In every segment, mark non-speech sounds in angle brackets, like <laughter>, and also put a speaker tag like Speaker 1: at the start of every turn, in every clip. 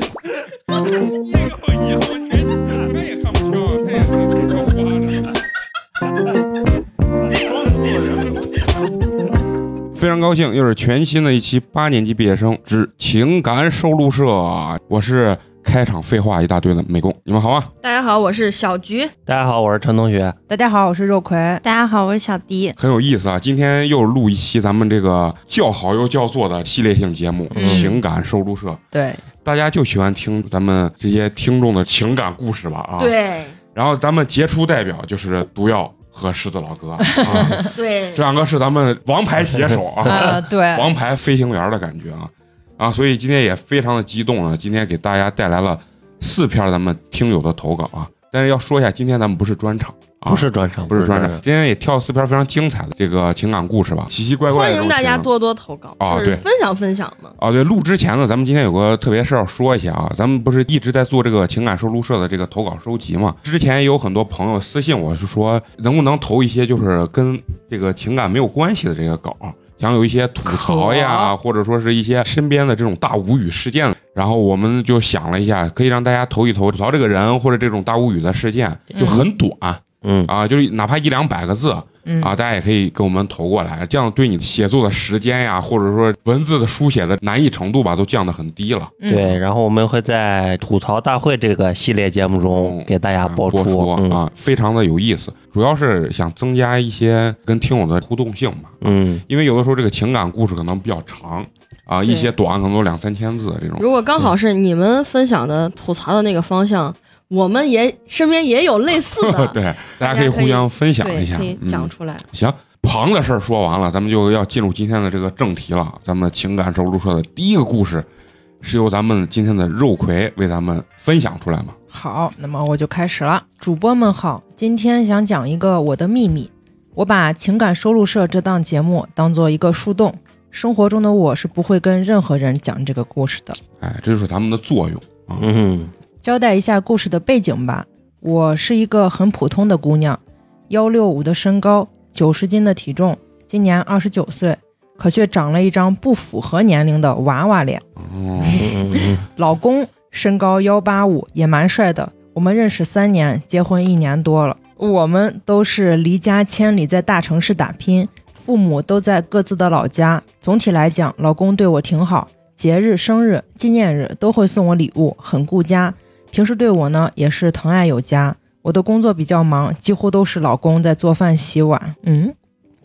Speaker 1: 一个一个，他也看不清，他也看不清花呢。双子座人， <laughs> 非常高兴，又是全新的一期八年级毕业生之情感收录社，我是开场废话一大堆的美工，你们好啊。
Speaker 2: 大家好，我是小菊。
Speaker 3: 大家好，我是陈同学。
Speaker 4: 大家好，我是肉葵。
Speaker 5: 大家好，我是小迪。
Speaker 1: 很有意思啊！今天又录一期咱们这个叫好又叫座的系列性节目《
Speaker 5: 嗯
Speaker 1: 情感收录社》，
Speaker 4: 对，
Speaker 1: 大家就喜欢听咱们这些听众的情感故事吧啊！，
Speaker 2: 对
Speaker 1: 然后咱们杰出代表就是毒药和狮子老哥，啊、
Speaker 2: 对
Speaker 1: 这两个是咱们王牌写手啊，
Speaker 4: <laughs> 啊，
Speaker 1: <laughs>
Speaker 4: 对，
Speaker 1: 王牌飞行员的感觉啊啊！所以今天也非常的激动啊，今天给大家带来了四篇咱们听友的投稿啊，但是要说一下，今天咱们不是专场。啊
Speaker 3: 不是专场，
Speaker 1: 不是专场，，今天也挑四篇非常精彩的这个情感故事吧，奇奇怪怪
Speaker 2: 欢
Speaker 1: 的这
Speaker 2: 迎
Speaker 1: 种情感。
Speaker 2: 大家多多投稿
Speaker 1: 啊
Speaker 2: 就是
Speaker 1: 对
Speaker 2: 分享分享嘛。
Speaker 1: 啊，对，录之前呢，咱们今天有个特别事儿要说一下啊，咱们不是一直在做这个情感收录社的这个投稿收集嘛？之前有很多朋友私信我是说，能不能投一些就是跟这个情感没有关系的这个稿，想有一些吐槽呀，或者说是一些身边的这种大无语事件。然后我们就想了一下，可以让大家投一投，吐槽这个人或者这种大无语的事件，就很短、
Speaker 3: 嗯，
Speaker 1: 啊，就是哪怕一两百个字，
Speaker 4: 嗯
Speaker 1: 啊，大家也可以给我们投过来，这样对你的写作的时间呀，或者说文字的书写的难易程度吧，都降得很低了。
Speaker 4: 嗯
Speaker 3: 对。然后我们会在吐槽大会这个系列节目中给大家
Speaker 1: 啊
Speaker 3: 播
Speaker 1: 播
Speaker 3: 出。嗯
Speaker 1: 啊，非常的有意思，主要是想增加一些跟听友的互动性吧，
Speaker 3: 嗯，
Speaker 1: 因为有的时候这个情感故事可能比较长啊，一
Speaker 2: 对
Speaker 1: 些短可能都两三千字这种。
Speaker 2: 如果刚好是你们分享的吐槽的那个方向，我们也身边也有类似的，
Speaker 1: <laughs> 对，大家
Speaker 2: 家
Speaker 1: 可以
Speaker 2: 可
Speaker 1: 互
Speaker 2: 以
Speaker 1: 相分享一嗯哦
Speaker 2: 对，
Speaker 1: 下
Speaker 2: 可以，讲出来。
Speaker 1: 行，旁的事儿说完了，咱们就要进入今天的这个正题了。咱们情感收录社的第一个故事，是由咱们今天的肉葵为咱们分享出来嘛？
Speaker 4: 好，那么我就开始了。主播们好，今天想讲一个我的秘密。我把情感收录社这档节目当做一个树洞，生活中的我是不会跟任何人讲这个故事的。
Speaker 1: 哎，这就是咱们的作用。
Speaker 3: 嗯
Speaker 4: 交代一下故事的背景吧。我是一个很普通的姑娘，幺六五的身高，九十斤的体重，今年二十九岁，可却长了一张不符合年龄的娃娃脸。
Speaker 1: 哦，
Speaker 3: 嗯嗯
Speaker 4: 老公身高幺八五，也蛮帅的。我们认识三年，结婚一年多了。我们都是离家千里，在大城市打拼，父母都在各自的老家。总体来讲，老公对我挺好，节日、生日、纪念日都会送我礼物，很顾家。平时对我呢，也是疼爱有加。我的工作比较忙，几乎都是老公在做饭、洗碗。嗯，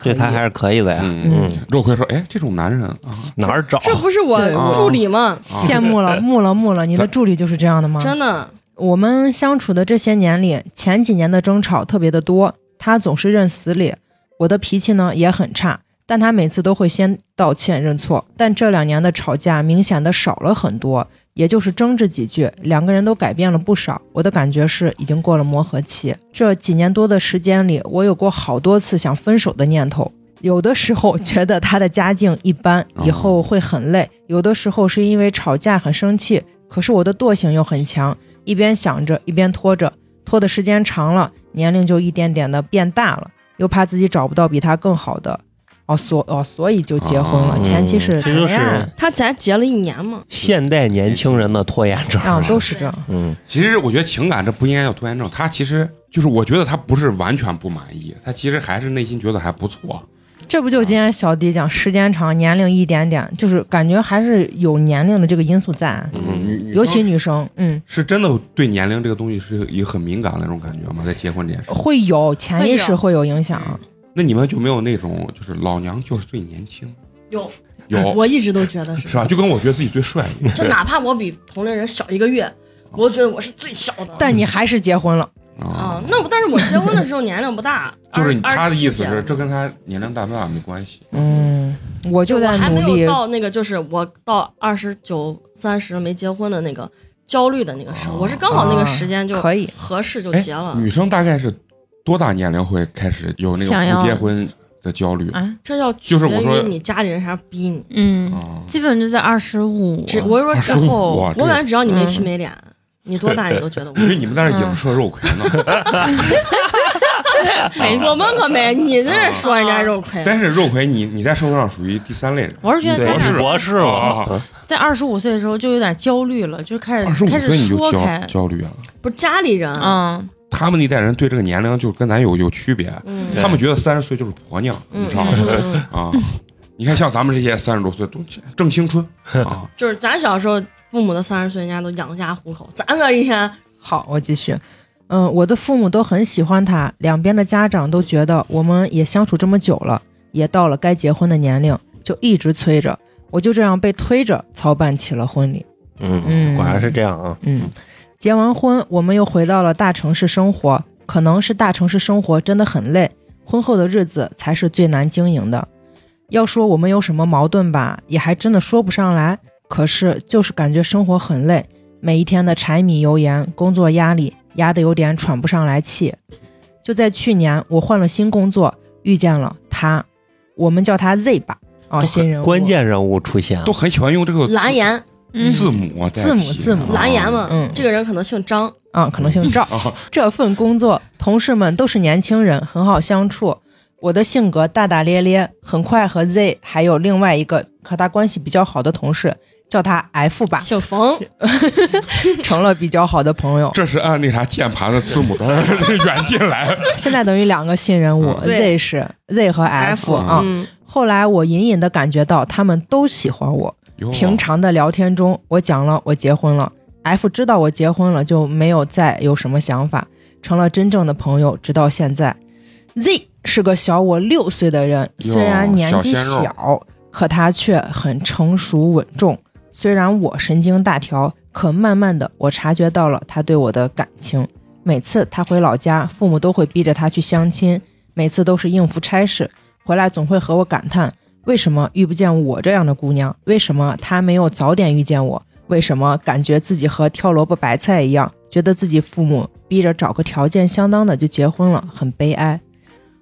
Speaker 3: 对他还是可以的呀。
Speaker 1: 嗯，
Speaker 3: 嗯，
Speaker 1: 肉葵说，哎，这种男人啊，
Speaker 3: 哪儿找？
Speaker 2: 这不是
Speaker 4: 对
Speaker 2: 我
Speaker 1: 我
Speaker 2: 助理吗？
Speaker 1: 啊
Speaker 4: 羡慕了，慕了，慕了！你的助理就是这样的吗？
Speaker 2: 真的，
Speaker 4: 我们相处的这些年里，前几年的争吵特别的多，他总是认死理，我的脾气呢也很差，但他每次都会先道歉认错。但这两年的吵架明显的少了很多，也就是争执几句，两个人都改变了不少。我的感觉是已经过了磨合期。这几年多的时间里，我有过好多次想分手的念头。有的时候觉得他的家境一般，以后会很累；有的时候是因为吵架很生气，可是我的惰性又很强，一边想着一边拖着，拖的时间长了，年龄就一点点的变大了，又怕自己找不到比他更好的，哦，所哦，所以就结婚了。
Speaker 1: 啊
Speaker 4: 前期是
Speaker 3: 这
Speaker 4: 谈
Speaker 3: 嗯就
Speaker 4: 恋
Speaker 3: 是
Speaker 4: 爱
Speaker 2: 他才结了一年嘛。
Speaker 3: 现代年轻人的拖延症
Speaker 4: 啊，都是这样。
Speaker 3: 嗯
Speaker 1: 其实我觉得情感这不应该叫拖延症，他其实就是我觉得他不是完全不满意，他其实还是内心觉得还不错。
Speaker 4: 这不就今天小迪讲时间长，年龄一点点，就是感觉还是有年龄的这个因素在，
Speaker 1: 嗯，女女
Speaker 4: 尤其
Speaker 1: 生
Speaker 4: 女生，嗯，
Speaker 1: 是真的对年龄这个东西是一个很敏感的那种感觉吗？在结婚这件事，
Speaker 4: 会有潜意识会有影响。
Speaker 1: 那你们就没有那种就是老娘就是最年轻？
Speaker 2: 有
Speaker 1: 有
Speaker 2: 哎我一直都觉得
Speaker 1: <laughs>
Speaker 2: 是，
Speaker 1: 是吧？就跟我觉得自己最帅一样。
Speaker 2: 就哪怕我比同龄人小一个月，
Speaker 1: 哦
Speaker 2: 我觉得我是最小的。
Speaker 4: 但你
Speaker 1: 嗯
Speaker 4: 还是结婚了，
Speaker 2: 啊，那我但是我结婚的时候年龄不大，
Speaker 1: <laughs> 就是你
Speaker 2: 二
Speaker 1: 他的意思，
Speaker 2: 27
Speaker 1: 是，
Speaker 2: 了
Speaker 1: 这跟他年龄大不大没关系。
Speaker 4: 嗯，我就在
Speaker 2: 我还
Speaker 4: 努
Speaker 2: 没
Speaker 4: 力
Speaker 2: 有，到那个，就是我到二十九、三十没结婚的那个焦虑的那个时候，
Speaker 1: 哦
Speaker 2: 我是刚好那个时间就
Speaker 4: 可以，
Speaker 2: 合适就
Speaker 1: 哎
Speaker 2: 结
Speaker 5: 嗯
Speaker 2: 了。
Speaker 1: 女生大概是多大年龄会开始有那
Speaker 5: 想
Speaker 1: 个
Speaker 5: 要
Speaker 1: 不结婚的焦虑？
Speaker 5: 啊
Speaker 2: 这要取
Speaker 1: 就是我
Speaker 2: 决
Speaker 1: 说
Speaker 2: 于你家里人啥逼你。
Speaker 5: 嗯，
Speaker 1: 啊，
Speaker 5: 基本就在二十五
Speaker 2: 只我说，
Speaker 5: 然后
Speaker 1: 哇，这
Speaker 2: 我
Speaker 1: 个
Speaker 2: 感觉只要你
Speaker 4: 嗯
Speaker 2: 没皮
Speaker 1: <laughs>
Speaker 5: 嗯
Speaker 2: 没脸，你多大你都觉得我
Speaker 5: <laughs>
Speaker 1: 因为你们在这影射肉葵呢，
Speaker 2: 我们可没，你在这说人家肉魁，
Speaker 1: 但是肉葵，你你在社会上属于第三类人，
Speaker 5: 我是觉得
Speaker 3: 对
Speaker 5: 咱
Speaker 1: 博士
Speaker 5: 俩
Speaker 3: 博士
Speaker 1: 啊
Speaker 3: 嘛，
Speaker 5: 在二十五岁的时候就有点焦虑了，就开
Speaker 1: 二十
Speaker 5: 始
Speaker 1: 五
Speaker 5: 开始
Speaker 1: 岁你就
Speaker 5: 说
Speaker 1: 焦
Speaker 5: 开，
Speaker 1: 焦虑了。啊
Speaker 2: 不是家里人，
Speaker 5: 嗯，
Speaker 1: 他们那代人对这个年龄就跟咱有有区别，
Speaker 2: 嗯，
Speaker 3: 对
Speaker 1: 他们觉得三十岁就是婆娘，
Speaker 2: 嗯
Speaker 1: 你知道
Speaker 2: 嗯
Speaker 1: 吗？
Speaker 2: 嗯嗯，
Speaker 1: 啊，你看像咱们这些三十多岁都正青春
Speaker 5: 嗯
Speaker 1: 啊，
Speaker 2: 就是咱小时候父母的三十岁，人家都养家糊口，咱这一天
Speaker 4: 好，我继续。嗯，我的父母都很喜欢他，两边的家长都觉得我们也相处这么久了，也到了该结婚的年龄，就一直催着。我就这样被推着操办起了婚礼。
Speaker 3: 嗯，
Speaker 4: 嗯
Speaker 3: 果然是这样啊。
Speaker 4: 嗯，结完婚，我们又回到了大城市生活。可能是大城市生活真的很累，婚后的日子才是最难经营的。要说我们有什么矛盾吧，也还真的说不上来。可是就是感觉生活很累，每一天的柴米油盐、工作压力压得有点喘不上来气。就在去年，我换了新工作，遇见了他，我们叫他 Z 吧，啊，
Speaker 1: 都很
Speaker 4: 新人物
Speaker 3: 哦关键人物出现了
Speaker 1: 都，很喜欢用这个
Speaker 2: 蓝颜
Speaker 5: 嗯
Speaker 1: 字母啊代替
Speaker 4: 字母字母
Speaker 1: 啊
Speaker 2: 蓝颜嘛
Speaker 4: 嗯，
Speaker 2: 这个人可能姓张，
Speaker 4: 啊，可能姓赵。
Speaker 1: 啊，
Speaker 4: 这份工作，同事们都是年轻人，很好相处。我的性格大大咧咧，很快和 Z 还有另外一个和他关系比较好的同事，叫他 F
Speaker 2: <laughs>
Speaker 4: 吧，
Speaker 2: 姓冯，
Speaker 4: 成了比较好的
Speaker 1: <laughs>
Speaker 4: 朋友。
Speaker 1: 这是按那啥键盘的字 <laughs> 母的远近来，
Speaker 4: 现在等于两个新人物
Speaker 1: 嗯
Speaker 2: 对
Speaker 4: ，Z 是 Z 和 F 啊。
Speaker 2: 嗯，
Speaker 4: 后来我隐隐的感觉到他们都喜欢我，
Speaker 1: 哟
Speaker 4: 平常的聊天中，我讲了我结婚了，F 知道我结婚了就没有再有什么想法，成了真正的朋友，直到现在。Z 是个小我六岁的人，
Speaker 1: 哟
Speaker 4: 虽然年纪
Speaker 1: 小鲜
Speaker 4: 小，
Speaker 1: 肉
Speaker 4: 可他却很成熟稳重。虽然我神经大条，可慢慢的我察觉到了他对我的感情。每次他回老家，父母都会逼着他去相亲，每次都是应付差事，回来总会和我感叹：为什么遇不见我这样的姑娘？为什么她没有早点遇见我？为什么感觉自己和挑萝卜白菜一样，觉得自己父母逼着找个条件相当的就结婚了，很悲哀。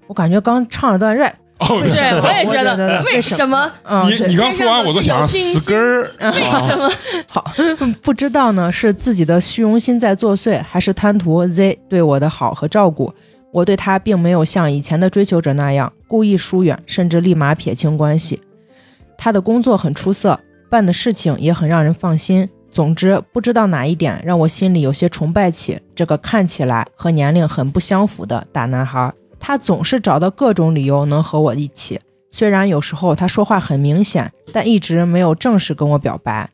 Speaker 4: 我感觉刚唱了段 rap，
Speaker 1: 哦，
Speaker 4: 为
Speaker 2: 对
Speaker 4: 什么，
Speaker 2: 我也觉
Speaker 4: 我觉得
Speaker 2: 得，为什么？
Speaker 4: 嗯，
Speaker 1: 你
Speaker 4: 对
Speaker 1: 你刚说完我都想
Speaker 2: 天上
Speaker 1: 死
Speaker 2: 都是有星星
Speaker 1: 根儿，
Speaker 4: 嗯
Speaker 1: 啊
Speaker 2: 为什么？
Speaker 4: 不知道呢，是自己的虚荣心在作祟，还是贪图 Z 对我的好和照顾？我对他并没有像以前的追求者那样故意疏远，甚至立马撇清关系。他的工作很出色，办的事情也很让人放心。总之，不知道哪一点让我心里有些崇拜起这个看起来和年龄很不相符的大男孩。他总是找到各种理由能和我一起，虽然有时候他说话很明显，但一直没有正式跟我表白。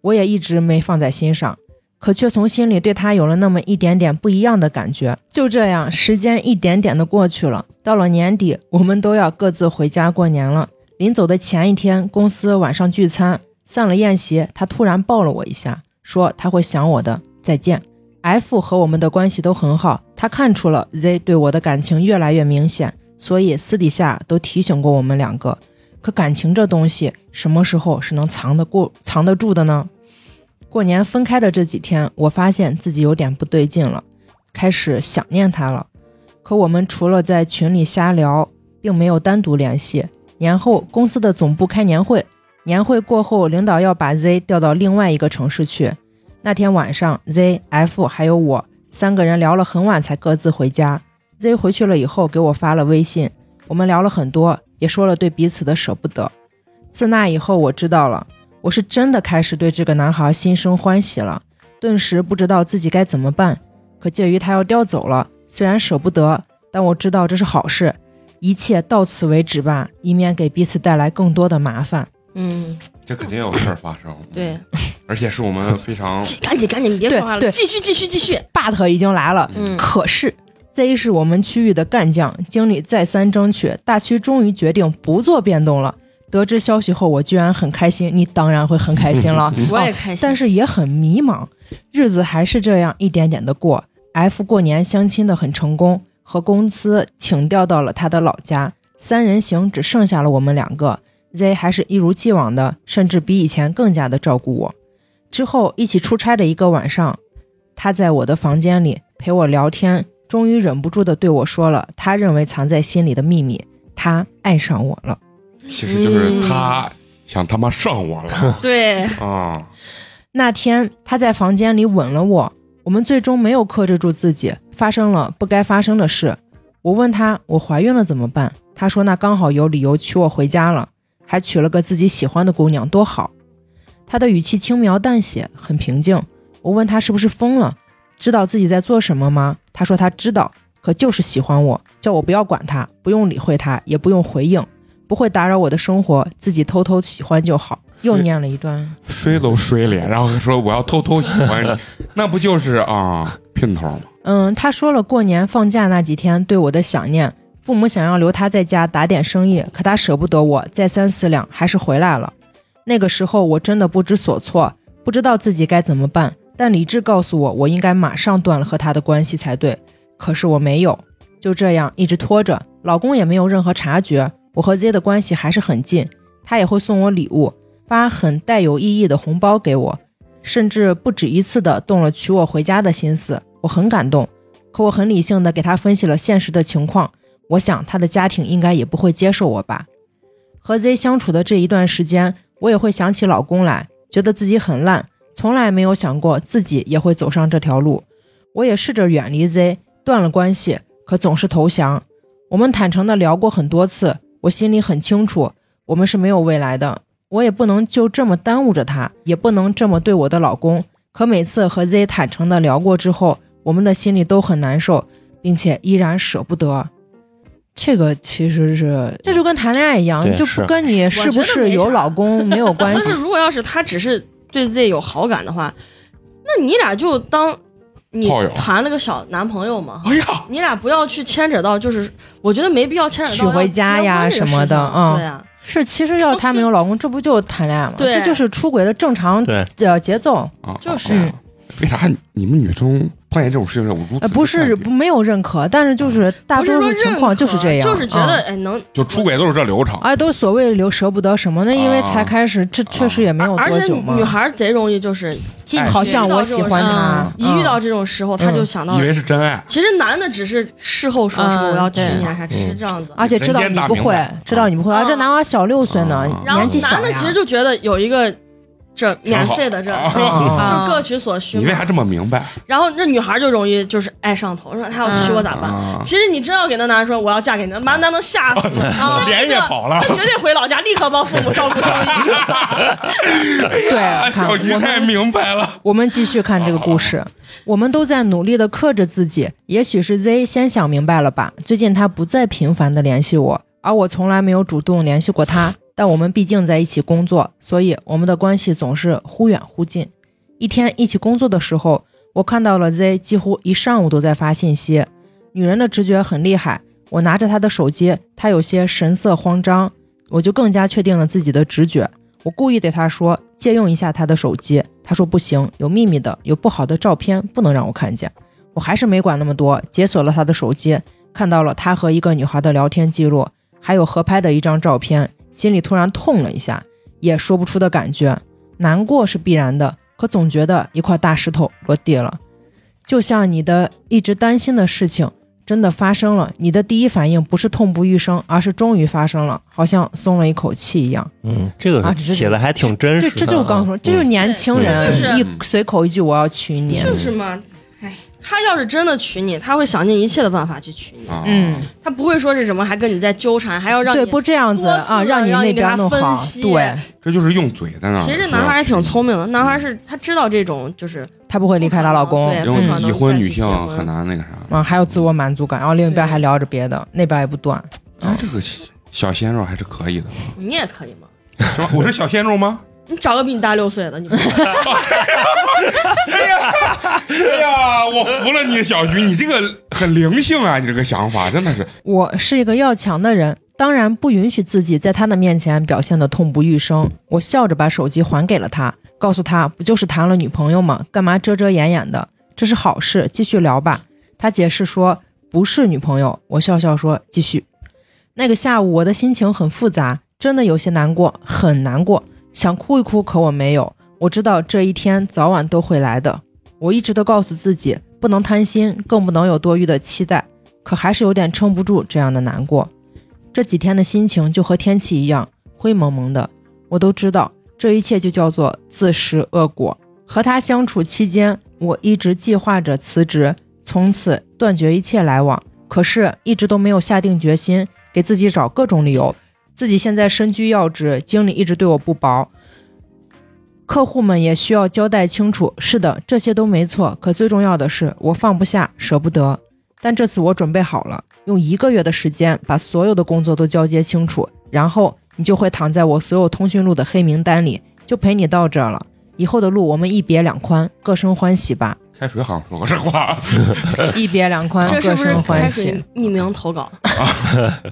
Speaker 4: 我也一直没放在心上，可却从心里对他有了那么一点点不一样的感觉。就这样，时间一点点的过去了，到了年底，我们都要各自回家过年了。临走的前一天，公司晚上聚餐，散了宴席，他突然抱了我一下，说他会想我的，再见。F 和我们的关系都很好，他看出了 Z 对我的感情越来越明显，所以私底下都提醒过我们两个。可感情这东西，什么时候是能藏得过、藏得住的呢？过年分开的这几天，我发现自己有点不对劲了，开始想念他了。可我们除了在群里瞎聊，并没有单独联系。年后公司的总部开年会，年会过后，领导要把 Z 调到另外一个城市去。那天晚上，Z、F 还有我三个人聊了很晚，才各自回家。Z 回去了以后给我发了微信，我们聊了很多，也说了对彼此的舍不得。自那以后，我知道了。我是真的开始对这个男孩心生欢喜了，顿时不知道自己该怎么办。可鉴于他要调走了，虽然舍不得，但我知道这是好事。一切到此为止吧，以免给彼此带来更多的麻烦。
Speaker 2: 嗯，
Speaker 1: 这肯定有事儿发生，
Speaker 4: <laughs>
Speaker 1: 嗯
Speaker 2: 对，，
Speaker 1: 而且是我们非常
Speaker 2: 赶紧赶紧，你别
Speaker 4: 对
Speaker 2: 说话了，
Speaker 4: 对
Speaker 2: 继续继续继续，
Speaker 4: But 已经来了，
Speaker 2: 嗯，
Speaker 4: 可是 Z 是我们区域的干将，经理再三争取，大区终于决定不做变动了。得知消息后，我居然很开心，你当然会很开心了。
Speaker 2: 嗯我也开心，
Speaker 4: 但是也很迷茫，日子还是这样一点点的过。F 过年相亲的很成功，和公司请调到了他的老家，三人行只剩下了我们两个。Z 还是一如既往的，甚至比以前更加的照顾我。之后一起出差的一个晚上，他在我的房间里陪我聊天，终于忍不住的对我说了他认为藏在心里的秘密，他爱上我了。
Speaker 1: 其实
Speaker 4: 嗯
Speaker 1: 就是他想他妈上我了
Speaker 2: 对，
Speaker 1: 啊！
Speaker 4: 那天他在房间里吻了我，我们最终没有克制住自己，发生了不该发生的事。我问他我怀孕了怎么办，他说那刚好有理由娶我回家了，还娶了个自己喜欢的姑娘，多好。他的语气轻描淡写，很平静。我问他是不是疯了，知道自己在做什么吗？他说他知道，可就是喜欢我，叫我不要管他，不用理会他，也不用回应，不会打扰我的生活，自己偷偷喜欢就好。又念了一段，
Speaker 1: 摔都摔了，然后说我要偷偷喜欢你， <laughs> 那不就是啊姘头吗？
Speaker 4: 嗯，他说了过年放假那几天对我的想念，父母想要留他在家打点生意，可他舍不得我，再三思量还是回来了。那个时候我真的不知所措，不知道自己该怎么办，但理智告诉我，我应该马上断了和他的关系才对。可是我没有，就这样一直拖着，老公也没有任何察觉，我和 Z 的关系还是很近，他也会送我礼物，发很带有意义的红包给我，甚至不止一次的动了娶我回家的心思，我很感动。可我很理性的给他分析了现实的情况，我想他的家庭应该也不会接受我吧。和 Z 相处的这一段时间，我也会想起老公来，觉得自己很烂，从来没有想过自己也会走上这条路。我也试着远离 Z，断了关系，可总是投降。我们坦诚的聊过很多次，我心里很清楚，我们是没有未来的。我也不能就这么耽误着他，也不能这么对我的老公。可每次和 Z 坦诚的聊过之后，我们的心里都很难受，并且依然舍不得。这个其实是，这就跟谈恋爱一样
Speaker 3: 对，
Speaker 4: 就是不跟你是不是有老公没有关
Speaker 2: <laughs> 但
Speaker 4: 系
Speaker 2: 是。如果要是他只是对自己有好感的话，那你俩就当你
Speaker 1: 炮友
Speaker 2: 谈了个小男朋友嘛，
Speaker 1: 哎呀，
Speaker 2: 你俩不要去牵扯到，就是我觉得没必要牵扯到
Speaker 4: 娶回家呀
Speaker 2: 要结婚这个
Speaker 4: 什么的
Speaker 2: 事情啊
Speaker 4: 嗯
Speaker 2: 对呀、
Speaker 4: 是，其实要是他没有老公，这不就谈恋爱吗？
Speaker 2: 对
Speaker 4: 这就是出轨的正常
Speaker 3: 对
Speaker 4: 呃节奏，
Speaker 1: 啊，
Speaker 2: 就是
Speaker 1: 啊啊为啥你们女生碰见这种事情，我如此
Speaker 4: 呃，不是嗯不没有认可，但是就是大
Speaker 2: 不
Speaker 4: 多
Speaker 2: 是说
Speaker 4: 数情况就是这样，
Speaker 2: 认可就是觉得、
Speaker 4: 嗯
Speaker 2: 哎能
Speaker 1: 就出轨都是这流程，
Speaker 4: 啊，都所谓留舍不得什么的，因为才开始，这确实也没有
Speaker 2: 而
Speaker 4: 多
Speaker 2: 且
Speaker 4: 久嘛
Speaker 2: 女。孩贼容易就是
Speaker 1: 哎
Speaker 4: 好像我喜欢嗯他，啊
Speaker 2: 一哎遇到这种时候，她就想到
Speaker 1: 以，为是真爱，
Speaker 2: 其实男的只是事后说什么
Speaker 5: 嗯
Speaker 2: 我要娶
Speaker 5: 对
Speaker 2: 你啊啥，只是
Speaker 1: 嗯
Speaker 2: 这样子。
Speaker 4: 而且知道你不会，知道你不会，啊，这男娃小六岁呢，
Speaker 2: 然后
Speaker 4: 年纪小
Speaker 2: 男的其实就觉得有一个这免费的这，嗯
Speaker 1: 挺好
Speaker 4: <laughs> 啊，
Speaker 2: 就各取所需
Speaker 1: 你为啥
Speaker 2: 嘛。
Speaker 1: 这么明白？
Speaker 2: 然后那女孩就容易就是爱上头，说他要娶我咋
Speaker 4: 嗯
Speaker 2: 办？
Speaker 1: 啊
Speaker 2: 其实你真要给那男的说我要嫁给你，那男的吓死，啊
Speaker 4: <laughs>
Speaker 1: 脸也跑了
Speaker 2: 那，绝对回老家立刻帮父母照顾生意。
Speaker 4: <laughs> 对，看
Speaker 1: 啊小菊
Speaker 4: 我
Speaker 1: 太
Speaker 4: 们
Speaker 1: 明白了。
Speaker 4: 我们继续看这个故事，我们都在努力的克制自己，也许是 Z 先想明白了吧。最近他不再频繁的联系我，而我从来没有主动联系过他，但我们毕竟在一起工作，所以我们的关系总是忽远忽近。一天一起工作的时候，我看到了 Z 几乎一上午都在发信息。女人的直觉很厉害，我拿着她的手机，她有些神色慌张，我就更加确定了自己的直觉。我故意对她说借用一下她的手机，她说不行，有秘密的，有不好的照片不能让我看见。我还是没管那么多，解锁了她的手机，看到了她和一个女孩的聊天记录，还有合拍的一张照片，心里突然痛了一下，也说不出的感觉。难过是必然的，可总觉得一块大石头落地了，就像你的一直担心的事情真的发生了，你的第一反应不是痛不欲生，而是终于发生了，好像松了一口气一样。
Speaker 3: 嗯，这个
Speaker 4: 啊这是
Speaker 3: 写的还挺
Speaker 2: <laughs>
Speaker 3: 真
Speaker 4: 这
Speaker 3: 实的啊。
Speaker 4: 这就是刚说，这就是年轻人
Speaker 2: 嗯对就是
Speaker 4: 一随口一句我要娶你，
Speaker 2: 就是嘛，哎，他要是真的娶你，他会想尽一切的办法去娶你，
Speaker 1: 啊
Speaker 4: 嗯，
Speaker 2: 他不会说是什么还跟你在纠缠，还要让
Speaker 4: 对，
Speaker 2: 你。
Speaker 4: 不这样子
Speaker 2: 多次
Speaker 4: 啊，
Speaker 2: 地
Speaker 4: 你
Speaker 2: 让
Speaker 4: 那
Speaker 2: 你给
Speaker 4: 边
Speaker 2: 他
Speaker 4: 弄好
Speaker 2: 分，析
Speaker 4: 对
Speaker 1: 这就是用嘴在那儿。
Speaker 2: 其
Speaker 4: 嗯
Speaker 2: 实男孩还挺聪明的，男孩是他知道这种就是
Speaker 4: 她不会离开她老公，
Speaker 2: 对
Speaker 1: 因
Speaker 2: 不可
Speaker 1: 为
Speaker 2: 能
Speaker 1: 已婚女性
Speaker 2: 再去结婚
Speaker 1: 很难那个啥。
Speaker 4: 啊，还有自我满足感，然后另一边还聊着别的，那边也不断，
Speaker 1: 啊，这个小鲜肉还是可以的，
Speaker 2: 你也可以嘛，
Speaker 1: 是吧？我是小鲜肉 <laughs> 吗？
Speaker 2: 你找个比你大六岁的，你不
Speaker 1: 哎呀，我服了你，小菊，你这个很灵性啊，你这个想法真的是。
Speaker 4: 我是一个要强的人，当然不允许自己在他的面前表现得痛不欲生。我笑着把手机还给了他，告诉他不就是谈了女朋友吗？干嘛遮遮掩掩的？这是好事，继续聊吧。他解释说不是女朋友，我笑笑说继续。那个下午我的心情很复杂，真的有些难过，很难过，想哭一哭，可我没有。我知道这一天早晚都会来的，我一直都告诉自己不能贪心，更不能有多余的期待。可还是有点撑不住这样的难过。这几天的心情就和天气一样，灰蒙蒙的。我都知道，这一切就叫做自食恶果。和他相处期间，我一直计划着辞职，从此断绝一切来往。可是一直都没有下定决心，给自己找各种理由。自己现在身居要职，经理一直对我不薄，客户们也需要交代清楚。是的，这些都没错，可最重要的是我放不下，舍不得。但这次我准备好了，用一个月的时间把所有的工作都交接清楚，然后你就会躺在我所有通讯录的黑名单里，就陪你到这儿了。以后的路我们一别两宽，各生欢喜吧。
Speaker 1: 开水好像说过这话， <laughs>
Speaker 4: 一别两宽，
Speaker 2: 这
Speaker 4: 嗯
Speaker 2: 是
Speaker 4: 各
Speaker 2: 不是
Speaker 4: 生
Speaker 2: 开
Speaker 4: 欢
Speaker 2: 始
Speaker 4: 喜。
Speaker 2: 匿名投稿？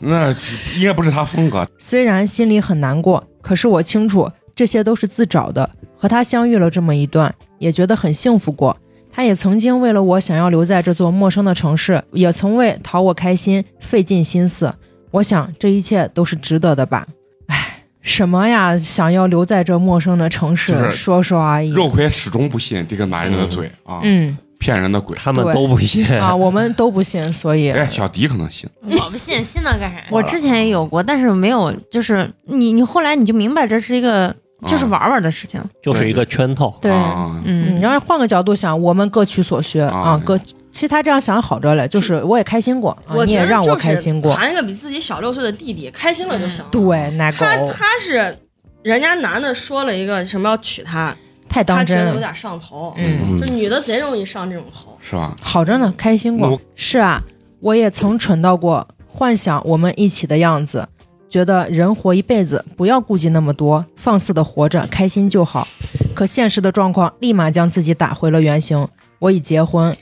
Speaker 1: 那应该不是他风格。
Speaker 4: 虽然心里很难过，可是我清楚这些都是自找的。和他相遇了这么一段，也觉得很幸福过。他也曾经为了我想要留在这座陌生的城市，也从未讨我开心，费尽心思。我想这一切都是值得的吧。唉，什么呀？想要留在这陌生的城市，
Speaker 1: 就是
Speaker 4: 说说而已。
Speaker 1: 肉葵始终不信这个男人的嘴啊，
Speaker 4: 嗯
Speaker 1: 骗人的鬼。
Speaker 3: 他们都不信。
Speaker 4: 啊，我们都不信，所以
Speaker 1: 哎，小迪可能信，
Speaker 5: 我不信，信那干啥？我之前也有过，但是没有，就是你你后来你就明白这是一个就是玩玩的事情，
Speaker 3: 就是一个圈套。
Speaker 5: 对，
Speaker 1: 啊
Speaker 4: 嗯，
Speaker 5: 嗯，
Speaker 4: 然后换个角度想，我们各取所需
Speaker 1: 啊
Speaker 2: 嗯
Speaker 4: 啊，各。其实他这样想好着嘞，就是我也开心过，啊
Speaker 2: 我
Speaker 4: 你
Speaker 2: 觉
Speaker 4: 也
Speaker 2: 得
Speaker 4: 让我
Speaker 2: 就是
Speaker 4: 开心过。
Speaker 2: 谈一个比自己小六岁的弟弟，开心了就行了。
Speaker 4: 对，奶狗
Speaker 2: 他他是人家男的说了一个什么要娶她，
Speaker 4: 太
Speaker 2: 他
Speaker 4: 当
Speaker 2: 觉
Speaker 4: 真
Speaker 2: 得有
Speaker 4: 了，
Speaker 2: 点上头，
Speaker 4: 嗯，
Speaker 3: 嗯
Speaker 2: 就女的贼容易上这种头。
Speaker 1: 是吧？
Speaker 4: 好着呢，开心
Speaker 1: 那
Speaker 4: 过
Speaker 1: 我。
Speaker 4: 是啊，我也曾蠢到过，幻想我们一起的样子，觉得人活一辈子不要顾忌那么多，放肆的活着，开心就好。可现实的状况立马将自己打回了原形。我已结婚，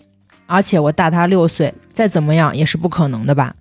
Speaker 4: 而且我大他六岁，再怎么样也是不可能的吧？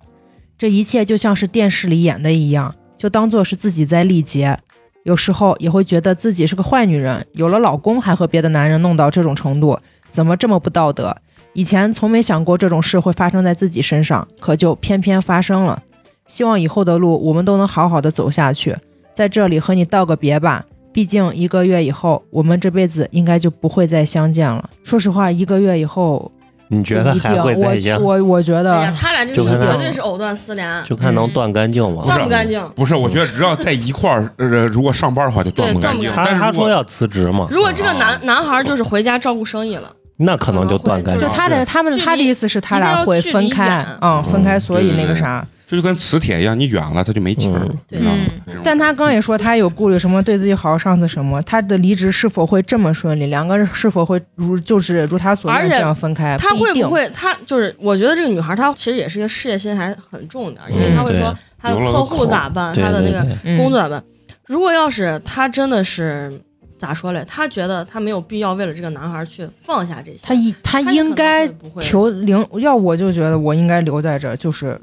Speaker 4: 这一切就像是电视里演的一样，就当做是自己在历劫。有时候也会觉得自己是个坏女人，有了老公还和别的男人弄到这种程度，怎么这么不道德？以前从没想过这种事会发生在自己身上，可就偏偏发生了。希望以后的路我们都能好好的走下去，在这里和你道个别吧。毕竟一个月以后，我们这辈子应该就不会再相见了。说实话，一个月以后
Speaker 3: 你觉得
Speaker 4: 一定
Speaker 3: 还会再见？
Speaker 4: 我我我觉
Speaker 2: 哎呀
Speaker 4: 得，，
Speaker 2: 他俩这是
Speaker 3: 就看他
Speaker 2: 绝对是藕断丝连，
Speaker 3: 就看能断干净吗？
Speaker 2: 干不干净？
Speaker 1: 不是，我觉得
Speaker 4: 嗯
Speaker 1: 只要在一块儿，呃，如果上班的话就断不干净。
Speaker 2: 对
Speaker 3: 他
Speaker 1: 但是
Speaker 3: 他
Speaker 1: 如果
Speaker 3: 说要辞职嘛，
Speaker 2: 如果这个
Speaker 1: 啊
Speaker 2: 男男孩就是回家照顾生意了，
Speaker 3: 那可能就断干
Speaker 4: 就
Speaker 3: 净。
Speaker 4: 他的他们
Speaker 2: 距离
Speaker 4: 他的意思是他俩会分开
Speaker 2: 一定要距离远，
Speaker 4: 嗯，分开，
Speaker 1: 嗯
Speaker 4: 所以那个啥。
Speaker 1: 这就跟磁铁一样，你远了它就没气儿了
Speaker 3: 嗯。
Speaker 1: 你知道吗
Speaker 5: 嗯
Speaker 1: 这种
Speaker 4: 但他刚也说他有顾虑什么对自己好，上司什么，他的离职是否会这么顺利？两个人是否会如就是如他所
Speaker 2: 而
Speaker 4: 愿
Speaker 2: 且
Speaker 4: 这样分开？
Speaker 2: 他
Speaker 4: 哎不
Speaker 2: 会
Speaker 4: 一定
Speaker 2: 不会？他就是，我觉得这个女孩她其实也是一个事业心还很重的，因为
Speaker 4: 嗯
Speaker 2: 她会说
Speaker 3: 对
Speaker 2: 她的
Speaker 1: 留了个
Speaker 2: 客户
Speaker 1: 口
Speaker 2: 咋办，
Speaker 3: 对
Speaker 2: 她的那
Speaker 3: 对
Speaker 2: 个
Speaker 3: 对，
Speaker 2: 工作咋办。如果要是她真的是咋说嘞，她觉得她没有必要为了这个男孩去放下这些，
Speaker 4: 他一他
Speaker 2: 她
Speaker 4: 应该
Speaker 2: 可能会不会
Speaker 4: 求零，要我就觉得我应该留在这儿，就是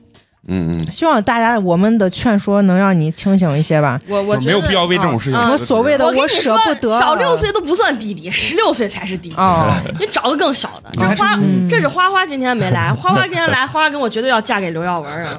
Speaker 1: 嗯嗯，
Speaker 4: 希望大家我们的劝说能让你清醒一些吧。
Speaker 2: 我我
Speaker 1: 就是没有
Speaker 2: 觉得
Speaker 1: 必要为这种事情辞
Speaker 2: 啊啊
Speaker 1: 职。
Speaker 4: 我所谓的
Speaker 2: 我跟你
Speaker 4: 舍
Speaker 2: 说
Speaker 4: 不得
Speaker 2: 小六岁都不算弟弟，十六岁才是弟弟。
Speaker 4: 啊，
Speaker 2: 你找个更小的，
Speaker 1: 你还
Speaker 2: 这
Speaker 1: 是
Speaker 2: 花
Speaker 4: 嗯
Speaker 2: 这是花花今天没来，花花今天来，花花跟我绝对要嫁给刘耀文儿啊！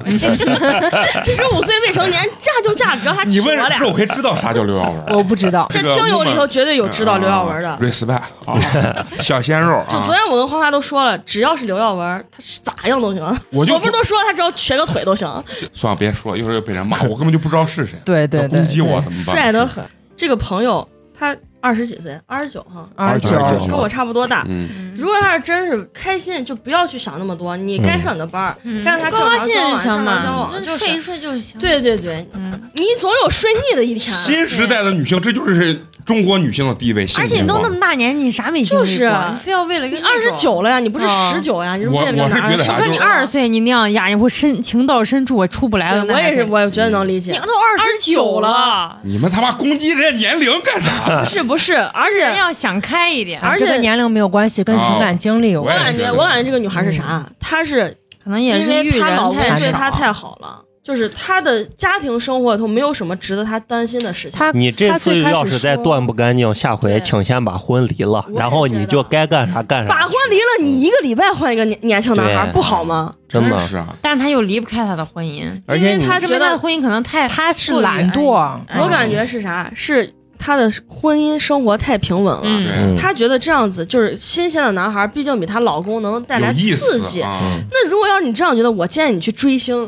Speaker 2: 十五岁未成年嫁就嫁，只要他
Speaker 1: 你
Speaker 2: 娶
Speaker 1: 问
Speaker 2: 嗯我俩，
Speaker 1: 肉葵知道啥
Speaker 2: <laughs>
Speaker 1: 叫刘耀文？
Speaker 4: 哦我不知道，
Speaker 2: 这
Speaker 1: 这个
Speaker 2: 听友里头
Speaker 1: woman-
Speaker 2: 绝对有
Speaker 1: 啊
Speaker 2: 知道刘耀文的。
Speaker 1: respect <laughs> 啊，小鲜肉
Speaker 2: 就
Speaker 1: 啊
Speaker 2: 昨。天我跟花花都说了，只要是刘耀文，他是咋样都行。
Speaker 1: 我 <laughs> 就啊
Speaker 2: 不是都说了他只要瘸个腿都行，
Speaker 1: 算了，别说，一会儿又被人骂，我根本就不知道是谁，
Speaker 4: 对对
Speaker 1: 要
Speaker 4: 对，
Speaker 1: 攻击我
Speaker 4: 对，
Speaker 1: 怎么办？
Speaker 2: 帅得很。这个朋友他二十几岁，二十九哈，
Speaker 4: 二
Speaker 1: 29
Speaker 4: 九
Speaker 2: 跟我差不多大。
Speaker 1: 嗯，
Speaker 2: 如果要是真是开心，就不要去想那么多，你该上你的班儿，
Speaker 5: 嗯
Speaker 2: 该让他
Speaker 5: 高
Speaker 2: 正
Speaker 5: 高
Speaker 2: 常
Speaker 5: 兴
Speaker 2: 交
Speaker 5: 就
Speaker 2: 往，
Speaker 5: 行
Speaker 2: 正常交
Speaker 5: 嘛，
Speaker 2: 往，
Speaker 5: 嗯就
Speaker 2: 就是
Speaker 5: 睡一睡就行。，
Speaker 2: 对对对，
Speaker 5: 嗯，
Speaker 2: 你总有睡腻的一天，
Speaker 1: 新时代的女性，这就是中国女性的地位。性
Speaker 5: 而且你都那么大年纪，你啥没经历过？
Speaker 2: 就是啊
Speaker 5: 你非要为了一
Speaker 2: 你
Speaker 5: 个
Speaker 2: 二十九了呀，你不是
Speaker 5: 哦
Speaker 2: 十九呀？你是
Speaker 1: 我
Speaker 2: 为了个
Speaker 1: 我是觉
Speaker 2: 男人
Speaker 1: 得
Speaker 5: 你
Speaker 1: 啥
Speaker 5: 说
Speaker 1: 就
Speaker 5: 你二十岁你那样呀，我深情到深处我出不来了。
Speaker 2: 对，
Speaker 5: 那
Speaker 2: 我
Speaker 5: 还
Speaker 2: 也是，
Speaker 5: 得
Speaker 2: 我觉得能理
Speaker 5: 你
Speaker 2: 解。
Speaker 5: 都二十九了，
Speaker 1: 你们他妈攻击人家年龄干啥？
Speaker 2: <laughs> 不是不是，而
Speaker 5: 人
Speaker 2: 且
Speaker 5: 要想开一点，
Speaker 2: 而
Speaker 4: 啊这
Speaker 2: 且
Speaker 4: 跟年龄没有关系，跟情感经历有
Speaker 1: 哦我
Speaker 2: 我
Speaker 1: 也
Speaker 4: 关。
Speaker 2: 感觉
Speaker 1: 是
Speaker 2: 我感觉这个女孩是啥？
Speaker 1: 嗯
Speaker 2: 她是
Speaker 5: 可能也
Speaker 2: 因
Speaker 5: 是遇
Speaker 2: 为她
Speaker 5: 人
Speaker 2: 老公
Speaker 5: 太
Speaker 2: 对
Speaker 5: 少。
Speaker 2: 她太好了，就是她的家庭生活里头没有什么值得她担心的事情。
Speaker 4: 他
Speaker 3: 你这
Speaker 4: 他
Speaker 3: 次
Speaker 4: 最开始
Speaker 3: 要是再
Speaker 4: 说
Speaker 3: 断不干净，下回
Speaker 2: 对
Speaker 3: 请先把婚离了
Speaker 2: 我，也
Speaker 3: 然后你
Speaker 2: 觉
Speaker 3: 就
Speaker 2: 得
Speaker 3: 该干啥干
Speaker 2: 把
Speaker 3: 啥
Speaker 2: 婚，离了，你一个礼拜换一个年年轻男孩，
Speaker 3: 对
Speaker 2: 不好吗？
Speaker 3: 真的。
Speaker 1: 是啊，
Speaker 5: 但是他又离不开他的婚姻，
Speaker 1: 而且
Speaker 2: 因为
Speaker 1: 你
Speaker 2: 她
Speaker 5: 证
Speaker 2: 觉
Speaker 5: 明他
Speaker 2: 得
Speaker 5: 的婚姻可能太
Speaker 4: 他是懒惰
Speaker 5: 过于安逸嗯
Speaker 2: 我感觉是啥？是他的婚姻生活太平稳了。
Speaker 5: 嗯
Speaker 1: 对，
Speaker 2: 她觉得这样子就是新鲜的男孩，毕竟比她老公能带
Speaker 1: 有
Speaker 2: 来
Speaker 1: 意
Speaker 2: 刺
Speaker 1: 思
Speaker 2: 激。嗯
Speaker 1: 啊，
Speaker 2: 那如果要是你这样觉得，我建议你去追星，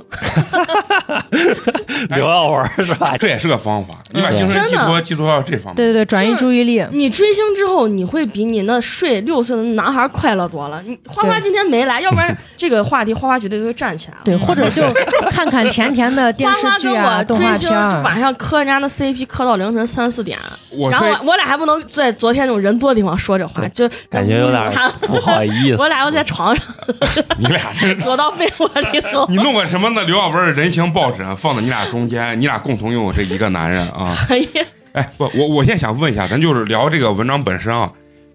Speaker 3: 刘耀文是吧？
Speaker 1: 这也是个方法。你把
Speaker 3: 嗯
Speaker 1: 精神
Speaker 2: 真
Speaker 1: 寄
Speaker 2: 的
Speaker 1: 托寄托到这方面，
Speaker 4: 对对对，转移
Speaker 2: 就是
Speaker 4: 注意力，
Speaker 2: 你追星之后，你会比你那睡六岁的男孩快乐多了。你花花
Speaker 4: 对
Speaker 2: 今天没来，要不然这个话题花花绝对就会站起来了。
Speaker 4: 对，或者就看看甜甜
Speaker 2: <laughs>
Speaker 4: 的电
Speaker 2: 花
Speaker 4: 视
Speaker 2: 花跟
Speaker 4: 剧啊、
Speaker 2: 我
Speaker 4: 动画
Speaker 2: 追星，
Speaker 4: 片
Speaker 2: 就晚
Speaker 4: 儿。
Speaker 2: 上磕人家的 CP，磕到凌晨三四点，
Speaker 1: 我
Speaker 2: 然后
Speaker 1: 推
Speaker 2: 我我俩还不能在昨天那种人多的地方说这话，就
Speaker 3: 感觉有点
Speaker 2: 他
Speaker 3: 不好意思
Speaker 2: 嗯我俩要在床上
Speaker 1: 你俩这。
Speaker 2: 躲到被窝里头
Speaker 1: <laughs> 你弄个什么那刘耀文的人形抱枕放在你俩中间，你俩共同拥有这一个男人啊！
Speaker 2: 哎呀，
Speaker 1: 哎，不，我我现在想问一下，咱就是聊这个文章本身啊，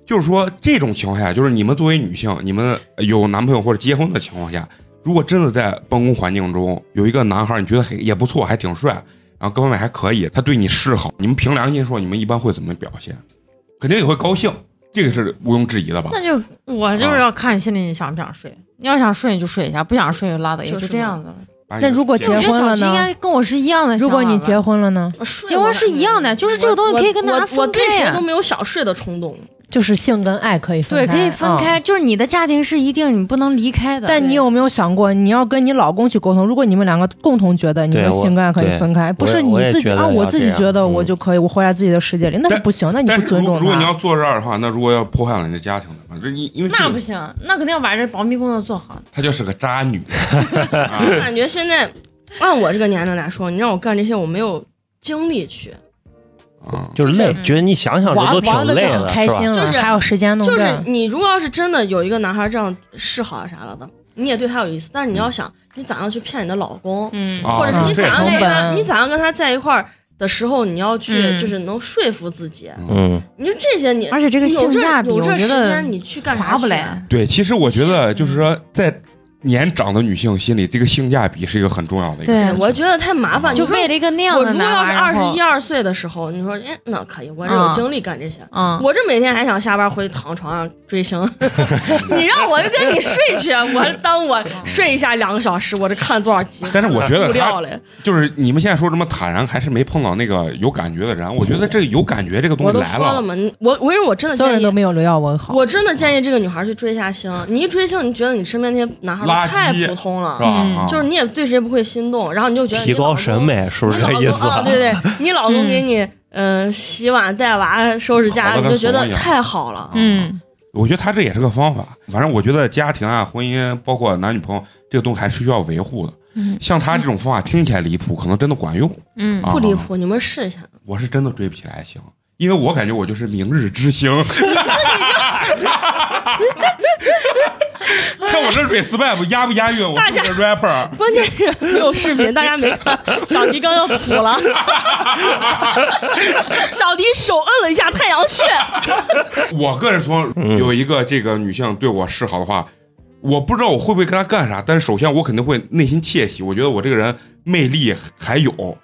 Speaker 1: 就是说这种情况下，就是你们作为女性，你们有男朋友或者结婚的情况下，如果真的在办公环境中有一个男孩儿，你觉得还也不错，还挺帅，然后各方面还可以，他对你示好，你们凭良心说，你们一般会怎么表现？肯定也会高兴，这个是毋庸置疑的吧？
Speaker 5: 那就我就是要看心里你想不想睡，你要想睡你就睡一下，不想睡就拉倒，也
Speaker 2: 就是
Speaker 5: 就这样子。
Speaker 1: 把你
Speaker 4: 但如果
Speaker 1: 姐
Speaker 5: 我
Speaker 4: 结
Speaker 5: 觉得
Speaker 4: 婚
Speaker 5: 小
Speaker 4: 了
Speaker 5: 菊应
Speaker 4: 呢
Speaker 5: 该跟我是一样的
Speaker 4: 如
Speaker 5: 想法吧。
Speaker 4: 果你结婚了呢，
Speaker 2: 睡
Speaker 5: 结
Speaker 2: 我
Speaker 5: 婚
Speaker 2: 俩
Speaker 5: 是一样的就是这个东西
Speaker 2: 我
Speaker 5: 可以跟大
Speaker 2: 我
Speaker 5: 家
Speaker 2: 我
Speaker 5: 分啊
Speaker 2: 对
Speaker 5: 开
Speaker 2: 谁
Speaker 5: 呀
Speaker 2: 都没有想睡的冲动，
Speaker 4: 就是性跟爱可以分
Speaker 5: 对，
Speaker 4: 开，
Speaker 5: 可以分
Speaker 4: 嗯
Speaker 5: 开，啊就是你的家庭是一定你不能离开的。
Speaker 4: 但你有没有想过，你要跟你老公去沟通？如果你们两个共同觉得你们
Speaker 3: 对我
Speaker 4: 性格爱可以
Speaker 3: 对
Speaker 4: 分开，不是你
Speaker 3: 我也
Speaker 4: 自己
Speaker 3: 觉得
Speaker 4: 啊，
Speaker 3: 要
Speaker 4: 我自己
Speaker 3: 这样
Speaker 4: 觉得
Speaker 3: 嗯
Speaker 4: 我就可以，我活在自己的世界里，那是不行，那你
Speaker 1: 但
Speaker 4: 不
Speaker 1: 是
Speaker 4: 尊
Speaker 1: 如
Speaker 4: 重
Speaker 1: 如果你要
Speaker 4: 他。
Speaker 1: 坐这儿的话，那如果要破坏了你的家庭的话，这你因为这
Speaker 5: 那不
Speaker 1: 个
Speaker 5: 行，那肯定要把这保密工作做好。
Speaker 1: 她就是个渣女，啊
Speaker 2: 我感觉现在按我这个年龄来说，你让我干这些我没有精力去，
Speaker 1: 啊
Speaker 3: 就是累，
Speaker 5: 就是
Speaker 3: 觉得你想想这
Speaker 4: 玩
Speaker 3: 都挺
Speaker 4: 玩的
Speaker 3: 累
Speaker 4: 很
Speaker 3: 的，
Speaker 4: 开
Speaker 3: 是吧
Speaker 4: 心？了，
Speaker 2: 就是
Speaker 4: 还有时间弄
Speaker 2: 就
Speaker 4: 这
Speaker 2: 是
Speaker 4: 儿。
Speaker 2: 你如果要是真的有一个男孩这样示好啊啥了的，你也对他有意思，但是你要想你咋样去骗你的老公，
Speaker 5: 嗯
Speaker 1: 啊
Speaker 2: 或者是你
Speaker 1: 这
Speaker 2: 咋样
Speaker 4: 成
Speaker 2: 跟他，
Speaker 4: 本
Speaker 2: 你咋样跟他在一块儿的时候，你要去
Speaker 5: 啊嗯
Speaker 2: 就是能说服自己，
Speaker 3: 嗯，
Speaker 2: 你说这些你
Speaker 5: 而且这个性
Speaker 2: 有这
Speaker 5: 价比，
Speaker 2: 有
Speaker 5: 我
Speaker 2: 这
Speaker 5: 觉
Speaker 2: 时
Speaker 5: 得
Speaker 2: 间你去干啥
Speaker 5: 划不
Speaker 2: 去啊
Speaker 5: 来。嗯
Speaker 1: 对，其实我觉得就是说，在年长的女性心里，这个性价比是一个很重要的一个
Speaker 5: 对
Speaker 1: 事
Speaker 2: 哎
Speaker 1: 情。
Speaker 2: 我觉得太麻烦。
Speaker 5: 就
Speaker 2: 你说
Speaker 5: 为了一个那样
Speaker 2: 我
Speaker 5: 的
Speaker 2: 如果
Speaker 5: 男
Speaker 2: 要是
Speaker 5: 孩，
Speaker 2: 二
Speaker 5: 然
Speaker 2: 十
Speaker 5: 后
Speaker 2: 一二岁的时候，你说，哎，那可以，我这有
Speaker 5: 嗯
Speaker 2: 精力干这些。
Speaker 5: 嗯，
Speaker 2: 我这每天还想下班回去躺床上追
Speaker 5: <laughs>
Speaker 2: 星，你让我就跟你睡去，我当我睡一下两个小时，我这看多少集，
Speaker 1: 但是我觉得他
Speaker 2: 无聊嘞，
Speaker 1: 就是你们现在说什么坦然，还是没碰到那个有感觉的人。我觉得这个有感觉这个东
Speaker 2: 我
Speaker 1: 西
Speaker 2: 都
Speaker 1: 来
Speaker 2: 说了嘛，你我我因为我真的
Speaker 4: 所有
Speaker 2: 建
Speaker 4: 人都
Speaker 2: 议，
Speaker 4: 没有刘耀文好，
Speaker 2: 我真的建议这个女孩去追一下星。你一追星，你觉得你身边那些男孩
Speaker 1: 垃圾
Speaker 2: 儿太普通
Speaker 1: 是
Speaker 2: 了，
Speaker 1: 吧？
Speaker 5: 嗯
Speaker 1: 啊
Speaker 2: 就是你也对谁不会心动，然后你就觉得你
Speaker 3: 提
Speaker 2: 老
Speaker 3: 高
Speaker 2: 公
Speaker 3: 审美是不是
Speaker 2: 你
Speaker 3: 这
Speaker 2: 老
Speaker 3: 意
Speaker 2: 公
Speaker 3: 思
Speaker 2: 啊，
Speaker 3: 啊？
Speaker 2: 对对，你老公
Speaker 5: 嗯
Speaker 2: 给你嗯、呃洗碗、带娃、收拾家，
Speaker 1: 好的
Speaker 2: 你
Speaker 1: 跟
Speaker 2: 就觉
Speaker 1: 怂
Speaker 2: 得
Speaker 1: 一样
Speaker 2: 太好了。
Speaker 5: 嗯，
Speaker 1: 我觉得他这也是个方法。反正我觉得家庭啊、婚姻，包括男女朋友这个东西还是需要维护的。
Speaker 5: 嗯
Speaker 1: 像他这种方法听起来离谱，可能真的管用。
Speaker 5: 嗯
Speaker 1: 啊
Speaker 2: 不离谱，你们试一下。
Speaker 1: 我是真的追不起来星，因为我感觉我就是明日之
Speaker 2: <laughs>
Speaker 1: 星。看我这追 SPAP 押不押韵？我
Speaker 2: 大
Speaker 1: 是
Speaker 2: 家
Speaker 1: 个 rapper，
Speaker 2: 关键是没有视频，大家没看，小迪刚要吐了，小迪手摁了一下太阳穴，
Speaker 1: 我个人从有一个这个女性对我示好的话，我不知道我会不会跟她干啥，但是首先我肯定会内心窃喜，我觉得我这个人魅力还有，我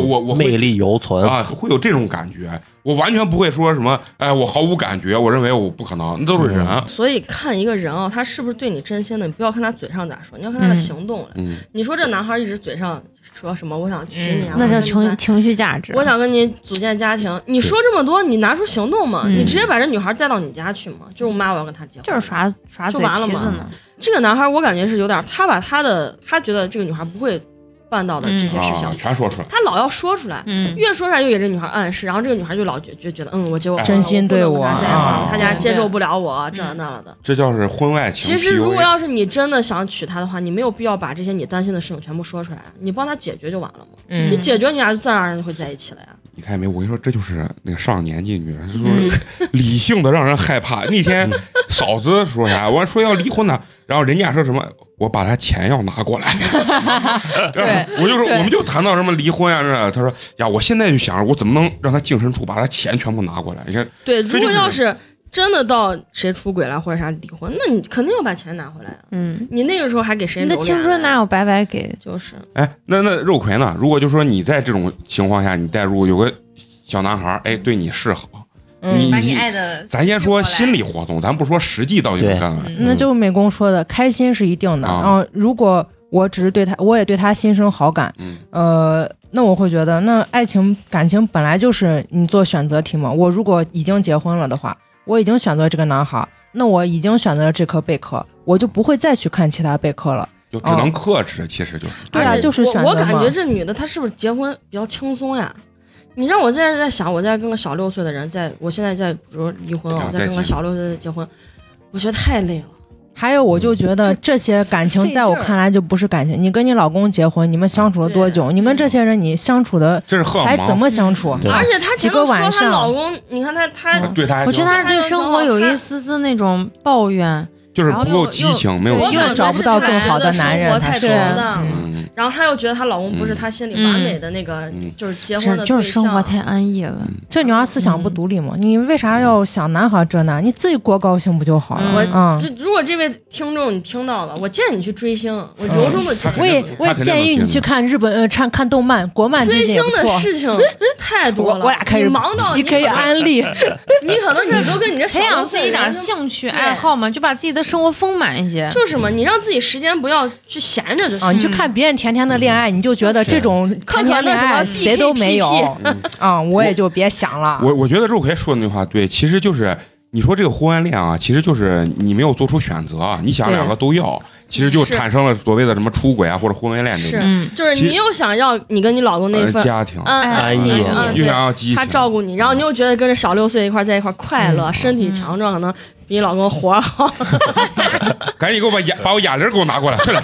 Speaker 1: 我我会
Speaker 3: 魅力犹存，
Speaker 1: 啊，会有这种感觉。我完全不会说什么，哎，我毫无感觉，我认为我不可能，那都是人。
Speaker 2: 所以看一个人啊，他是不是对你真心的，你不要看他嘴上咋说，你要看他的行动了。
Speaker 1: 嗯，
Speaker 2: 你说这男孩一直嘴上说什么“我想娶你啊”，
Speaker 5: 嗯那
Speaker 2: 我
Speaker 5: 叫
Speaker 2: 想跟你
Speaker 5: 情
Speaker 2: 在
Speaker 5: 情绪价值。
Speaker 2: 我想跟你组建家庭，你说这么多，你拿出行动嘛？
Speaker 5: 嗯
Speaker 2: 你直接把这女孩带到你家去嘛？就是妈，我要跟她结婚。
Speaker 5: 就是耍耍
Speaker 2: 就
Speaker 5: 嘴
Speaker 2: 完了
Speaker 5: 皮
Speaker 2: 嘛
Speaker 5: 子呢，
Speaker 2: 这个男孩，我感觉是有点，他把他的他觉得这个女孩不会办到的这些事情，
Speaker 1: 啊，全说出来。
Speaker 2: 他老要说出来，
Speaker 5: 嗯，
Speaker 2: 越说出来越给这女孩暗示，然后这个女孩就老觉就觉得，嗯，我结果
Speaker 1: 真
Speaker 4: 心对我
Speaker 2: 我不能跟他在一块儿，
Speaker 1: 啊
Speaker 2: 他家接受不了我，这那了的。
Speaker 1: 这叫是婚外情。
Speaker 2: 其实，如果
Speaker 1: PUA
Speaker 2: 要是你真的想娶她的话，你没有必要把这些你担心的事情全部说出来，你帮她解决就完了嘛。
Speaker 5: 嗯
Speaker 2: 你解决，你俩就自然而然就会在一起了呀。
Speaker 1: 你看见没？我跟你说，这就是那个上年纪女人，
Speaker 2: 嗯
Speaker 1: 就是理性的让人害怕。那天嫂子说啥？ <laughs> 我说要离婚呢，然后人家说什么？我把他钱要拿
Speaker 2: <laughs>
Speaker 1: 过来。然后我就说，
Speaker 5: 对
Speaker 1: 我们就谈到什么离婚啊，这他说呀，我现在就想，我怎么能让他净身处把他钱全部拿过来？你看，
Speaker 2: 对，
Speaker 1: 这就
Speaker 2: 如果
Speaker 1: 是
Speaker 2: 要是真的到谁出轨了或者啥离婚，那你肯定要把钱拿回来啊！
Speaker 5: 嗯，
Speaker 2: 你那个时候还给谁
Speaker 5: 你的
Speaker 2: 留
Speaker 5: 青
Speaker 2: 恋
Speaker 5: 春
Speaker 2: 呢
Speaker 5: 哪有白白给？
Speaker 2: 就是
Speaker 1: 哎，那那肉葵呢？如果就说你在这种情况下，你带入有个小男孩，哎，对你示好，
Speaker 4: 嗯，
Speaker 1: 把你爱
Speaker 5: 的
Speaker 1: 咱先说心理活动，咱不说实际到底能
Speaker 3: 对
Speaker 2: 嗯
Speaker 1: 干嘛。
Speaker 4: 那就美工说的，开心是一定的。
Speaker 1: 嗯啊
Speaker 4: 然后如果我只是对他，我也对他心生好感。
Speaker 1: 嗯
Speaker 4: 呃，那我会觉得，那爱情感情本来就是你做选择题嘛。我如果已经结婚了的话，我已经选择这个男孩，那我已经选择了这科贝壳，我就不会再去看其他贝壳了。
Speaker 1: 就只能克制，其实就是
Speaker 4: 对啊，
Speaker 2: 而且
Speaker 4: 就是选择
Speaker 2: 我我感
Speaker 4: 嘛
Speaker 2: 觉这女的她是不是结婚比较轻松呀？你让我现在在想，我在跟个小六岁的人在，我现在在比如离婚，
Speaker 1: 啊
Speaker 2: 我再
Speaker 1: 再
Speaker 2: 跟个
Speaker 1: 见
Speaker 2: 小六岁的结婚，我觉得太累了。
Speaker 4: 还有，我就觉得这些感情在我看来就不是感情。你跟你老公结婚，你们相
Speaker 2: 啊
Speaker 4: 处了多久？你跟这些人你相处的
Speaker 1: 这是荷尔
Speaker 4: 才怎
Speaker 1: 蒙。
Speaker 4: 么相处？
Speaker 3: 对
Speaker 2: 而且她前
Speaker 4: 几个
Speaker 2: 面
Speaker 4: 晚
Speaker 2: 说她
Speaker 4: 上
Speaker 2: 老公，你看她她
Speaker 4: 嗯
Speaker 1: 啊对他还
Speaker 5: 我觉
Speaker 1: 挺
Speaker 5: 得
Speaker 1: 好
Speaker 5: 他是对生活有一丝丝那种抱怨，
Speaker 1: 就是
Speaker 5: 然后
Speaker 1: 不
Speaker 5: 又
Speaker 1: 够激情，没有
Speaker 5: 对
Speaker 2: 我
Speaker 1: 激
Speaker 5: 又
Speaker 1: 情
Speaker 2: 感觉
Speaker 4: 找不到更好的男人
Speaker 2: 是她
Speaker 4: 她
Speaker 2: 觉
Speaker 5: 是
Speaker 2: 得生活太平淡了。
Speaker 1: 嗯
Speaker 2: 然后她又觉得她老公不
Speaker 1: 嗯
Speaker 2: 是她心里完美的那个，
Speaker 1: 嗯
Speaker 2: 就是结婚
Speaker 5: 是
Speaker 2: 的
Speaker 5: 就
Speaker 2: 对
Speaker 5: 是生活
Speaker 2: 象。
Speaker 5: 太安逸了。
Speaker 4: 这女孩思想不独立嘛？你为啥要想男孩这那？你自己过高兴不就好了？
Speaker 2: 我
Speaker 4: 嗯，
Speaker 2: 就如果这位听众你听到了，我建议你去追星，我由衷的
Speaker 1: 他肯定
Speaker 4: 我也
Speaker 1: 他
Speaker 4: 我也
Speaker 1: 肯定
Speaker 4: 建议
Speaker 1: 能
Speaker 4: 你去
Speaker 1: 听
Speaker 4: 看日本呃看看动漫，国漫最
Speaker 2: 追
Speaker 4: 近
Speaker 2: 星
Speaker 4: 也不
Speaker 2: 的
Speaker 4: 错。
Speaker 2: 事情太多
Speaker 4: 我
Speaker 2: 了，
Speaker 4: 我俩开始啊
Speaker 2: 你忙到你
Speaker 4: PK
Speaker 2: 可能
Speaker 4: 安
Speaker 2: <laughs>
Speaker 4: 利，
Speaker 2: 你可能你都跟你这小
Speaker 5: 培养
Speaker 2: 公司
Speaker 5: 自己
Speaker 2: 的
Speaker 5: 一点
Speaker 2: 人
Speaker 5: 兴趣
Speaker 2: 对
Speaker 5: 爱好嘛，就把自己的生活丰满一些。
Speaker 2: 就是嘛，你让自己时间不要去闲着就
Speaker 4: 啊，
Speaker 2: 行。
Speaker 4: 你去看别人甜甜的恋爱，你就觉得
Speaker 3: 是
Speaker 4: 这种
Speaker 2: 可
Speaker 4: 甜甜
Speaker 2: 可嗯那
Speaker 4: 恋
Speaker 2: 什么
Speaker 4: 爱
Speaker 2: BKPP
Speaker 4: 谁都没有
Speaker 1: 嗯
Speaker 4: 啊，我也就别想了。
Speaker 1: 我我觉得肉葵说的那句话对，其实就是你说这个婚外恋啊，其实就是你没有做出选择，啊你想两个都要，其实就是产生了所谓的什么出轨啊或者婚外恋这
Speaker 2: 是
Speaker 1: 种
Speaker 4: 嗯
Speaker 2: 就是
Speaker 1: 其实
Speaker 2: 你又想要你跟你老公那一
Speaker 1: 呃
Speaker 2: 份
Speaker 1: 家庭，
Speaker 2: 嗯
Speaker 5: 安
Speaker 2: 嗯
Speaker 3: 逸
Speaker 2: 嗯嗯
Speaker 1: 又
Speaker 2: 对
Speaker 1: 想要激情，
Speaker 2: 他照顾你，然后你又觉得跟着小六岁一块儿在一块儿快乐，
Speaker 4: 嗯
Speaker 2: 身体强壮，可能比你老公活儿好。
Speaker 1: 赶紧给我把哑把我哑铃给我拿过来，快点。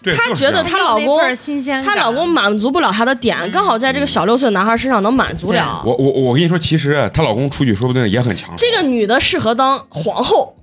Speaker 1: 对，
Speaker 2: 他
Speaker 1: 就是
Speaker 2: 觉得
Speaker 1: 这样
Speaker 2: 她老公
Speaker 5: 要那份新鲜
Speaker 2: 她
Speaker 5: 感，
Speaker 2: 老公满足不了她的点，刚好在这个小六岁男孩身上能满足了。
Speaker 1: 我我我跟你说，其实她老公出去说不定也很强。
Speaker 2: 这个女的适合当皇后，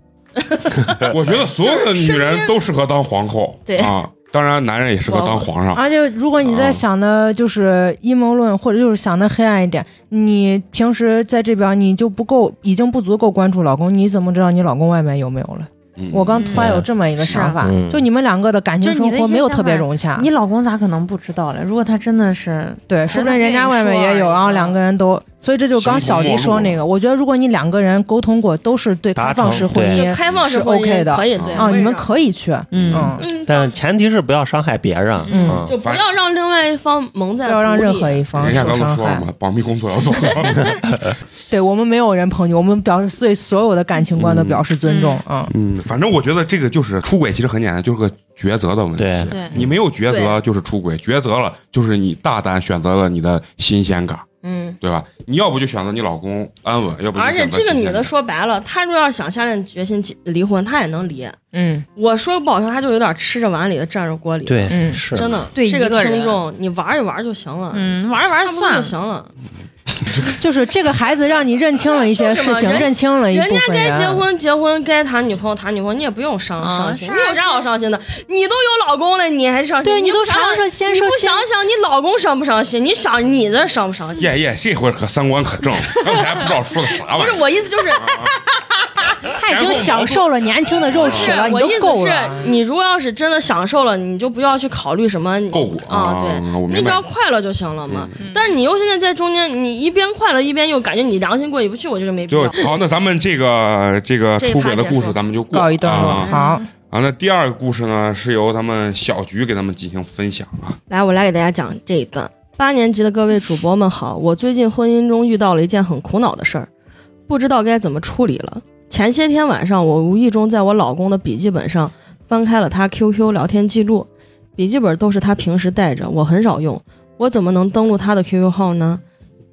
Speaker 1: 我觉得所有的女人都适合当皇后，
Speaker 2: 对
Speaker 1: 啊，当然男人也适合当皇上。
Speaker 4: 而且，如果你在
Speaker 1: 啊
Speaker 4: 想的就是阴谋论，或者就是想的黑暗一点，你平时在这边你就不够，已经不足够关注老公，你怎么知道你老公外面有没有了？
Speaker 1: 嗯
Speaker 4: 我刚突然有
Speaker 3: 嗯
Speaker 4: 这么一个想法，
Speaker 3: 嗯
Speaker 4: 就你们两个的感情
Speaker 5: 啊就是你
Speaker 4: 生
Speaker 5: 的一
Speaker 4: 活
Speaker 5: 些
Speaker 4: 没有
Speaker 5: 想
Speaker 4: 特别
Speaker 5: 法
Speaker 4: 融
Speaker 2: 啊
Speaker 4: 洽，
Speaker 5: 你老公咋可能不知道嘞？如果他真的是，
Speaker 4: 对，说不定人家外面也有，然后两个人都，所以这就刚小黎说那个，我觉得如果你两个人沟通过，都是对开放式婚
Speaker 3: 达
Speaker 2: 就
Speaker 4: 姻
Speaker 2: 开放式
Speaker 4: 哎是
Speaker 2: 婚姻
Speaker 4: OK 的
Speaker 2: 可以对
Speaker 4: 啊，你们
Speaker 2: 可
Speaker 4: 可以去，嗯，
Speaker 2: 嗯，
Speaker 3: 但前提是不要伤害别人。
Speaker 5: 嗯
Speaker 3: 啊
Speaker 2: 就不要让另外一方蒙在
Speaker 4: 不要让
Speaker 2: 鼓里
Speaker 4: 任何一方
Speaker 1: 人家
Speaker 4: 受
Speaker 1: 刚刚
Speaker 4: 伤
Speaker 1: 说了
Speaker 4: 害。
Speaker 1: 嘛，保密工作
Speaker 2: <laughs>
Speaker 1: 要做好。
Speaker 4: 对我们没有人捧你，我们表示对所有的感情观都表示尊重啊。
Speaker 1: 嗯，反正我觉得这个就是出轨，其实很简单，就是个抉择的问题。
Speaker 3: 对
Speaker 5: 对
Speaker 1: 你没有抉择就是出轨，抉择了就是你大胆选择了你的新鲜感，
Speaker 2: 嗯。
Speaker 1: 对吧？你要不就选择你老公安稳，要不就
Speaker 2: 而且
Speaker 1: 选择
Speaker 2: 这个
Speaker 1: 新
Speaker 2: 女
Speaker 1: 鲜
Speaker 2: 的
Speaker 1: 感
Speaker 2: 说白了，她若要想下定决心结离婚，她也能离。
Speaker 4: 嗯
Speaker 2: 我说不好听，她就有点吃着碗里的蘸着锅里。，
Speaker 3: 对，
Speaker 4: 嗯
Speaker 3: 是
Speaker 2: 真的，
Speaker 5: 对
Speaker 2: 这
Speaker 5: 一个人
Speaker 2: 听众，你玩一玩就行了，
Speaker 5: 嗯，玩儿玩儿
Speaker 2: 差不多
Speaker 5: 算
Speaker 2: 就
Speaker 5: 了。
Speaker 2: 行了。
Speaker 4: 就是这个孩子让你认清了一些事
Speaker 2: 就是
Speaker 4: 情，
Speaker 2: 嘛人
Speaker 4: 认清了一
Speaker 2: 人
Speaker 4: 部
Speaker 2: 家
Speaker 4: 分
Speaker 2: 该结
Speaker 4: 人。
Speaker 2: 婚结婚，该谈女朋友谈女朋友，你也不用伤
Speaker 5: 啊
Speaker 2: 伤心，
Speaker 5: 是
Speaker 2: 你有啥好伤心的？你都有老公了，你还伤
Speaker 4: 哦
Speaker 2: 心？
Speaker 4: 对
Speaker 2: 你
Speaker 4: 都
Speaker 2: 不想
Speaker 4: 尝
Speaker 2: 想
Speaker 4: 尝先
Speaker 2: 你
Speaker 4: 说
Speaker 2: 不
Speaker 4: 先
Speaker 2: 想想你老公伤不伤心？你想你这伤不伤心？
Speaker 1: 耶耶，这会儿可三观可正，刚才不知道说的啥
Speaker 2: <laughs> 不
Speaker 1: 玩
Speaker 2: 是
Speaker 1: 意儿。
Speaker 2: 我意思就是，
Speaker 1: 啊
Speaker 4: 他已经享受了年轻的肉 <laughs> 体了，
Speaker 2: 是
Speaker 4: 你
Speaker 2: 我
Speaker 4: 都
Speaker 2: 意思
Speaker 4: 够
Speaker 2: 是
Speaker 4: 了。，啊
Speaker 2: 你如果要是真的享受了，你就不要去考虑什么你
Speaker 1: 够我嗯
Speaker 2: 啊，对。
Speaker 1: 我
Speaker 2: 你
Speaker 1: 明
Speaker 2: 只
Speaker 1: 白嗯
Speaker 2: 要。快乐就行了嘛，但是你又现在在中间，你一边快乐一边又感觉你良心过意不去，我觉得没必
Speaker 1: 就
Speaker 2: 要。
Speaker 1: 好，那咱们这个这个
Speaker 2: 这一
Speaker 1: 出轨的
Speaker 2: 趴结
Speaker 1: 故
Speaker 2: 束
Speaker 1: 事，咱们就过
Speaker 4: 告一段落，
Speaker 1: 啊
Speaker 4: 好，
Speaker 1: 啊，那第二个故事呢，是由咱们小菊给咱们进行分享啊。
Speaker 2: 来，我来给大家讲这一段。八年级的各位主播们好，我最近婚姻中遇到了一件很苦恼的事儿，不知道该怎么处理了。前些天晚上，我无意中在我老公的笔记本上翻开了他 QQ 聊天记录，笔记本都是他平时带着，我很少用，我怎么能登录他的 QQ 号呢？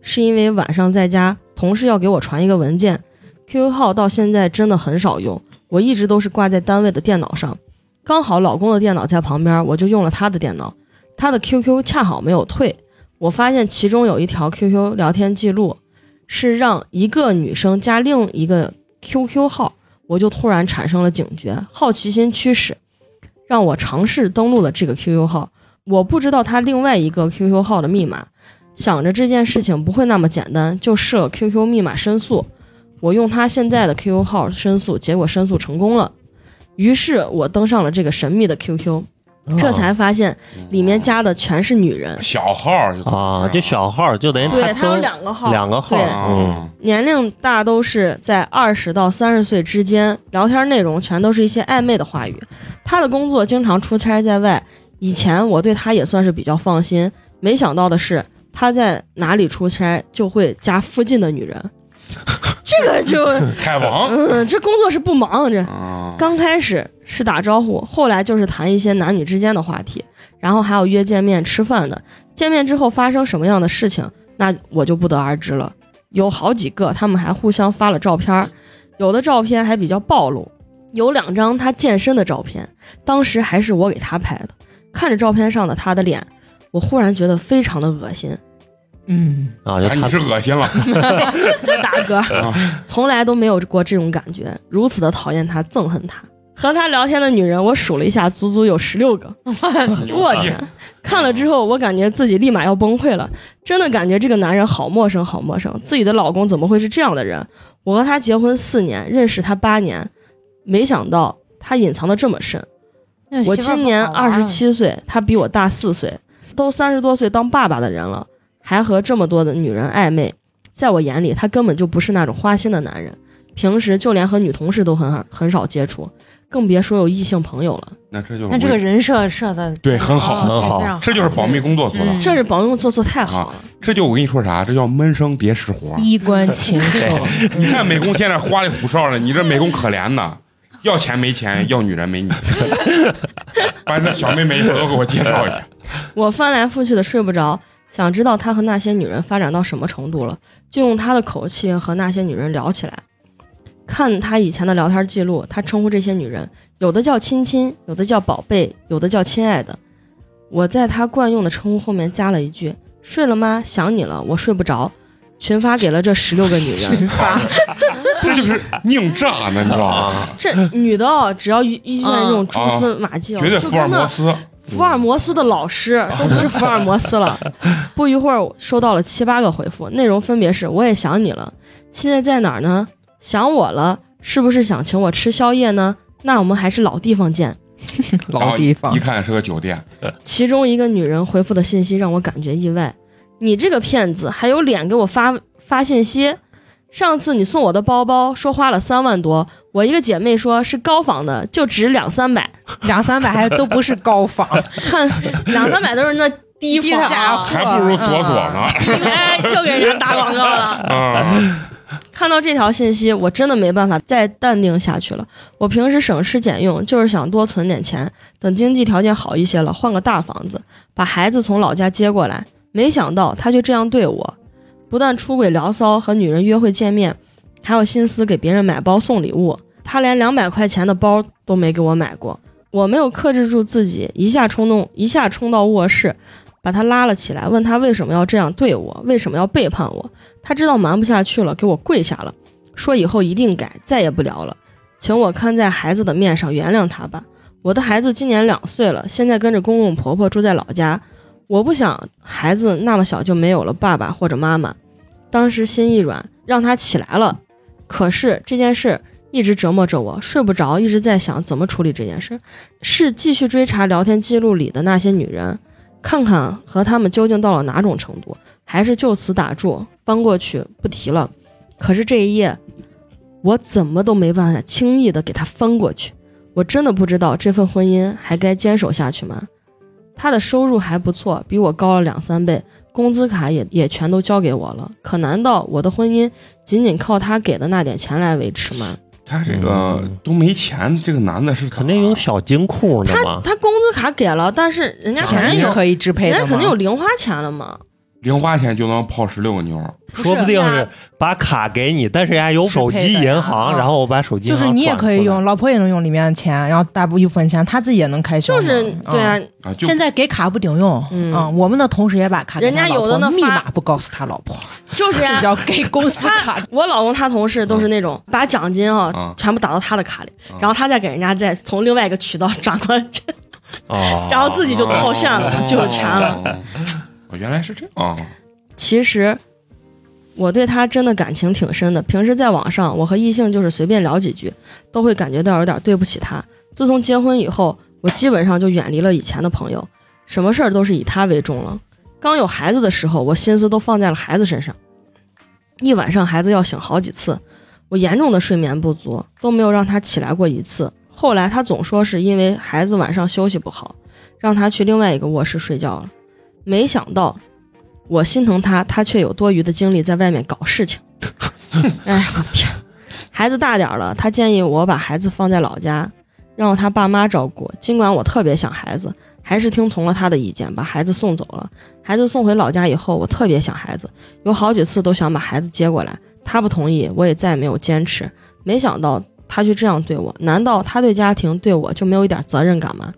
Speaker 2: 是因为晚上在家，同事要给我传一个文件，QQ 号到现在真的很少用，我一直都是挂在单位的电脑上，刚好老公的电脑在旁边，我就用了他的电脑。他的 QQ 恰好没有退，我发现其中有一条 QQ 聊天记录是让一个女生加另一个 QQ 号，我就突然产生了警觉，好奇心驱使，让我尝试登录了这个 QQ 号。我不知道他另外一个 QQ 号的密码，想着这件事情不会那么简单，就设 QQ 密码申诉。我用他现在的 QQ 号申诉，结果申诉成功了。于是我登上了这个神秘的
Speaker 3: 啊
Speaker 2: QQ。这才发现
Speaker 1: 嗯
Speaker 2: 里面加的全是女人。
Speaker 1: 小号儿就
Speaker 3: 啊，就小号就等于
Speaker 2: 对，它
Speaker 3: 哦都
Speaker 2: 有两个号，
Speaker 3: 两个号，
Speaker 2: 对
Speaker 3: 嗯，
Speaker 1: 嗯
Speaker 2: 年龄大都是在二十到三十岁之间，聊天内容全都是一些暧昧的话语。他的工作经常出差在外，以前我对他也算是比较放心，没想到的是他在哪里出差就会加附近的女人，这
Speaker 3: <laughs>
Speaker 2: 个就
Speaker 1: 海王
Speaker 2: 嗯，这工作是不忙这。
Speaker 1: 啊，
Speaker 2: 嗯刚开始是打招呼，后来就是谈一些男女之间的话题，然后还有约见面吃饭的。见面之后发生什么样的事情，那我就不得而知了。有好几个，他们还互相发了照片儿，有的照片还比较暴露，有两张他健身的照片，当时还是我给他拍的。看着照片上的他的脸，我忽然觉得非常的恶心。
Speaker 4: 嗯，
Speaker 3: 啊，就
Speaker 1: 哎你
Speaker 3: 他
Speaker 1: 是恶心
Speaker 2: <laughs>
Speaker 1: 了，
Speaker 2: 大哥，从来都没有过这种感觉，如此的讨厌他，憎恨他。和他聊天的女人，我数了一下，足足有十六个。 <laughs> 我天！看了之后，我感觉自己立马要崩溃了，真的感觉这个男人好陌生，好陌生。自己的老公怎么会是这样的人？我和他结婚四年，认识他八年，没想到他隐藏的这么深。
Speaker 5: 那
Speaker 2: 我
Speaker 5: 媳妇儿
Speaker 2: 今
Speaker 5: 不
Speaker 2: 年
Speaker 5: 好玩
Speaker 2: 二
Speaker 5: 儿啊
Speaker 2: 十，七岁，他比我大四岁，都三十多岁当爸爸的人了，还和这么多的女人暧昧，在我眼里，他根本就不是那种花心的男人。平时就连和女同事都很很少接触，更别说有异性朋友了。
Speaker 1: 那这就是
Speaker 5: 那这个
Speaker 1: 为
Speaker 5: 人设设哦的
Speaker 1: 呃对很好，
Speaker 3: 很好
Speaker 1: 这就是保密工作做的
Speaker 5: 嗯，
Speaker 2: 这是保用做做太好了，
Speaker 1: 这就我跟你说啥，这叫闷声别使活。
Speaker 2: 嗯
Speaker 4: 衣冠禽兽，
Speaker 1: 你看美工现在花里胡哨的，你这美工可怜的，要钱没钱，要女人没女人。 <laughs> 把你那小妹妹一会儿都给我介绍一下。
Speaker 2: 我翻来覆去的睡不着，想知道他和那些女人发展到什么程度了，就用他的口气和那些女人聊起来。看他以前的聊天记录，他称呼这些女人，有的叫亲亲，有的叫宝贝，有的叫亲爱的。我在他惯用的称呼后面加了一句：“睡了吗？想你了，我睡不着。”群发给了这十六个女人，
Speaker 1: 这就是宁炸呢，你知道吗？
Speaker 2: 这女的哦，只要遇遇见这种蛛丝马迹、哦，
Speaker 1: 啊绝对
Speaker 2: 就
Speaker 1: 福尔
Speaker 2: 跟那
Speaker 1: 摩斯。
Speaker 2: 福尔摩斯的老师都不是福尔摩斯了。不一会儿，我收到了七八个回复，内容分别是：我也想你了，现在在哪儿呢？想我了，是不是想请我吃宵夜呢？那我们还是老地方见。
Speaker 1: 然后
Speaker 4: 老地方
Speaker 1: 一。看是个酒店，
Speaker 2: 其中一个女人回复的信息让我感觉意外：你这个骗子还有脸给我发发信息？上次你送我的包包说花了三万多，我一个姐妹说是高仿的，就值两三百，
Speaker 4: <laughs> 两三百还都不是高仿，
Speaker 2: 看两三百都是那低
Speaker 4: 低
Speaker 2: 仿啊
Speaker 4: 价
Speaker 1: 还不如左左呢。
Speaker 2: 哎，又给人家打广告了。
Speaker 1: 啊，
Speaker 2: 看到这条信息，我真的没办法再淡定下去了。我平时省吃俭用，就是想多存点钱，等经济条件好一些了，换个大房子，把孩子从老家接过来。没想到他就这样对我，不但出轨聊骚和女人约会见面，还有心思给别人买包送礼物。他连两百块钱的包都没给我买过。我没有克制住自己，一下冲动，一下冲到卧室，把他拉了起来，问他为什么要这样对我，为什么要背叛我。他知道瞒不下去了，给我跪下了，说以后一定改，再也不聊了，请我看在孩子的面上原谅他吧。我的孩子今年两岁了，现在跟着公公婆婆住在老家，我不想孩子那么小就没有了爸爸或者妈妈。当时心一软，让他起来了。可是这件事一直折磨着我，睡不着，一直在想怎么处理这件事。是继续追查聊天记录里的那些女人，看看和她们究竟到了哪种程度，还是就此打住，翻过去不提了。可是这一页，我怎么都没办法轻易的给他翻过去。我真的不知道这份婚姻还该坚守下去吗？他的收入还不错，比我高了两三倍，工资卡也也全都交给我了。可难道我的婚姻仅仅靠他给的那点钱来维持吗？
Speaker 1: 他这个都没钱，这个男的是咋
Speaker 3: 肯定有小金库呢嘛，
Speaker 2: 他工资卡给了，但是人家肯
Speaker 4: 钱
Speaker 2: 定
Speaker 4: 也
Speaker 2: 有，
Speaker 4: 可以支配
Speaker 2: 人
Speaker 4: 的吗
Speaker 2: 家肯定有零花钱了嘛。
Speaker 1: 零花钱就能泡十六个妞儿，
Speaker 2: 不
Speaker 3: 说不定
Speaker 2: 那
Speaker 3: 是把卡给你，但是人家有手机
Speaker 4: 是
Speaker 3: 银
Speaker 4: 配的呀
Speaker 3: 行，
Speaker 4: 啊
Speaker 3: 然后我把手机银
Speaker 4: 就
Speaker 3: 行
Speaker 4: 是你也
Speaker 3: 转出
Speaker 4: 可以
Speaker 3: 来
Speaker 4: 用，老婆也能用里面的钱，然后大部一部分钱他自己也能开销嘛。
Speaker 2: 就是对啊
Speaker 4: 嗯。，
Speaker 1: 啊，就
Speaker 4: 现在给卡不顶用，
Speaker 2: 嗯
Speaker 4: 啊，我们的同事也把卡给
Speaker 2: 人家
Speaker 4: 他老婆
Speaker 2: 有的呢
Speaker 4: 密
Speaker 2: 发
Speaker 4: 码不告诉他老婆，
Speaker 2: 就是
Speaker 4: 这
Speaker 2: 啊。。
Speaker 4: 叫给公司卡
Speaker 2: <laughs>
Speaker 4: 嗯
Speaker 2: 我老公他同事都是那种把奖金啊、
Speaker 1: 啊
Speaker 2: 全部打到他的卡里，
Speaker 1: 啊
Speaker 2: 然后他再给人家再从另外一个渠道转过来，
Speaker 3: 哦，
Speaker 2: 然后自己就套现了，就有钱了。
Speaker 1: 哦。哦，原来是这样啊！
Speaker 2: 其实我对他真的感情挺深的。平时在网上，我和异性就是随便聊几句，都会感觉到有点对不起他。自从结婚以后，我基本上就远离了以前的朋友，什么事儿都是以他为重了。刚有孩子的时候，我心思都放在了孩子身上，一晚上孩子要醒好几次，我严重的睡眠不足，都没有让他起来过一次。后来他总说是因为孩子晚上休息不好，让他去另外一个卧室睡觉了。没想到，我心疼他，他却有多余的精力在外面搞事情。 <laughs> 哎，我天！孩子大点儿了，他建议我把孩子放在老家，让他爸妈照顾。尽管我特别想孩子，还是听从了他的意见，把孩子送走了。孩子送回老家以后，我特别想孩子，有好几次都想把孩子接过来，他不同意，我也再也没有坚持。没想到他却这样对我，难道他对家庭对我就没有一点责任感吗？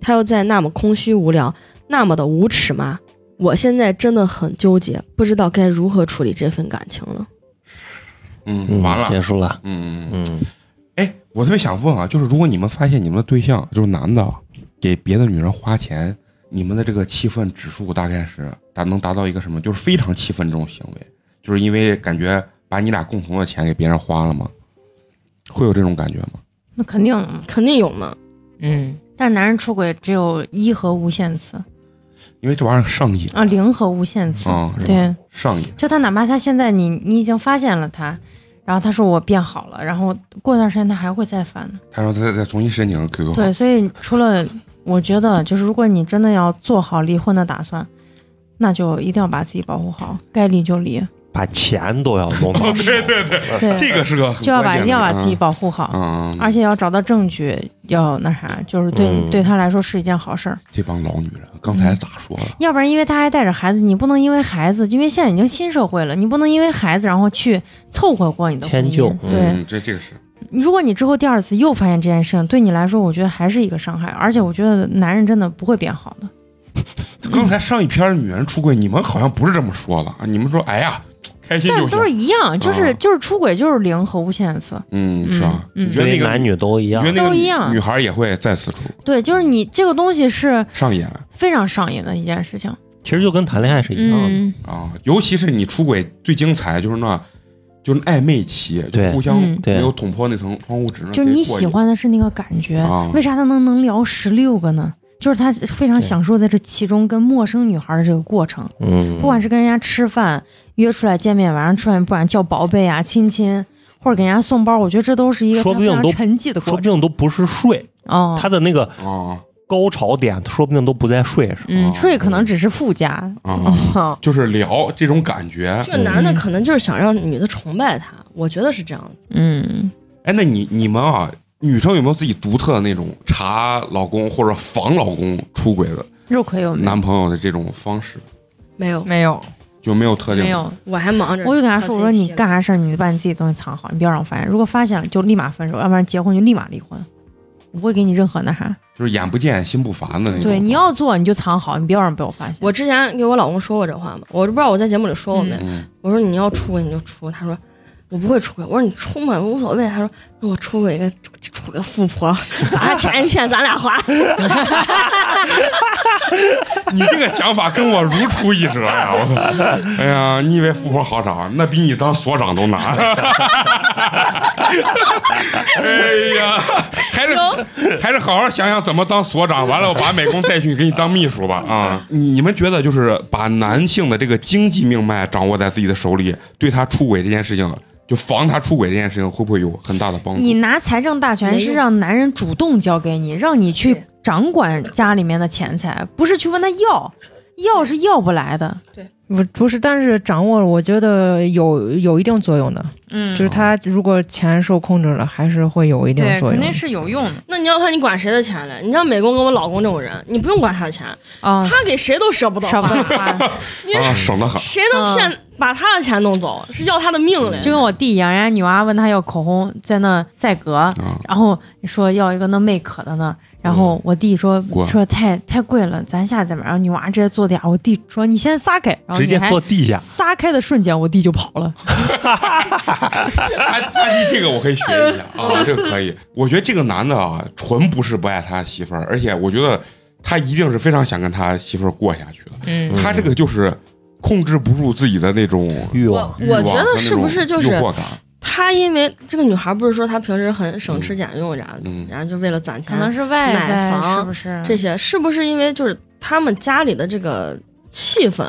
Speaker 2: 他又在那么空虚无聊，那么的无耻吗？我现在真的很纠结，不知道该如何处理这份感情了。
Speaker 1: 嗯，
Speaker 3: 嗯
Speaker 1: 完了，
Speaker 3: 结束了。
Speaker 1: 嗯嗯嗯。
Speaker 3: 嗯，
Speaker 1: 哎，我特别想问啊，就是如果你们发现你们的对象就是男的啊给别的女人花钱，你们的这个气愤指数大概是达能达到一个什么？就是非常气愤这种行为，就是因为感觉把你俩共同的钱给别人花了吗？会有这种感觉吗？
Speaker 5: 那肯定的嘛。
Speaker 2: 肯定有嘛，
Speaker 4: 嗯，
Speaker 5: 但男人出轨只有一和无限次
Speaker 1: 因为这玩意儿上瘾
Speaker 5: 啊，零和无限次。
Speaker 1: 啊，是吧
Speaker 5: 对，
Speaker 1: 上瘾。
Speaker 5: 就他哪怕他现在你你已经发现了他，然后他说我变好了，然后过段时间他还会再犯的。
Speaker 1: 他说他再再重新申请 QQ 号
Speaker 5: 对，，所以除了我觉得，就是如果你真的要做好离婚的打算，那就一定要把自己保护好，该离就离，
Speaker 3: 把钱都要
Speaker 1: <laughs>
Speaker 3: 弄到手。
Speaker 1: 对对对，
Speaker 5: 对，
Speaker 1: 呃这个是个很
Speaker 5: 就要把
Speaker 1: 关
Speaker 5: 一
Speaker 1: 键
Speaker 5: 定要
Speaker 1: 的
Speaker 5: 把自己保护好。
Speaker 1: 嗯，嗯
Speaker 5: 而且要找到证据，要那啥，就是对、
Speaker 3: 嗯
Speaker 5: 对他来说是一件好事儿。
Speaker 1: 这帮老女人刚才咋说了？
Speaker 5: 要不然，因为他还带着孩子，你不能因为孩子，因为现在已经新社会了，你不能因为孩子然后去凑合过你的婚
Speaker 3: 迁
Speaker 5: 姻。
Speaker 3: 就
Speaker 5: 对，
Speaker 1: 嗯，这这个是
Speaker 5: 如果你之后第二次又发现这件事情，对你来说，我觉得还是一个伤害。而且，我觉得男人真的不会变好的。
Speaker 1: 刚才上一篇女人出轨，你们好像不是这么说的，你们说哎呀，开心
Speaker 5: 但
Speaker 1: 就
Speaker 5: 都是
Speaker 1: 行，
Speaker 5: 一样，就是、
Speaker 1: 啊
Speaker 5: 就是出轨就是零和无限次。
Speaker 1: 嗯，是吧？
Speaker 5: 嗯嗯
Speaker 1: 你觉得
Speaker 3: 因
Speaker 1: 那
Speaker 3: 为
Speaker 1: 个
Speaker 3: 男女都一
Speaker 1: 你觉
Speaker 3: 样
Speaker 1: 得。那个
Speaker 5: 都一样
Speaker 1: 女孩也会再次出
Speaker 5: 对，就是你这个东西是
Speaker 1: 上演
Speaker 5: 非常上瘾的一件事情。
Speaker 3: 其实就跟谈恋爱是一样的。
Speaker 5: 嗯，
Speaker 1: 啊，尤其是你出轨最精彩就是那，就是暧昧期，就是
Speaker 3: 对
Speaker 1: 互相
Speaker 5: 嗯
Speaker 1: 没
Speaker 3: 对
Speaker 1: 有捅破那层窗户纸呢，
Speaker 5: 就是你
Speaker 1: 嗯直接过
Speaker 5: 喜
Speaker 1: 去
Speaker 5: 欢的是那个感觉，
Speaker 1: 啊
Speaker 5: 为啥他能能聊十六个呢？就是他非常
Speaker 3: 对
Speaker 5: 享受在这其中跟陌生女孩的这个过程，
Speaker 3: 嗯，
Speaker 5: 不管是跟人家吃饭、约出来见面，晚上吃饭不管叫宝贝啊、亲亲，或者给人家送包，我觉得这都是一个
Speaker 3: 说不定
Speaker 5: 非常
Speaker 3: 都
Speaker 5: 沉寂的
Speaker 3: 说
Speaker 5: 过
Speaker 3: 不
Speaker 5: 程。
Speaker 3: 定都不是睡，
Speaker 5: 哦，
Speaker 3: 他的那个
Speaker 1: 啊
Speaker 3: 高潮点说不定都不在睡上。
Speaker 5: 嗯，
Speaker 1: 哦
Speaker 5: 睡可能只是附加。
Speaker 1: 啊，
Speaker 5: 哦
Speaker 1: 就是聊这种感觉。
Speaker 2: 这男的可能就是想让女的崇拜他，我觉得是这样子。
Speaker 5: 嗯，
Speaker 1: 哎，那你你们啊，女生有没有自己独特的那种查老公或者防老公出轨的
Speaker 5: 肉葵有没有？
Speaker 1: 男朋友的这种方式？
Speaker 2: 没有，
Speaker 4: 没有，
Speaker 1: 有没有特定？
Speaker 5: 没有，
Speaker 2: 我还忙着。
Speaker 5: 我就跟他说：“我说你干啥事儿，你把你自己东西藏好，你不要让我发现。如果发现了，就立马分手，要不然结婚就立马离婚。我不会给你任何那啥。
Speaker 1: 就是眼不见心不烦的那种。
Speaker 5: 对，你要做你就藏好，你不要让被我发现。
Speaker 2: 我之前给我老公说过这话嘛，我都不知道我在节目里说过没。
Speaker 1: 嗯，
Speaker 2: 我说你要出轨你就出，他说我不会出轨。我说你出嘛无所谓，他说那我出轨一个出个富婆，把他钱一骗咱俩花。
Speaker 1: <laughs> 你这个想法跟我如出一辙呀！我操，哎呀，你以为富婆好找？啊那比你当所长都难。 <laughs> 哎呀，还是还是好好想想怎么当所长。完了，我把美工带去给你当秘书吧。啊，你你们觉得就是把男性的这个经济命脉掌握在自己的手里，对他出轨这件事情，就防他出轨这件事情，会不会有很大的帮助？
Speaker 5: 你拿财政大权是让男人主动交给你，让你去掌管家里面的钱财，不是去问他要，要是要不来的。
Speaker 4: 不不是，但是掌握了，我觉得有有一定作用的，
Speaker 5: 嗯
Speaker 4: 就是他如果钱受控制了，还是会有一定作用的。
Speaker 5: 是有用的
Speaker 2: 那你要看你管谁的钱嘞？你像美工跟我老公这种人，你不用管他的钱，
Speaker 5: 啊，
Speaker 2: 他给谁都舍不得
Speaker 5: 少
Speaker 2: 花，
Speaker 5: 不得花。
Speaker 1: 啊，省得很。
Speaker 2: 谁能骗、把他的钱弄走？是要他的命嘞？
Speaker 5: <laughs> 就跟我弟一样，人家女娃问他要口红，在那赛格，
Speaker 1: 啊
Speaker 5: 然后说要一个那魅可的呢，然后我弟说、
Speaker 1: 贵
Speaker 5: 说太太贵了，咱下次再买。然后女娃直接坐地下，我弟说哦你先撒开，然后
Speaker 3: 直
Speaker 5: 女
Speaker 3: 接
Speaker 5: 孩
Speaker 3: 坐地下，
Speaker 5: 撒开的瞬间，我弟就跑了。
Speaker 1: 他他这个我可以学一下啊，这个可以。我觉得这个男的啊，纯不是不爱他媳妇儿，而且我觉得他一定是非常想跟他媳妇儿过下去的。
Speaker 4: 嗯
Speaker 1: 他这个就是控制不住自己的那种
Speaker 3: 欲望
Speaker 2: 我
Speaker 1: 欲望
Speaker 2: 我觉
Speaker 1: 和
Speaker 2: 得
Speaker 1: 那
Speaker 2: 是
Speaker 1: 种
Speaker 2: 不是就
Speaker 1: 诱
Speaker 2: 是
Speaker 1: 惑感？
Speaker 2: 她因为这个女孩不是说她平时很省吃俭用啥的，
Speaker 1: 嗯，
Speaker 2: 然后就为了攒
Speaker 5: 可
Speaker 2: 钱，
Speaker 5: 能是外
Speaker 2: 买
Speaker 5: 在
Speaker 2: 房
Speaker 5: 是不是？
Speaker 2: 这些是不是因为就是他们家里的这个气氛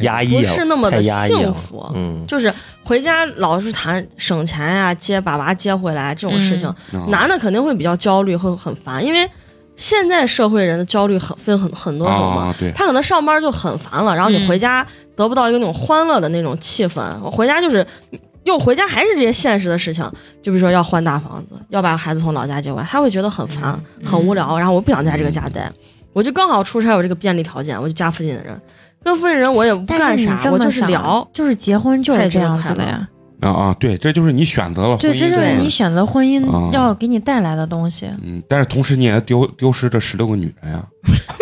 Speaker 3: 压抑
Speaker 2: 不
Speaker 3: 啊
Speaker 2: 是那么
Speaker 3: 太
Speaker 2: 的
Speaker 3: 压抑
Speaker 2: 幸
Speaker 3: 了
Speaker 2: 福？
Speaker 3: 嗯，
Speaker 2: 就是回家老是谈省钱呀、接把娃接回来这种事情，
Speaker 1: 嗯
Speaker 2: 男的肯定会比较焦虑，会很烦，因为现在社会人的焦虑很分很很多种嘛。
Speaker 1: 啊，对，
Speaker 2: 他可能上班就很烦了，然后你
Speaker 5: 嗯
Speaker 2: 回家得不到一个那种欢乐的那种气氛，回家就是又回家还是这些现实的事情，就比如说要换大房子，要把孩子从老家接过来，他会觉得很烦、
Speaker 5: 嗯
Speaker 2: 很无聊，然后我不想在这个家待，我就刚好出差有这个便利条件，我就加附近的人，跟附近人我也不
Speaker 5: 但
Speaker 2: 干
Speaker 5: 是你
Speaker 2: 啥，
Speaker 5: 这
Speaker 2: 我
Speaker 5: 么
Speaker 2: 就是
Speaker 5: 想
Speaker 2: 聊，，
Speaker 5: 就是结婚就
Speaker 2: 他
Speaker 5: 是
Speaker 2: 也
Speaker 5: 这
Speaker 2: 觉得
Speaker 5: 样子
Speaker 2: 快
Speaker 5: 的
Speaker 2: 乐
Speaker 5: 呀。
Speaker 1: 啊啊，对，这就是你选择了婚姻
Speaker 5: 对，这就是
Speaker 1: 种
Speaker 5: 你选择婚
Speaker 1: 啊
Speaker 5: 姻要给你带来的东西。
Speaker 1: 嗯，但是同时你也丢丢失这十六个女人 <laughs> 呀，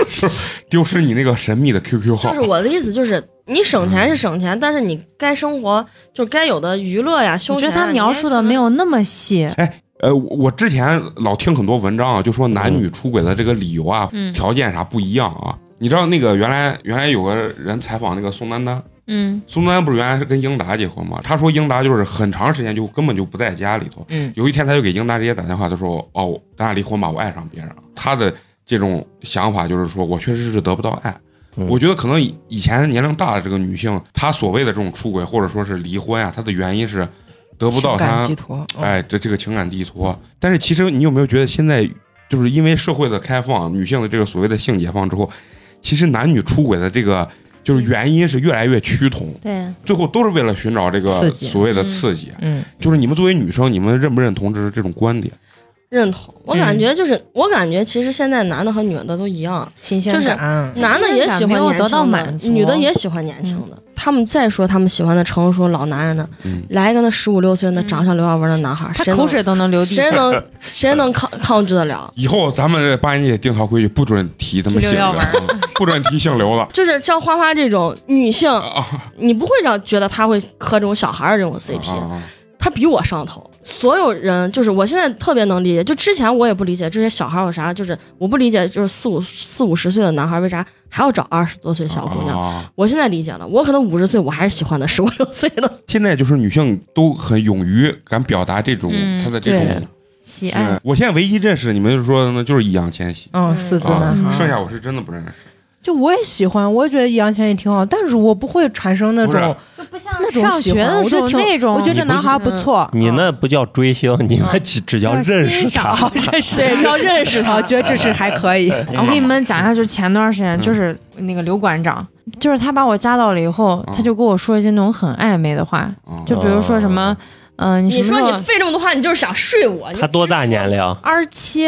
Speaker 1: 是丢失你那个神秘的 QQ 号，
Speaker 2: 就是我的意思，就是你省钱是省钱，但是你该生活就是该有的娱乐呀、休
Speaker 5: 我
Speaker 2: 闲
Speaker 5: 觉
Speaker 2: 呀。
Speaker 5: 得他描述的没有那么细。
Speaker 1: 呃，我我之前老听很多文章啊，就说
Speaker 4: 嗯
Speaker 1: 男女出轨的这个理由啊、
Speaker 5: 嗯
Speaker 1: 条件啥不一样啊。你知道那个原来原来有个人采访那个宋丹丹，
Speaker 5: 嗯
Speaker 1: 宋丹丹不是原来是跟英达结婚吗？他说英达就是很长时间就根本就不在家里头，
Speaker 4: 嗯，
Speaker 1: 有一天他就给英达直接打电话，他说：“哦，咱俩离婚吧，我爱上别人了。”他的这种想法就是说，我确实是得不到爱。
Speaker 3: 嗯
Speaker 1: 我觉得可能以以前年龄大的这个女性，她所谓的这种出轨或者说是离婚啊，她的原因是得不到
Speaker 4: 情感
Speaker 1: 她
Speaker 4: 寄托，嗯，
Speaker 1: 哎，这这个情感寄托。但是其实你有没有觉得，现在就是因为社会的开放，女性的这个所谓的性解放之后，其实男女出轨的这个就是原因是越来越趋同，
Speaker 5: 对，啊
Speaker 1: 最后都是为了寻找这个
Speaker 4: 刺激
Speaker 1: 所谓的
Speaker 5: 嗯
Speaker 1: 刺激。
Speaker 4: 嗯，
Speaker 1: 就是你们作为女生，你们认不认同这是这种观点？
Speaker 2: 认同，我
Speaker 4: 嗯
Speaker 2: 感觉就是，我感觉其实现在男的和女的都一样，
Speaker 4: 新鲜
Speaker 2: 就是
Speaker 4: 感，
Speaker 2: 嗯
Speaker 4: 嗯
Speaker 2: 男的也喜欢年
Speaker 5: 没有得到
Speaker 2: 轻的
Speaker 5: 满，足
Speaker 2: 女的也喜欢年轻的。他们再说他们喜欢的成熟老男人呢，
Speaker 1: 嗯，
Speaker 2: 来一个那十五六岁那长相刘耀文的男孩，
Speaker 5: 他
Speaker 2: 谁能
Speaker 5: 口水都能流地
Speaker 2: 谁
Speaker 5: 下。
Speaker 2: 能谁能抗抗拒得了？
Speaker 1: 以后咱们八年级定条规矩，不准提他们姓刘
Speaker 5: 提刘耀
Speaker 1: 了， <laughs> 不准提姓刘了。
Speaker 2: 就是像花花这种女性，
Speaker 1: 啊
Speaker 2: 你不会让觉得她会磕这种小孩儿的这种 CP，、
Speaker 1: 啊啊
Speaker 2: 他比我上头。所有人就是我现在特别能理解，就之前我也不理解这些小孩有啥，就是我不理解，就是四五四五十岁的男孩为啥还要找二十多岁小姑娘。
Speaker 1: 啊啊
Speaker 2: 我现在理解了，我可能五十岁我还是喜欢的十五六岁的。
Speaker 1: 现在就是女性都很勇于敢表达这种
Speaker 5: 嗯
Speaker 1: 她的这种
Speaker 3: 对
Speaker 5: 喜爱，
Speaker 1: 我现在唯一认识你们就是说呢，就是易烊千玺，
Speaker 4: 嗯，四字男
Speaker 5: 嗯
Speaker 4: 孩，
Speaker 1: 啊剩下我是真的不认识。
Speaker 4: 就我也喜欢，我也觉得易烊千玺挺好，但是我不会产生那
Speaker 1: 不是啊
Speaker 4: 种，
Speaker 5: 不像
Speaker 4: 那种
Speaker 5: 上
Speaker 4: 喜
Speaker 5: 学
Speaker 4: 欢
Speaker 5: 的
Speaker 4: 我
Speaker 5: 时
Speaker 4: 觉得
Speaker 5: 候
Speaker 4: 挺
Speaker 5: 那种，
Speaker 4: 我觉得这
Speaker 3: 你不
Speaker 4: 男孩不错。
Speaker 3: 你
Speaker 4: 嗯
Speaker 3: 那不叫追星，你那只只叫认识他，
Speaker 5: 赏。
Speaker 2: 对，叫认
Speaker 1: <laughs>
Speaker 2: 识他，
Speaker 4: 觉得这是还可
Speaker 1: 哎
Speaker 4: 以。
Speaker 5: 我给你们讲一下，就是前段时间，就是那个刘馆长，就是他把我加到了以后，
Speaker 1: 嗯
Speaker 5: 他就跟我说一些那种很暧昧的话，
Speaker 1: 啊
Speaker 5: 就比如说什么，嗯，你
Speaker 2: 你
Speaker 5: 什么
Speaker 2: 说
Speaker 5: 时候
Speaker 2: 你费这么多话，你就是想睡我。
Speaker 3: 他多大年龄啊？
Speaker 5: 二十七，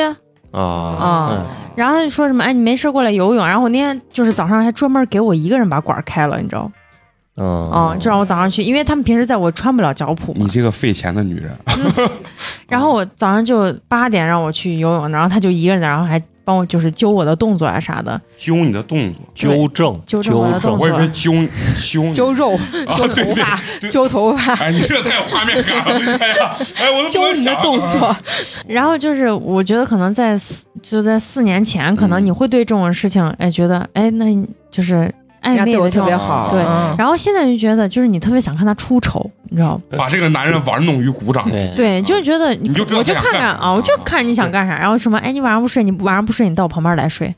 Speaker 3: 啊
Speaker 5: 然后他就说什么，哎，你没事过来游泳。然后我那天就是早上还专门给我一个人把馆儿开了，你知道吗？
Speaker 3: 嗯
Speaker 5: 啊，就让我早上去，因为他们平时在我穿不了脚蹼
Speaker 1: 哦你嗯
Speaker 5: 嘛。
Speaker 1: 这个费钱的女人，
Speaker 5: 然后我早上就八点让我去游泳，然后他就一个人在，然后还帮我就是揪我的动作啊啥的，
Speaker 1: 揪你的动作，
Speaker 3: 纠正
Speaker 5: 纠正
Speaker 3: 正
Speaker 5: 我的动
Speaker 1: 我
Speaker 5: 作
Speaker 1: 以为揪揪你啊
Speaker 4: 揪肉、 <laughs> 揪头发、揪头发、
Speaker 1: 哎，你这太有画面感了！哎呀，哎， <laughs> 我都不
Speaker 4: 揪
Speaker 1: 会
Speaker 4: 你的
Speaker 1: 想
Speaker 4: 动作。
Speaker 5: 嗯然后就是我觉得可能在四就在四年前，可能
Speaker 1: 嗯
Speaker 5: 你会对这种事情，哎，觉得哎，那你就是
Speaker 4: 人
Speaker 5: 暧
Speaker 4: 家对
Speaker 5: 昧的
Speaker 4: 我
Speaker 5: 这
Speaker 4: 特
Speaker 5: 种
Speaker 4: 别。好，
Speaker 1: 对
Speaker 4: 嗯
Speaker 5: 然后现在就觉得，就是你特别想看他出丑，你知道吗？
Speaker 1: 把这个男人玩弄于鼓掌。
Speaker 3: 对
Speaker 5: 对，就觉得
Speaker 1: 嗯你就知道
Speaker 5: 我就
Speaker 1: 他想
Speaker 5: 看
Speaker 1: 干
Speaker 5: 看
Speaker 1: 啥
Speaker 5: 啊，我就看你想干啥。然后什么，哎，你晚上不睡，你不晚上不睡，你到我旁边来睡。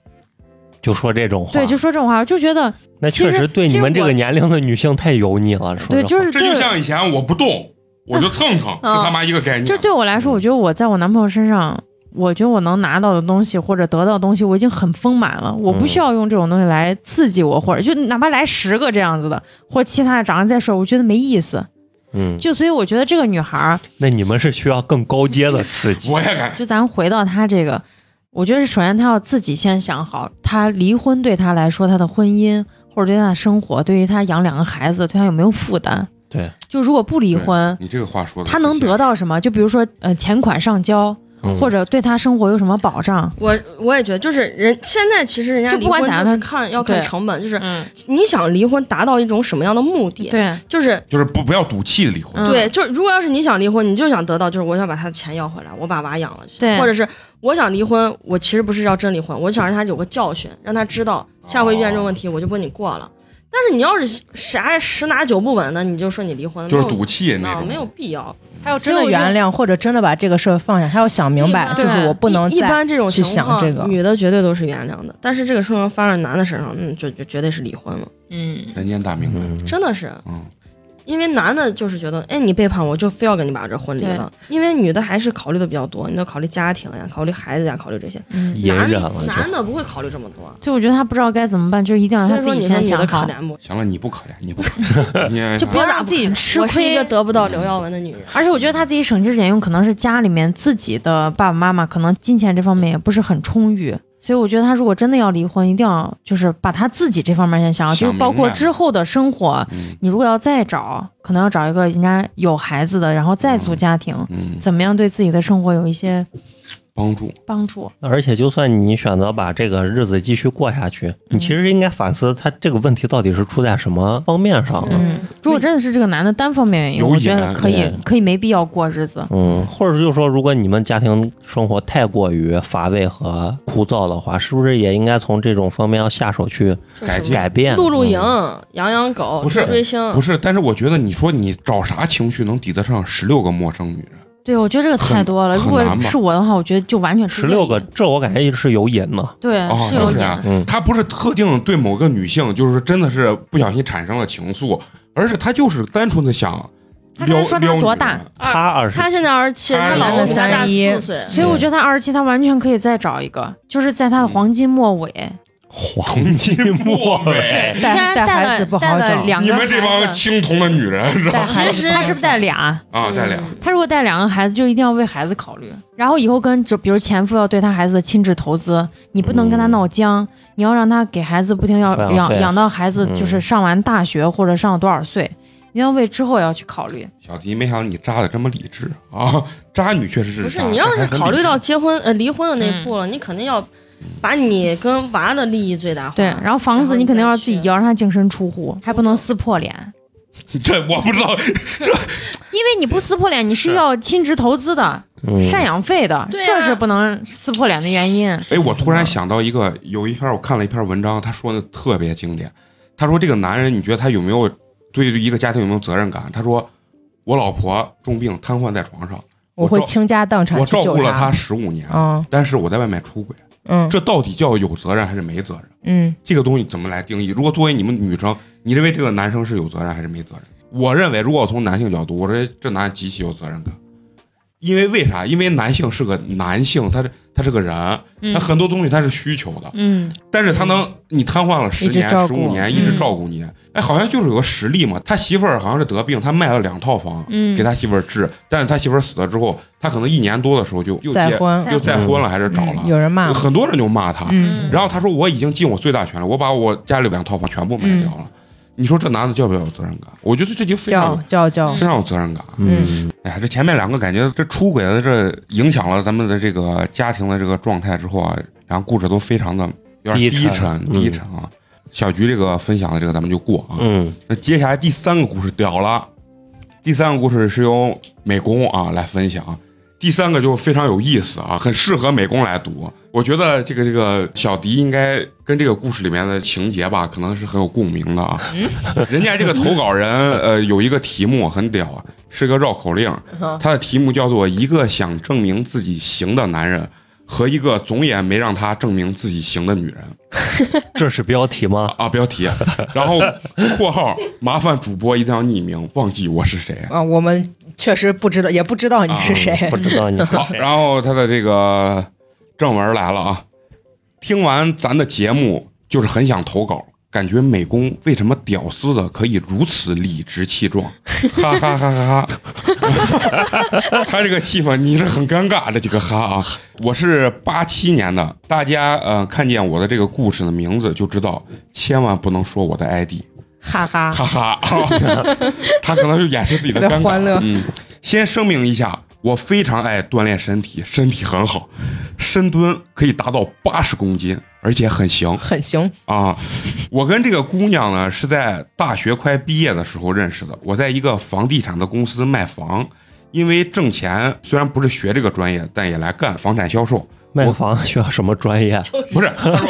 Speaker 3: 就说这种话，
Speaker 5: 对，就说这种话，我就觉得
Speaker 3: 那确
Speaker 5: 其
Speaker 3: 实
Speaker 5: 实
Speaker 3: 对你们这个年龄的女性太油腻了。说
Speaker 5: 对，
Speaker 3: 实
Speaker 5: 就是
Speaker 1: 这
Speaker 5: 对
Speaker 1: 就像以前我不动，我就蹭蹭，
Speaker 5: 嗯
Speaker 1: 是他妈一个概念。
Speaker 5: 就对我来说，我觉得我在我男朋友身上，我觉得我能拿到的东西或者得到的东西，我已经很丰满了。我
Speaker 1: 嗯
Speaker 5: 不需要用这种东西来刺激我，或者就哪怕来十个这样子的，或者其他的长得再帅，我觉得没意思。
Speaker 3: 嗯，
Speaker 5: 就所以我觉得这个女孩儿，
Speaker 3: 那你们是需要更高阶的刺激。
Speaker 1: 我也敢。
Speaker 5: 就咱回到她这个，我觉得是首先她要自己先想好，她离婚对她来说，她的婚姻或者对她的生活，对于她养两个孩子，对她有没有负担？
Speaker 3: 对，
Speaker 5: 就如果不离婚，
Speaker 1: 你这个话说的，
Speaker 5: 她能得到什么？就比如说，呃，钱款上交，
Speaker 3: 嗯
Speaker 5: 或者对她生活有什么保障？
Speaker 2: 我我也觉得，就是人现在其实人家
Speaker 5: 就
Speaker 2: 离
Speaker 5: 不管
Speaker 2: 婚
Speaker 5: 咋
Speaker 2: 就
Speaker 5: 的
Speaker 2: 是看要看
Speaker 5: 对
Speaker 2: 成本，就是
Speaker 5: 嗯，
Speaker 2: 你想离婚达到一种什么样的目的？，
Speaker 5: 对，
Speaker 2: 就是
Speaker 1: 就是不不要赌气离婚。
Speaker 5: 嗯
Speaker 2: 对，就是如果要是你想离婚，你就想得到，就是我想把他的钱要回来，我把娃养了去，
Speaker 5: 对
Speaker 2: 或者是我想离婚，我其实不是要真离婚，我想让他有个教训，让他知道下回遇见这种问题我就不跟你过了。但是你要是啥十拿九不稳的，你就说你离婚，
Speaker 1: 就是
Speaker 2: 没有
Speaker 1: 赌气
Speaker 2: 啊
Speaker 1: 那种，
Speaker 2: 没有必要。
Speaker 4: 他要真的
Speaker 5: 所以我觉
Speaker 4: 原
Speaker 5: 得
Speaker 4: 谅，或者真的把这个事儿放下，他要想明白，
Speaker 2: 一般
Speaker 4: 就是我不能
Speaker 2: 一一
Speaker 4: 再
Speaker 2: 般这种
Speaker 4: 去
Speaker 2: 情
Speaker 4: 想
Speaker 2: 况，
Speaker 4: 这个
Speaker 2: 女的绝对都是原谅的，但是这个事情发生在男的身上，嗯，就就绝对是离婚了，
Speaker 5: 嗯，
Speaker 1: 人间大明白。
Speaker 3: 嗯
Speaker 2: 真的是。
Speaker 1: 嗯
Speaker 2: 因为男的就是觉得，哎，你背叛我，就非要跟你把这婚离了。因为女的还是考虑的比较多，你要考虑家庭呀，考虑孩子呀，考虑这些。
Speaker 5: 嗯，
Speaker 3: 隐
Speaker 2: 男
Speaker 3: 忍了就
Speaker 2: 男的不会考虑这么多。
Speaker 5: 就我觉得他不知道该怎么办，就一定要
Speaker 2: 所
Speaker 5: 嗯他
Speaker 2: 以
Speaker 5: 自
Speaker 2: 说，
Speaker 5: 己
Speaker 2: 你说
Speaker 5: 先
Speaker 2: 女的
Speaker 5: 想
Speaker 2: 可
Speaker 5: 好，
Speaker 2: 怜不？
Speaker 1: 行了，你不可怜，你不可怜，你
Speaker 5: 就不要
Speaker 2: 我咋
Speaker 5: 让自己吃
Speaker 2: 我是一
Speaker 5: 亏嗯
Speaker 2: 个。得不到刘耀文的女人。
Speaker 5: 而且我觉得他自己省吃俭用，可能是家里面自己的爸爸妈妈可能金钱这方面也不是很充裕，所以我觉得他如果真的要离婚，一定要就是把他自己这方面先想好，
Speaker 1: 想
Speaker 5: 就是包
Speaker 1: 明
Speaker 5: 括
Speaker 1: 白
Speaker 5: 之后的生活，
Speaker 1: 嗯
Speaker 5: 你如果要再找，可能要找一个人家有孩子的，然后再组家庭，
Speaker 1: 嗯，
Speaker 5: 怎么样对自己的生活有一些
Speaker 1: 帮助
Speaker 5: 帮助？
Speaker 3: 而且，就算你选择把这个日子继续过下去，
Speaker 5: 嗯
Speaker 3: 你其实应该反思他这个问题到底是出在什么方面上。
Speaker 5: 嗯，如果真的是这个男的单方面原因，
Speaker 1: 有
Speaker 5: 我觉
Speaker 1: 瘾
Speaker 5: 得可以
Speaker 3: 对
Speaker 5: 可以没必要过日子。
Speaker 3: 嗯，或者就是说，如果你们家庭生活太过于乏味和枯燥的话，是不是也应该从这种方面要下手去
Speaker 1: 改进
Speaker 3: 改变？
Speaker 2: 露露营
Speaker 3: 嗯，
Speaker 2: 养养狗，
Speaker 1: 不是
Speaker 2: 追追星，
Speaker 1: 不是，但是我觉得你说你找啥情绪能抵得上十六个陌生女人？
Speaker 5: 对，我觉得这个太
Speaker 1: 很
Speaker 5: 多了。如
Speaker 1: 很
Speaker 5: 果
Speaker 1: 难吧
Speaker 5: 是我的话，我觉得就完全是
Speaker 3: 十六
Speaker 5: 愿
Speaker 3: 个
Speaker 5: 意，
Speaker 3: 这我感觉是有瘾呢。
Speaker 5: 对，
Speaker 1: 哦
Speaker 5: 有
Speaker 1: 就是
Speaker 5: 点
Speaker 1: 啊
Speaker 5: 儿。
Speaker 3: 嗯，
Speaker 1: 他不是特定对某个女性，就是真的是不小心产生了情愫，而是他就是单纯的想
Speaker 5: 他刚
Speaker 1: 撩
Speaker 5: 才说他
Speaker 1: 撩女
Speaker 5: 多
Speaker 1: 人
Speaker 5: 大
Speaker 3: 他二十，
Speaker 2: 她现在二十七，
Speaker 1: 她
Speaker 2: 她老公比她大
Speaker 4: 31
Speaker 2: 四岁。
Speaker 5: 所以我觉
Speaker 3: 嗯
Speaker 5: 得他二十七，他完全可以再找一个，就是在他的黄金末尾，
Speaker 3: 黄金
Speaker 1: 末
Speaker 3: 末
Speaker 2: <laughs>
Speaker 3: 尾，
Speaker 5: 虽
Speaker 4: 带带
Speaker 5: 然带
Speaker 4: 孩
Speaker 5: 了
Speaker 4: 子不
Speaker 5: 带
Speaker 4: 好
Speaker 5: 了
Speaker 4: 找。
Speaker 5: 两
Speaker 1: 你
Speaker 5: 个
Speaker 1: 们这帮
Speaker 5: 孩子，
Speaker 1: 青铜的女人是吧？
Speaker 5: 带孩
Speaker 2: 其
Speaker 5: 子，
Speaker 2: 实
Speaker 5: 他是不是带俩？
Speaker 1: 啊，带俩
Speaker 2: 嗯
Speaker 5: 他如果带两个孩子，就一定要为孩子考虑。然后以后跟就比如前夫要对他孩子的亲子投资，你不能跟他闹僵，你要让他给孩子不停要
Speaker 3: 抚养
Speaker 5: 养
Speaker 3: 费
Speaker 5: 养到孩子
Speaker 3: 嗯
Speaker 5: 就是上完大学或者上了多少岁，你要为之后要去考虑。
Speaker 1: 小迪，没想到你渣的这么理智啊！渣女确实是
Speaker 2: 不是
Speaker 1: 渣
Speaker 2: 你要是考虑，到结婚呃离婚的那
Speaker 5: 嗯
Speaker 2: 一步了，你肯定要把你跟娃的利益最大化。
Speaker 5: 对，然后房子
Speaker 2: 啊然后
Speaker 5: 你
Speaker 2: 你
Speaker 5: 肯定
Speaker 2: 再
Speaker 5: 要自己
Speaker 2: 去
Speaker 5: 要让他净身出户，还不能撕破脸，
Speaker 1: 但是 <laughs> 这我不知道，
Speaker 5: 因为你不撕破脸，你是
Speaker 1: 是
Speaker 5: 要亲职投资的、
Speaker 3: 嗯
Speaker 5: 赡养费的，
Speaker 2: 对啊
Speaker 5: 这是不能撕破脸的原因。
Speaker 1: 哎，我突
Speaker 4: 嗯
Speaker 1: 然想到一个，有一篇我看了一篇文章，他说的特别经典。他说这个男人，你觉得他有没有对一个家庭有没有责任感？他说我老婆重病瘫痪在床上，
Speaker 4: 我会倾家荡产
Speaker 1: 我
Speaker 4: 去
Speaker 1: 照
Speaker 4: 救
Speaker 1: 顾了她
Speaker 4: 他。
Speaker 1: 十五年，
Speaker 4: 嗯
Speaker 1: 但是我在外面出轨，
Speaker 4: 嗯
Speaker 1: 这到底叫有责任还是没责任？
Speaker 4: 嗯，
Speaker 1: 这个东西怎么来定义？如果作为你们女生，你认为这个男生是有责任还是没责任？我认为，如果从男性角度，我认为这男人极其有责任感，因为为啥？因为男性是个男性，他是他是个人，
Speaker 5: 嗯
Speaker 1: 他很多东西他是需求的，
Speaker 5: 嗯，
Speaker 1: 但是他能你瘫痪了十
Speaker 4: 一
Speaker 1: 年
Speaker 4: 直照
Speaker 1: 十
Speaker 4: 顾嗯
Speaker 1: 五年，一直照顾你，哎，好像就是有个实例嘛。他媳妇儿好像是得病，他卖了两套房，
Speaker 5: 嗯
Speaker 1: 给他媳妇儿治，但是他媳妇儿死了之后，他可能一年多的时候就又
Speaker 4: 再
Speaker 1: 结
Speaker 4: 婚
Speaker 1: 又再婚了，还是找
Speaker 4: 嗯
Speaker 1: 了，
Speaker 4: 有人骂我。
Speaker 1: 很多人就骂他，
Speaker 4: 嗯
Speaker 1: 然后他说我已经尽我最大全力，我把我家里两套房全部卖掉了。你说这男的叫不叫有责任感？我觉得这就非
Speaker 4: 叫
Speaker 1: 常
Speaker 4: 叫叫
Speaker 1: 非，常有责任感。
Speaker 3: 嗯，
Speaker 1: 哎呀，这前面两个感觉这出轨的这影响了咱们的这个家庭的这个状态之后啊，然后故事都非常的有点
Speaker 3: 低
Speaker 1: 低
Speaker 3: 沉
Speaker 1: 沉低沉啊。小菊这个分享的这个咱们就过啊。
Speaker 3: 嗯，
Speaker 1: 那接下来第三个故事屌了，第三个故事是由美工啊来分享，第三个就非常有意思啊，很适合美工来读。我觉得这个这个小迪应该跟这个故事里面的情节吧，可能是很有共鸣的啊。人家这个投稿人呃有一个题目很屌啊，是个绕口令，他的题目叫做“一个想证明自己行的男人”。和一个总也没让他证明自己行的女人
Speaker 3: 这是标题吗？
Speaker 1: 啊，标题，然后 <laughs> 括号，麻烦主播一定要匿名，忘记我是谁。
Speaker 4: 啊，我们确实不知道，也不知道你是
Speaker 1: 啊
Speaker 4: 谁。
Speaker 3: 嗯不知道你
Speaker 1: 好，然后他的这个正文来了啊，听完咱的节目，就是很想投稿，感觉美工为什么屌丝的可以如此理直气壮，哈哈哈哈哈！ <laughs> 他这个气氛你是很尴尬的这个哈啊，我是八七年的，大家呃看见我的这个故事的名字就知道，千万不能说我的 ID。
Speaker 4: 哈
Speaker 1: <laughs>
Speaker 4: 哈，
Speaker 1: 哈哈，哦他可能就掩饰自己的尴
Speaker 4: 特
Speaker 1: 尬。
Speaker 4: 别欢乐
Speaker 1: 嗯，先声明一下，我非常爱锻炼身体，身体很好，深蹲可以达到八十公斤，而且很行
Speaker 4: 很行。
Speaker 1: 啊。我跟这个姑娘呢是在大学快毕业的时候认识的，我在一个房地产的公司卖房，因为挣钱，虽然不是学这个专业，但也来干房产销售。
Speaker 3: 卖房需要什么专业？
Speaker 1: 不是，他说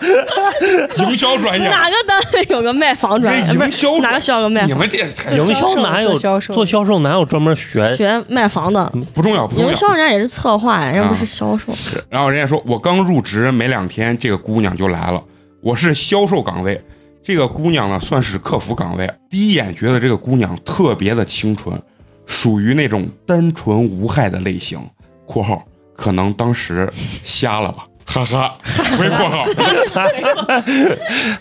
Speaker 1: <laughs> 营销专业，
Speaker 2: 哪个单位有个卖房专业？
Speaker 1: 这
Speaker 2: 不
Speaker 1: 营
Speaker 2: 是
Speaker 1: 销
Speaker 2: 哪个学校有个卖
Speaker 1: 你
Speaker 2: 房？
Speaker 1: 们这才
Speaker 3: 营
Speaker 4: 销
Speaker 3: 销
Speaker 4: 售
Speaker 3: 哪有
Speaker 4: 做销售
Speaker 3: 做销售哪有专门学
Speaker 2: 学卖房的，
Speaker 1: 不重要，不重
Speaker 2: 营
Speaker 1: 要。啊
Speaker 2: 销人家也是策划呀，人家不是销售。
Speaker 1: 然后人家说，我刚入职没两天，这个姑娘就来了。我是销售岗位，这个姑娘呢算是客服岗位。第一眼觉得这个姑娘特别的清纯，属于那种单纯无害的类型。（括号可能当时瞎了吧，哈哈。）回括号，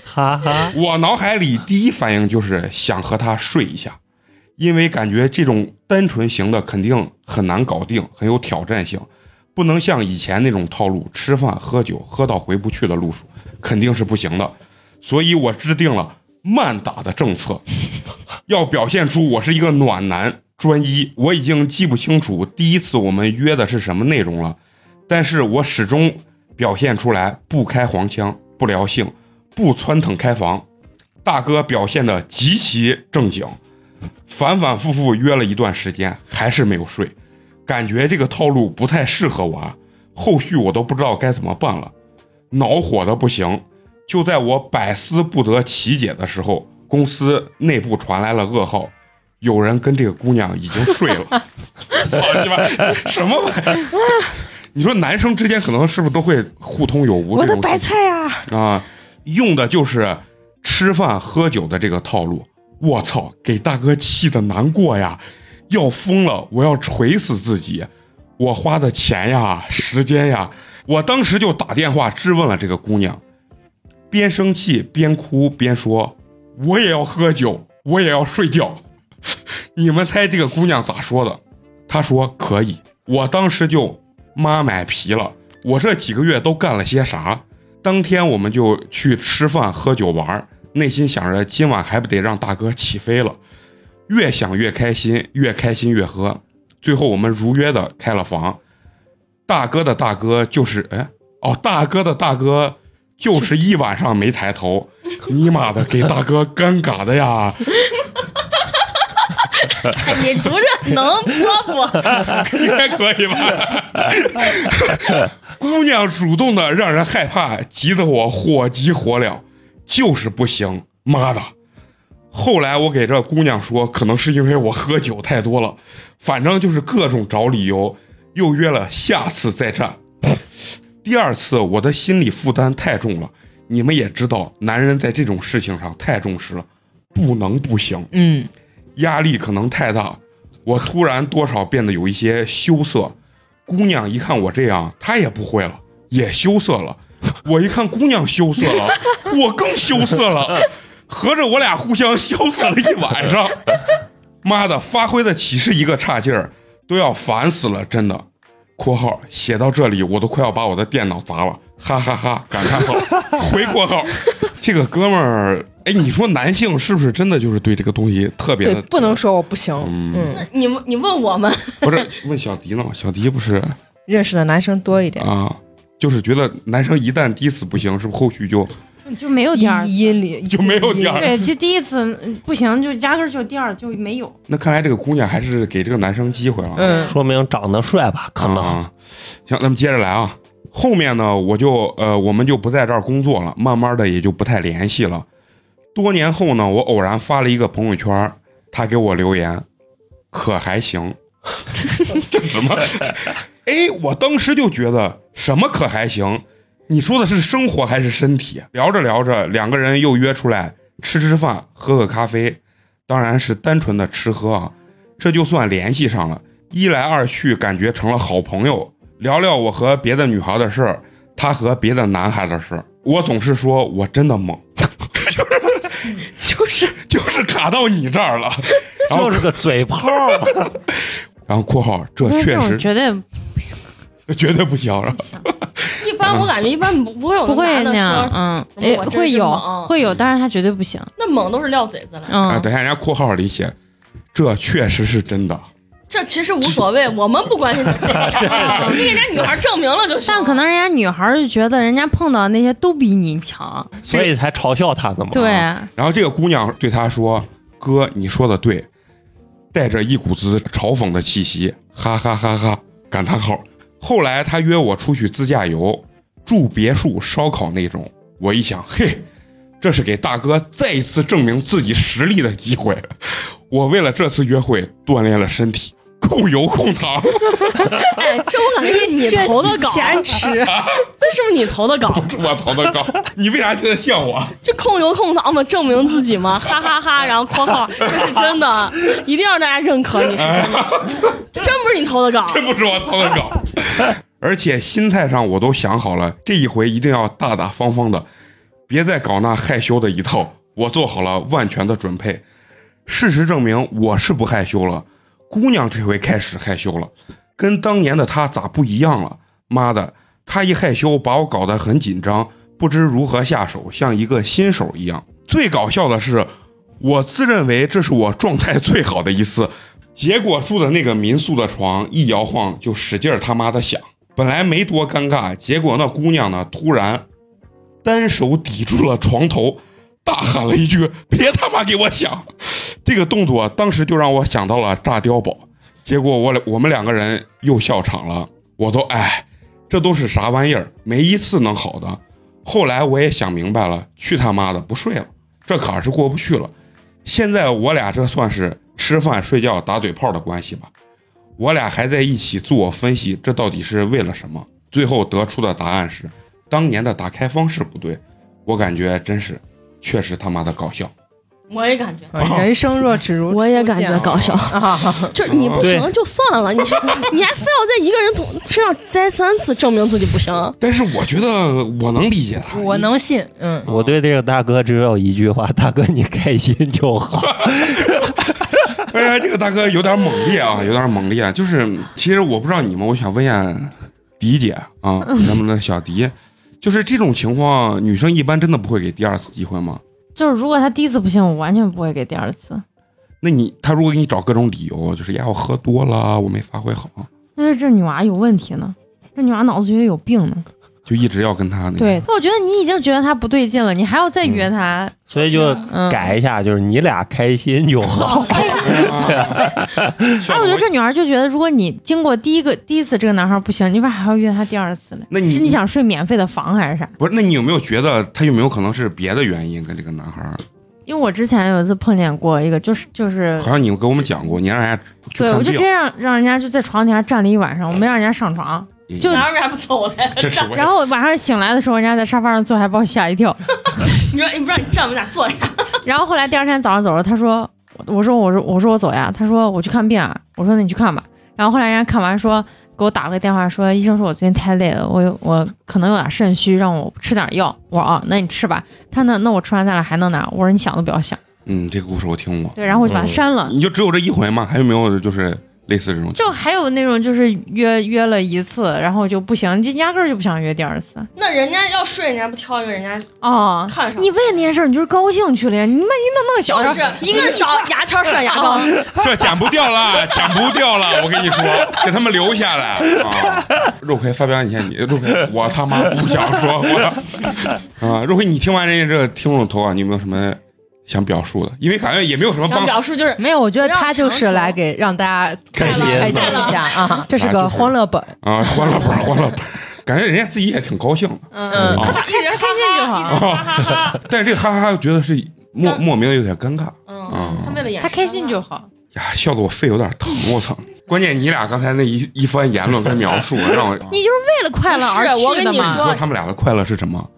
Speaker 3: 哈哈，
Speaker 1: 我脑海里第一反应就是想和她睡一下，因为感觉这种单纯型的肯定很难搞定，很有挑战性，不能像以前那种套路，吃饭喝酒喝到回不去的路数肯定是不行的。所以我制定了慢打的政策，要表现出我是一个暖男专一。我已经记不清楚第一次我们约的是什么内容了，但是我始终表现出来不开黄腔，不聊性，不窜腾开房。大哥表现的极其正经，反反复复约了一段时间，还是没有睡，感觉这个套路不太适合我啊。后续我都不知道该怎么办了，恼火的不行。就在我百思不得其解的时候，公司内部传来了噩耗，有人跟这个姑娘已经睡了。
Speaker 4: <laughs>
Speaker 1: <laughs> 操你妈！什么玩意儿？ <laughs> 你说男生之间可能是不是都会 <laughs> 互通有无？
Speaker 4: 我
Speaker 1: 这
Speaker 4: 的
Speaker 1: 种
Speaker 4: 白
Speaker 1: 事情
Speaker 4: 菜啊！
Speaker 1: <laughs> 啊，用的就是吃饭喝酒的这个套路。我操，给大哥气的难过呀，要疯了，我要锤死自己！我花的钱呀，时间呀，我当时就打电话质问了这个姑娘，边生气边哭边说：“我也要喝酒，我也要睡觉。” <laughs> 你们猜这个姑娘咋说的？她说可以。我当时就妈买皮了，我这几个月都干了些啥？当天我们就去吃饭、喝酒、玩儿，内心想着今晚还不得让大哥起飞了。越想越开心，越开心越喝。最后我们如约的开了房。大哥的大哥就是哎哦，大哥的大哥就是一晚上没抬头，尼玛的给大哥尴尬的呀！
Speaker 2: 哎，你读这能播不？
Speaker 1: 应该可以吧？姑娘主动的让人害怕，急得我火急火燎，就是不行，妈的！后来我给这姑娘说，可能是因为我喝酒太多了，反正就是各种找理由，又约了下次再战。 <laughs> 第二次我的心理负担太重了，你们也知道，男人在这种事情上太重视了，不能不行。
Speaker 4: 嗯，
Speaker 1: 压力可能太大，我突然多少变得有一些羞涩。姑娘一看我这样，她也不会了，也羞涩了。我一看姑娘羞涩了，我更羞涩了。合着我俩互相羞涩了一晚上，妈的，发挥的岂是一个差劲儿，都要烦死了，真的。（括号写到这里，我都快要把我的电脑砸了，哈哈哈！感叹号回括号。这个哥们儿，哎，你说男性是不是真的就是对这个东西特别
Speaker 4: 对
Speaker 1: 的，？
Speaker 4: 不能说我不行。
Speaker 1: 嗯
Speaker 4: 嗯，
Speaker 2: <laughs> 你们你问我们，
Speaker 1: <laughs> 不是问小迪呢？小迪不是
Speaker 4: 认识的男生多一点，
Speaker 1: 啊，就是觉得男生一旦第一次不行，是不是后续就
Speaker 5: 就没有第二次。
Speaker 4: 阴里
Speaker 1: 就没有第二
Speaker 5: 对，就第一次嗯不行，就压根儿就第二就没有。
Speaker 1: 那？看来这个姑娘还是给这个男生机会了。
Speaker 4: 嗯，
Speaker 3: 说明长得帅吧？可能
Speaker 1: 啊。行，咱们接着来啊。后面呢，我就呃，我们就不在这儿工作了，慢慢的也就不太联系了。多年后呢，我偶然发了一个朋友圈，他给我留言，可还行。 <laughs> 这什么？ <laughs> 哎，我当时就觉得什么可还行？你说的是生活还是身体？聊着聊着，两个人又约出来吃吃饭，喝个咖啡，当然是单纯的吃喝啊，这就算联系上了。一来二去，感觉成了好朋友，聊聊我和别的女孩的事儿，她和别的男孩的事儿。我总是说我真的猛， <laughs> 就是就是卡到你这 <laughs> 儿了。然后
Speaker 3: <laughs> 就是个嘴炮嘛。
Speaker 1: 然后括号这
Speaker 5: 但是
Speaker 1: 确
Speaker 5: 这种
Speaker 1: 实
Speaker 5: 绝对
Speaker 1: 绝对不行。然后
Speaker 2: 一般我感觉一般不不会有
Speaker 5: 不会
Speaker 2: 男的
Speaker 5: 那样，
Speaker 2: 说，
Speaker 5: 嗯，
Speaker 2: 什么
Speaker 5: 诶
Speaker 2: 我真是
Speaker 5: 会有
Speaker 2: 猛
Speaker 5: 会有，但是他绝对不行，
Speaker 2: 那猛都是撂嘴子了。
Speaker 1: 哎
Speaker 5: 嗯，
Speaker 1: 等一下人家括号里写这确实是真的。
Speaker 2: 这其实无所谓，我们不关心你
Speaker 1: <laughs>
Speaker 2: 说啥，啊你给人家女孩证明了就行。
Speaker 5: 但可能人家女孩儿就觉得人家碰到的那些都比你强，
Speaker 3: 所以才嘲笑他的嘛。
Speaker 5: 对，啊
Speaker 1: 然后这个姑娘对他说：“哥，你说的对，带着一股子嘲讽的气息，哈哈哈哈！”感叹号后来他约我出去自驾游，住别墅、烧烤那种。我一想，嘿，这是给大哥再一次证明自己实力的机会。我为了这次约会锻炼了身体，控油控糖。 <laughs>
Speaker 2: 哎，这我感觉是你投的稿，
Speaker 5: 前池，
Speaker 2: 这是不是你投的稿？
Speaker 1: 我投的高，你为啥觉得像我？
Speaker 2: 这控油控糖嘛，证明自己嘛，哈哈哈然后括号，这是真的，一定让大家认可你是真的，这真不是你投的稿。
Speaker 1: <laughs> 这不是我投的稿。而且心态上我都想好了，这一回一定要大大方方的，别再搞那害羞的一套。我做好了万全的准备。事实证明，我是不害羞了。姑娘这回开始害羞了，跟当年的她咋不一样了？妈的，她一害羞把我搞得很紧张，不知如何下手，像一个新手一样。最搞笑的是，我自认为这是我状态最好的一次，结果住的那个民宿的床一摇晃就使劲儿他妈的响。本来没多尴尬，结果那姑娘呢，突然单手抵住了床头，大喊了一句：“别他妈给我响！”这个动作当时就让我想到了炸碉堡。结果我俩我们两个人又笑场了，我都哎，这都是啥玩意儿？没一次能好的。后来我也想明白了，去他妈的，不睡了，这坎儿是过不去了。现在我俩这算是吃饭、睡觉、打嘴炮的关系吧。我俩还在一起自我分析，这到底是为了什么？最后得出的答案是，当年的打开方式不对。我感觉真是，确实他妈的搞笑。
Speaker 2: 我也感觉，
Speaker 4: 啊人生若只如初见，
Speaker 2: 我也感觉搞笑，
Speaker 4: 啊，
Speaker 2: 就是你不行就算了，你是你还非要在一个人头身上摘三次，证明自己不行。
Speaker 1: 但是我觉得我能理解他，
Speaker 4: <laughs> <laughs> 我能信，嗯，
Speaker 3: 我对这个大哥只有一句话：大哥，你开心就好。
Speaker 1: 哎呀，这个大哥有点猛烈啊，有点猛烈。就是其实我不知道你们，我想问一下迪姐啊，咱们的小迪，就是这种情况，女生一般真的不会给第二次机会吗？
Speaker 5: 就是如果他第一次不行，我完全不会给第二次，
Speaker 1: 那你他如果给你找各种理由，就是哎呀我喝多了，我没发挥好，
Speaker 5: 那是这女娃有问题呢，这女娃脑子觉得有病呢。
Speaker 1: 就一直要跟他那个。 <laughs>
Speaker 5: 对，，我觉得你已经觉得他不对劲了，你还要
Speaker 1: 嗯
Speaker 5: 再约他，
Speaker 3: 所以就
Speaker 5: 嗯，
Speaker 3: 改一下，就是你俩开心就好。
Speaker 5: 哎，我
Speaker 1: 啊
Speaker 5: 觉得这女孩就觉得，如果你经过第一个第一次这个男孩不行，你为啥还要约他第二次呢？
Speaker 1: 那
Speaker 5: 是
Speaker 1: 你
Speaker 5: 你想睡免费的房还是啥？
Speaker 1: 不是？那你有没有觉得他有没有可能是别的原因跟这个男孩儿？
Speaker 5: 因为我之前有一次碰见过一个，就是就是
Speaker 1: 好，像你跟我们讲过，你让人家去
Speaker 5: 对
Speaker 1: 看
Speaker 5: 我就
Speaker 1: 病
Speaker 5: 直，接让让人家就在床底下站了一晚上，我没让人家上床，
Speaker 1: 嗯
Speaker 5: 就
Speaker 2: 男人还不走
Speaker 5: <laughs>
Speaker 2: 嘞？
Speaker 1: 这是我也
Speaker 5: 然后晚上醒来的时候，人家在沙发上坐，还把我吓一跳。
Speaker 2: 你说你不让你站，我俩坐下。
Speaker 5: 然后后来第二天早上走了，他说，我说我说我说我走呀，他说我去看病啊，我说那你去看吧。然后后来人家看完说给我打了个电话说，医生说我最近太累了，我有我可能有点肾虚，让我吃点药。我说啊，那你吃吧。他那那我吃完咱俩还能哪？我说你想都不要想。
Speaker 1: 嗯，这个故事我听过。
Speaker 5: 对，然后我就把他
Speaker 3: 嗯
Speaker 5: 删了。
Speaker 1: 你就只有这一回吗？还有没有就是类似这种？
Speaker 5: 就还有那种就是约约了一次，然后就不行，就压根儿就不想约第二次。
Speaker 2: 那人家要睡，人家不挑一个，人家
Speaker 5: 哦，
Speaker 2: 看上
Speaker 5: 你为那件事儿你就是高兴去了呀？你妈你弄弄小
Speaker 2: 就
Speaker 5: 事儿
Speaker 2: 哦是啊一个小牙签涮牙膏，
Speaker 1: <laughs> 这剪不掉了，剪不掉了！我跟你说，给他们留下来啊！肉葵发表你先，你肉葵，我他妈不想说话啊！肉葵，你听完人家这个听众投稿，你有没有什么想表述的？因为感觉也没有什么
Speaker 2: 想
Speaker 1: 帮
Speaker 2: 表述就是
Speaker 4: 没有，我觉得
Speaker 2: 让
Speaker 4: 他就
Speaker 2: 常
Speaker 4: 是
Speaker 2: 熟
Speaker 4: 来给让大家
Speaker 3: 开
Speaker 4: 心
Speaker 3: 心
Speaker 4: 开心一下啊， <laughs> 这是
Speaker 1: 啊
Speaker 4: 个
Speaker 1: 就是
Speaker 4: 欢乐本，
Speaker 1: 啊，欢乐本，
Speaker 2: <laughs>
Speaker 1: 欢乐本，感觉人家自己也挺高兴的，
Speaker 5: 嗯，
Speaker 1: 啊
Speaker 5: 他开心就好。
Speaker 2: <laughs> 哈哈哈。
Speaker 1: 但是这个哈哈哈觉得是莫莫名的有点尴尬
Speaker 2: 嗯，他为了演
Speaker 5: 他开心就好。
Speaker 1: 呀，笑得我肺有点
Speaker 2: <laughs>
Speaker 1: 疼，我操！关键你俩刚才那一一番言论跟描
Speaker 2: <laughs>
Speaker 1: 述，让我
Speaker 5: 你就是为了快乐而
Speaker 2: 不是我
Speaker 5: 去
Speaker 2: 跟
Speaker 5: 的
Speaker 2: 你
Speaker 5: 嘛
Speaker 2: 说。
Speaker 1: 说他们俩的快乐是什么？啊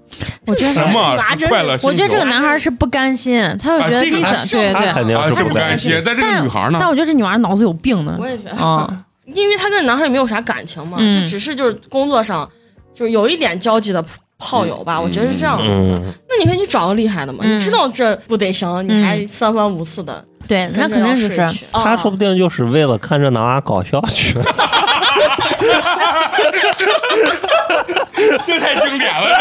Speaker 5: 我觉得
Speaker 1: 什
Speaker 5: 是，
Speaker 1: 么
Speaker 2: 这个女娃真是
Speaker 1: 快乐星球？
Speaker 5: 我觉得这个男孩是不甘心，他又觉得
Speaker 1: 啊
Speaker 5: 第
Speaker 1: 这个
Speaker 5: 一次
Speaker 1: 男，
Speaker 5: 对
Speaker 3: 他
Speaker 5: 对。
Speaker 3: 肯定
Speaker 1: 啊，
Speaker 3: 是
Speaker 1: 这
Speaker 3: 不
Speaker 1: 不甘心。但这个女孩
Speaker 5: 但
Speaker 1: 呢？
Speaker 5: 我觉得这女孩脑子有病呢
Speaker 2: 我。也觉得，
Speaker 4: 哦
Speaker 5: 啊，
Speaker 2: 因为他跟男孩也没有啥感情嘛，
Speaker 5: 嗯
Speaker 2: 就只是就是工作上就是有一点交集的炮友吧，
Speaker 1: 嗯
Speaker 2: 我觉得是这样的。
Speaker 3: 嗯，
Speaker 2: 那你可以去找个厉害的嘛，
Speaker 5: 嗯
Speaker 2: 你知道这不得行，你还三番五次的，
Speaker 5: 对，那肯定就是
Speaker 2: 跟着要睡去。
Speaker 3: 他
Speaker 2: 啊
Speaker 3: 说不定就是为了看这男娃搞笑去。
Speaker 1: 这太经典了，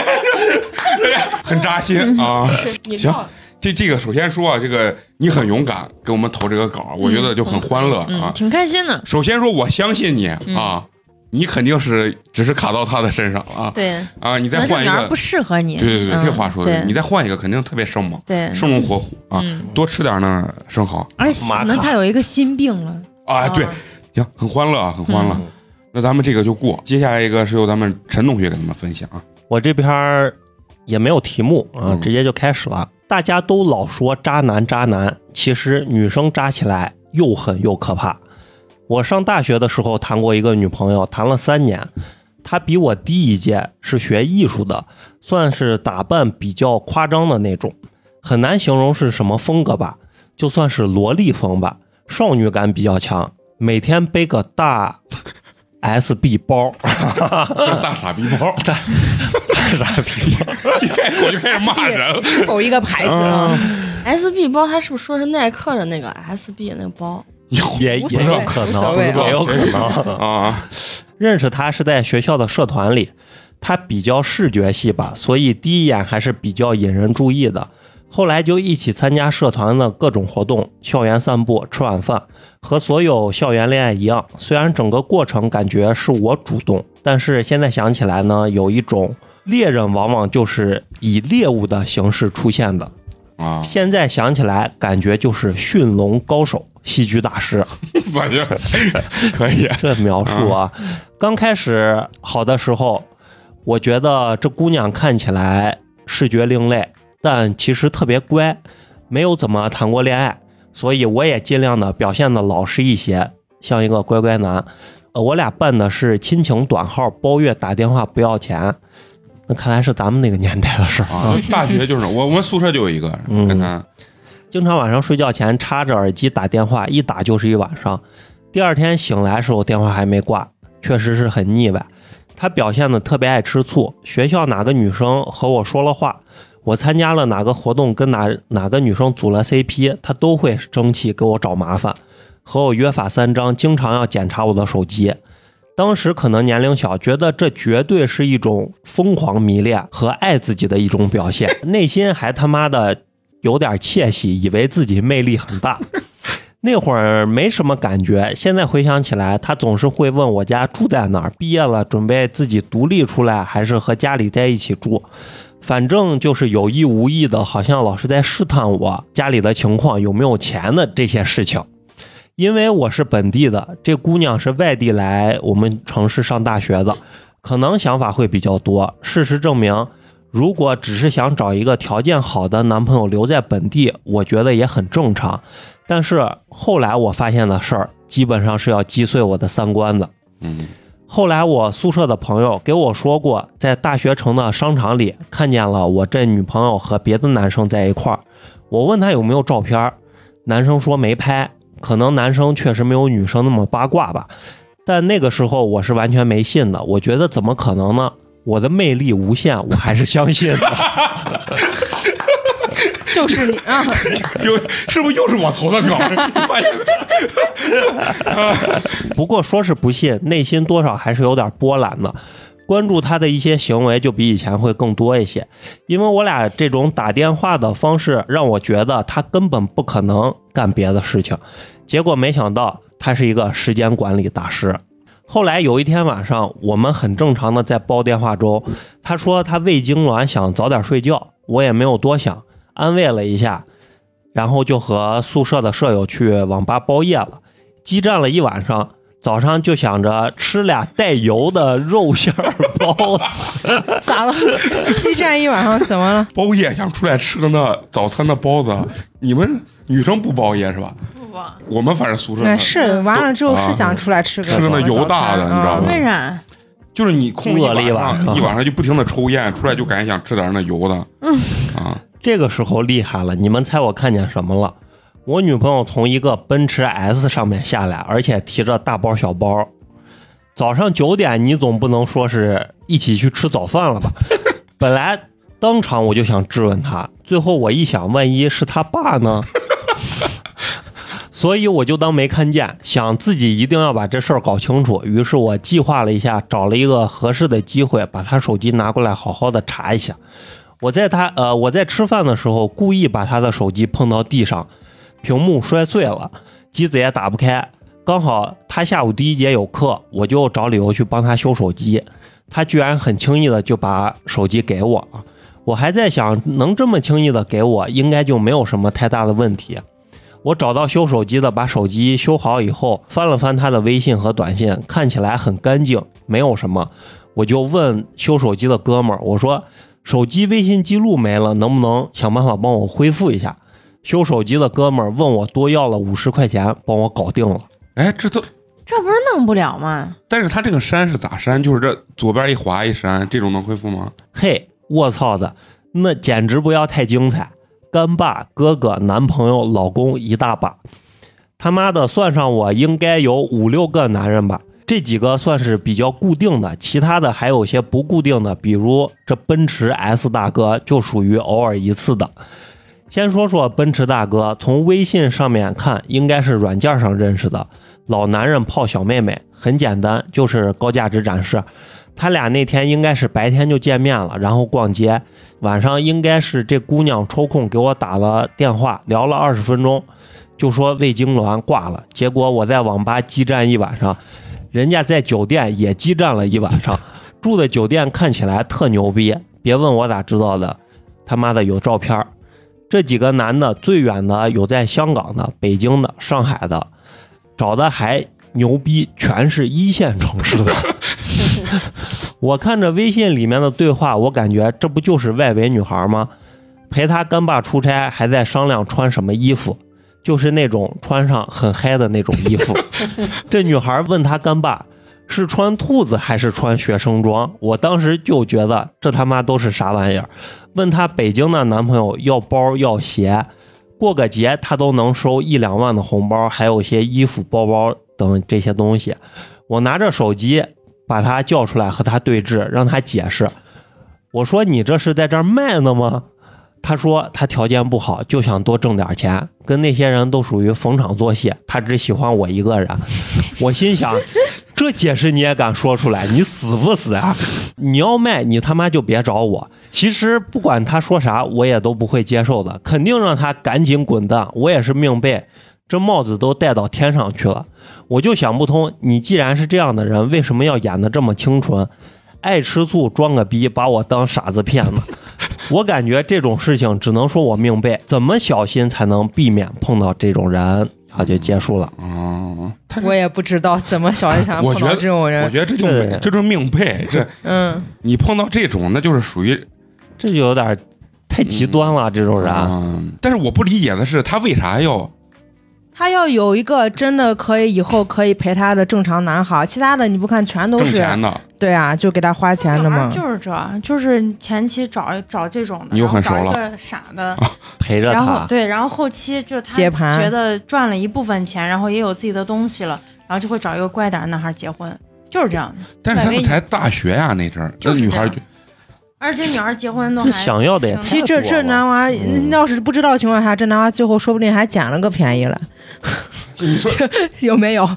Speaker 1: <laughs> 很扎
Speaker 5: 嗯
Speaker 1: 心啊！
Speaker 2: 是你知道
Speaker 1: 这这个首先说啊，这个你很勇敢，给我们投这个稿，我觉得就很欢乐
Speaker 5: 嗯，
Speaker 1: 啊。
Speaker 5: 挺开心的。
Speaker 1: 首先说，我相信你啊，你肯定是只是卡到他的身上了啊
Speaker 5: 对，
Speaker 1: 啊！你
Speaker 5: 可
Speaker 1: 再
Speaker 5: 能这
Speaker 1: 换一
Speaker 5: 女孩
Speaker 1: 个
Speaker 5: 不，适合你。
Speaker 1: 对对对，
Speaker 5: 嗯
Speaker 1: 这话说的，你
Speaker 5: 对
Speaker 1: 再换一个肯定特别生猛，
Speaker 5: 对，
Speaker 1: 生龙活虎啊！
Speaker 5: 嗯，
Speaker 1: 多吃点呢生蚝啊
Speaker 5: 而且可
Speaker 3: 玛
Speaker 5: 能
Speaker 3: 卡
Speaker 5: 他有一个心病了。
Speaker 1: 啊，对，行，很欢乐啊，很欢乐
Speaker 3: 嗯。
Speaker 1: 那咱们这个就过，接下来一个是由咱们陈同学给咱们分享啊。
Speaker 3: 我这篇儿也没有题目啊，
Speaker 1: 嗯
Speaker 3: 直接就开始了。大家都老说渣男渣男，其实女生渣起来又狠又可怕。我上大学的时候谈过一个女朋友，谈了三年，她比我低一届，是学艺术的，算是打扮比较夸张的那种，很难形容是什么风格吧，就算是萝莉风吧，少女感比较强，每天背个大 SB 包，
Speaker 1: 这是大傻逼包，大傻逼包，一开口就开始骂人了。
Speaker 4: 否一个牌子啊，
Speaker 2: SB 包，它是不是说是耐克的那个 SB 那个包？
Speaker 3: 也
Speaker 2: 无所
Speaker 3: 也
Speaker 2: 谓
Speaker 3: 有可
Speaker 4: 无所
Speaker 3: 能，
Speaker 4: 谓啊
Speaker 3: 也有
Speaker 1: <laughs>
Speaker 3: 可能。
Speaker 1: 啊，
Speaker 3: 认识他是在学校的社团里，他比较视觉系吧，所以第一眼还是比较引人注意的。后来就一起参加社团的各种活动，校园散步、吃晚饭，和所有校园恋爱一样。虽然整个过程感觉是我主动，但是现在想起来呢，有一种猎人往往就是以猎物的形式出现的。
Speaker 1: <laughs> 啊，
Speaker 3: 现在想起来，感觉就是驯龙高手、戏剧大师。
Speaker 1: 感觉可以。
Speaker 3: <laughs>
Speaker 1: 嗯
Speaker 3: 这描述啊，刚开始好的时候，我觉得这姑娘看起来视觉另类，但其实特别乖，没有怎么谈过恋爱，所以我也尽量的表现的老实一些，像一个乖乖男。呃，我俩办的是亲情短号，包月打电话不要钱，那看来是咱们那个年代的事儿
Speaker 1: 啊，大学就是我我们宿舍就有一个
Speaker 3: 嗯
Speaker 1: 跟他
Speaker 3: 经常晚上睡觉前插着耳机打电话，一打就是一晚上。第二天醒来时候电话还没挂，确实是很腻歪。他表现的特别爱吃醋，学校哪个女生和我说了话，我参加了哪个活动跟哪哪个女生组了 CP，他都会生气给我找麻烦，和我约法三章，经常要检查我的手机。当时可能年龄小，觉得这绝对是一种疯狂迷恋和爱自己的一种表现，内心还他妈的有点窃喜，以为自己魅力很大。那会儿没什么感觉，现在回想起来，他总是会问我家住在哪儿，毕业了准备自己独立出来，还是和家里在一起住。反正就是有意无意的，好像老是在试探我家里的情况、有没有钱的这些事情。因为我是本地的，这姑娘是外地来我们城市上大学的，可能想法会比较多。事实证明，如果只是想找一个条件好的男朋友留在本地，我觉得也很正常。但是后来我发现的事儿，基本上是要击碎我的三观的。
Speaker 1: 嗯
Speaker 3: 后来我宿舍的朋友给我说过，在大学城的商场里看见了我这女朋友和别的男生在一块儿。我问他有没有照片儿，男生说没拍，可能男生确实没有女生那么八卦吧。但那个时候我是完全没信的，我觉得怎么可能呢？我的魅力无限，我还是相信的。
Speaker 4: 就是你
Speaker 5: <laughs>
Speaker 4: 啊，
Speaker 1: 又是不是又是我头上搞的？你 <laughs> 发现没
Speaker 3: 不过说是不信，内心多少还是有点波澜的。关注他的一些行为就比以前会更多一些，因为我俩这种打电话的方式让我觉得他根本不可能干别的事情。结果没想到他是一个时间管理大师。后来有一天晚上，我们很正常的在煲电话粥，他说他胃痉挛，想早点睡觉，我也没有多想，安慰了一下，然后就和宿舍的舍友去网吧包夜了，激战了一晚上。早上就想着吃俩带油的肉馅儿包，
Speaker 1: <laughs>
Speaker 2: 咋了？
Speaker 4: 激战一晚上怎么了？
Speaker 1: 包夜想出来吃个那早餐的包子，啊你们女生不包夜是吧？
Speaker 5: 不吧？
Speaker 1: 我们反正宿舍
Speaker 4: <laughs> 那是完了之后
Speaker 1: 啊
Speaker 4: 是想出来吃个
Speaker 1: 吃
Speaker 4: 什
Speaker 1: 个那
Speaker 4: 么
Speaker 1: 油大的你
Speaker 4: 早餐
Speaker 1: 知道
Speaker 4: 啊
Speaker 1: 吗
Speaker 5: 为啥？
Speaker 1: 就是你空
Speaker 3: 饿了一
Speaker 1: 一
Speaker 3: 晚上啊
Speaker 1: 上，一晚上就不停的抽烟，出来就感觉想吃点那油的。
Speaker 5: 嗯
Speaker 1: 啊，
Speaker 3: 这个时候厉害了，你们猜我看见什么了？我女朋友从一个奔驰 S 上面下来，而且提着大包小包。早上九点，你总不能说是一起去吃早饭了吧？本来当场我就想质问她，最后我一想，万一是他爸呢？ <laughs> 所以我就当没看见，想自己一定要把这事儿搞清楚。于是我计划了一下，找了一个合适的机会，把他手机拿过来，好好的查一下。我在他呃，我在吃饭的时候故意把他的手机碰到地上，屏幕摔碎了，机子也打不开。刚好他下午第一节有课，我就找理由去帮他修手机。他居然很轻易的就把手机给我了，我还在想，能这么轻易的给我，应该就没有什么太大的问题。我找到修手机的，把手机修好以后，翻了翻他的微信和短信，看起来很干净，没有什么。我就问修手机的哥们儿，我说手机微信记录没了，能不能想办法帮我恢复一下？修手机的哥们儿问我多要了五十块钱，帮我搞定了。
Speaker 1: 哎，这都，
Speaker 5: 这不是弄不了吗？
Speaker 1: 但是他这个删是咋删？就是这左边一划一删，这种能恢复吗？
Speaker 3: 嘿，我操的，那简直不要太精彩！干爸、哥哥、男朋友、老公一大把，他妈的算上我应该有五六个男人吧。这几个算是比较固定的，其他的还有些不固定的，比如这奔驰 S 大哥就属于偶尔一次的。先说说奔驰大哥，从微信上面看，应该是软件上认识的。老男人泡小妹妹，很简单，就是高价值展示。他俩那天应该是白天就见面了，然后逛街，晚上应该是这姑娘抽空给我打了电话，聊了二十分钟，就说胃痉挛挂了。结果我在网吧激战一晚上，人家在酒店也激战了一晚上，住的酒店看起来特牛逼，别问我咋知道的，他妈的有照片儿。这几个男的最远的有在香港的、北京的、上海的，找的还牛逼，全是一线城市的。我看着微信里面的对话，我感觉这不就是外围女孩吗？陪她干爸出差，还在商量穿什么衣服，就是那种穿上很嗨的那种衣服。这女孩问她干爸是穿兔子还是穿学生装，我当时就觉得这他妈都是啥玩意儿。问她北京的男朋友要包要鞋，过个节她都能收一两万的红包，还有些衣服、包包等这些东西。我拿着手机把他叫出来和他对峙，让他解释。我说你这是在这儿卖呢吗？他说他条件不好，就想多挣点钱，跟那些人都属于逢场作戏，他只喜欢我一个人。 <laughs> 我心想，这解释你也敢说出来，你死不死啊？你要卖，你他妈就别找我。其实不管他说啥，我也都不会接受的，肯定让他赶紧滚蛋。我也是命背，这帽子都戴到天上去了。我就想不通，你既然是这样的人，为什么要演的这么清纯？爱吃醋装个逼，把我当傻子 <laughs> 骗了。我感觉这种事情只能说我命背，怎么小心才能避免碰到这种人？好，就结束
Speaker 5: 呃
Speaker 3: 了。
Speaker 1: 嗯，他
Speaker 4: 我也不知道怎么小心才能
Speaker 1: 我
Speaker 4: 碰
Speaker 1: 觉
Speaker 4: 到
Speaker 1: 得
Speaker 4: 这种
Speaker 1: 我
Speaker 4: 人。
Speaker 1: 觉得这就
Speaker 3: 对
Speaker 1: 没这就是命
Speaker 5: <laughs>
Speaker 1: 配。这
Speaker 4: 嗯，
Speaker 1: 你碰到这种，那就是属于
Speaker 3: 这就有点太极端了，这种人。
Speaker 1: 嗯但是我不理解的是，他为啥要
Speaker 4: 他要有一个真的可以以后可以陪他的正常男孩，其他的你不看全都
Speaker 1: 挣
Speaker 4: 是
Speaker 1: 钱呢？
Speaker 4: 对啊，就给他花钱的
Speaker 5: 女孩
Speaker 4: 嘛。
Speaker 5: 就是这，就是前期找找这种的，
Speaker 1: 你又
Speaker 5: 然后
Speaker 1: 很熟
Speaker 5: 找一
Speaker 1: 了啊
Speaker 5: 个傻的，
Speaker 3: 陪着
Speaker 5: 然后
Speaker 3: 他。
Speaker 5: 对，然后后期就是他
Speaker 4: 接
Speaker 2: 啊
Speaker 4: 盘
Speaker 5: 觉得赚了一部分钱，然后也有自己的东西了，然后就会找一个乖点儿的男孩结婚，就是这样的。
Speaker 1: 但是他
Speaker 5: 外围
Speaker 1: 们
Speaker 5: 女
Speaker 1: 才大学呀、那阵儿，那
Speaker 5: 就是啊
Speaker 1: 女
Speaker 5: 这样
Speaker 1: 孩就
Speaker 5: 而且这女孩结婚都
Speaker 3: 这
Speaker 5: 还
Speaker 3: 想要的也
Speaker 4: 其
Speaker 5: 其
Speaker 4: 实
Speaker 3: 太多
Speaker 4: 这这
Speaker 3: 了
Speaker 4: 男娃
Speaker 3: 嗯
Speaker 4: 要是不知道的情况下，这男娃最后说不定还捡了个便宜了，
Speaker 1: 你说
Speaker 4: 有没有？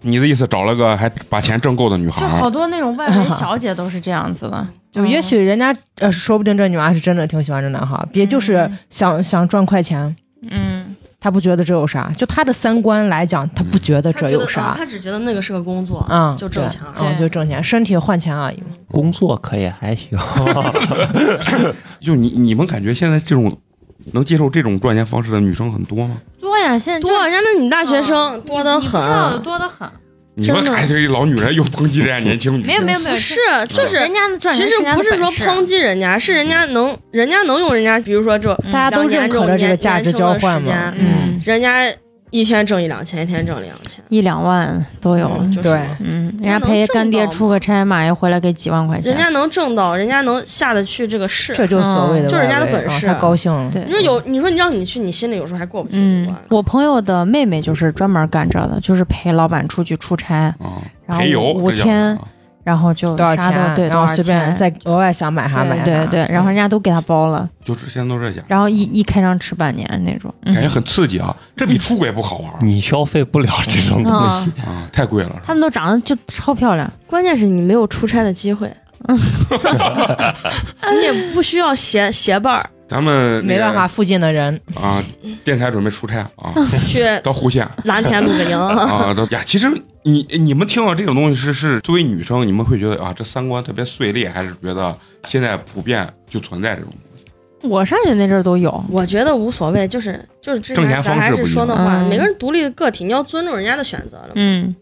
Speaker 1: 你的意思找了个还把钱挣够的女孩
Speaker 5: 就
Speaker 1: 儿
Speaker 5: 好，多那种外围小姐都是这样子
Speaker 2: <laughs>
Speaker 5: 的，
Speaker 4: 就也许人家呃，说不定这女娃是真的挺喜欢这男孩，也就是
Speaker 5: 嗯
Speaker 4: 想想赚快钱，
Speaker 5: 嗯，
Speaker 4: 他不觉得这有啥。就他的三观来讲，他不觉得
Speaker 2: 他
Speaker 4: 这
Speaker 2: 觉
Speaker 4: 有
Speaker 2: 得啊
Speaker 4: 啥。
Speaker 2: 他只觉得那个是个工作，
Speaker 4: 嗯，
Speaker 2: 就挣
Speaker 4: 对
Speaker 2: 钱而已
Speaker 4: 嗯，
Speaker 5: 对
Speaker 4: 就挣钱，身体换钱而已嘛。
Speaker 3: 工作可以还行，
Speaker 1: 就你你们感觉现在这种能接受这种赚钱方式的女生很多吗？
Speaker 5: 多呀，现在就
Speaker 2: 多，人家那女大学
Speaker 5: 嗯
Speaker 2: 生多得
Speaker 5: 你不知道的
Speaker 2: 很，
Speaker 5: 多得很，
Speaker 1: 你们
Speaker 2: 真的
Speaker 1: 还这一老女人又抨击人家年轻女
Speaker 5: 没有
Speaker 1: 性，
Speaker 5: 没有没有，
Speaker 2: 是就是
Speaker 5: 人家的赚
Speaker 2: 其
Speaker 5: 钱
Speaker 2: 实
Speaker 5: 是人家的
Speaker 2: 不是说
Speaker 5: 本事啊
Speaker 2: 抨击人家，是人家能，人家能用人家，比如说这，
Speaker 5: 嗯
Speaker 4: 大家都认可了这个价值交换嘛
Speaker 1: 年
Speaker 2: 两。
Speaker 4: 嗯，
Speaker 5: 嗯
Speaker 2: 人家一天挣一两千，一天挣两千，
Speaker 5: 一两万都有，
Speaker 2: 嗯就是
Speaker 4: 对
Speaker 2: 嘛
Speaker 5: 嗯，人家陪干爹出个差嘛，又回来给几万块
Speaker 2: 人
Speaker 5: 钱，
Speaker 2: 家能挣到，人家能下得去这个市。
Speaker 4: 啊这就是所谓的
Speaker 2: 嗯就是人家的
Speaker 4: 外围
Speaker 2: 本
Speaker 4: 啊
Speaker 2: 事
Speaker 4: 他高兴了。
Speaker 5: 对
Speaker 2: 你说有，你说你让你去，你心里有时候还过不去这
Speaker 5: 嗯
Speaker 2: 关，。
Speaker 5: 我朋友的妹妹就是专门干这的，就是陪老板出去出差，
Speaker 1: 啊，
Speaker 5: 然后
Speaker 1: 陪游
Speaker 5: 五
Speaker 1: 这叫
Speaker 5: 天
Speaker 1: 啊
Speaker 5: 然后就
Speaker 4: 多少
Speaker 5: 啥
Speaker 4: 钱？
Speaker 5: 都对，
Speaker 4: 然后
Speaker 5: 多少
Speaker 4: 随便
Speaker 5: 钱
Speaker 4: 再额外想买啥买
Speaker 5: 对
Speaker 4: 啥。
Speaker 5: 对对，然后人家都给他包了，
Speaker 1: 就是现在都这样，
Speaker 5: 然后一一开张吃半年那种，嗯
Speaker 1: 感觉很刺激啊，这比出轨不好玩儿
Speaker 3: 你消费不了这
Speaker 2: 嗯
Speaker 3: 种东西。
Speaker 1: 啊，太贵了。
Speaker 5: 他们都长得就超漂亮，
Speaker 2: 关键是你没有出差的机
Speaker 5: <laughs>
Speaker 2: 会，你也不需要携携伴儿
Speaker 1: 咱们那
Speaker 4: 没
Speaker 1: 个
Speaker 4: 办法，附近的人
Speaker 1: 啊，电台准备出差啊，
Speaker 2: 去
Speaker 1: 到户县
Speaker 2: 蓝田
Speaker 5: <laughs>
Speaker 2: 露个营。
Speaker 1: 啊，到呀。其实你你们听到这种东西是是作为女生，你们会觉得啊，这三观特别碎裂，还是觉得现在普遍就存在这种？
Speaker 5: 我上学那阵儿都有，
Speaker 2: 我觉得无所谓，就是就是之
Speaker 1: 挣钱
Speaker 2: 前
Speaker 1: 方
Speaker 2: 咱还
Speaker 1: 式
Speaker 2: 是
Speaker 1: 不一
Speaker 2: 说那
Speaker 5: 样
Speaker 2: 话，
Speaker 5: 嗯
Speaker 2: 每个人独立的个体，你要尊重人家的选择了。
Speaker 5: 嗯，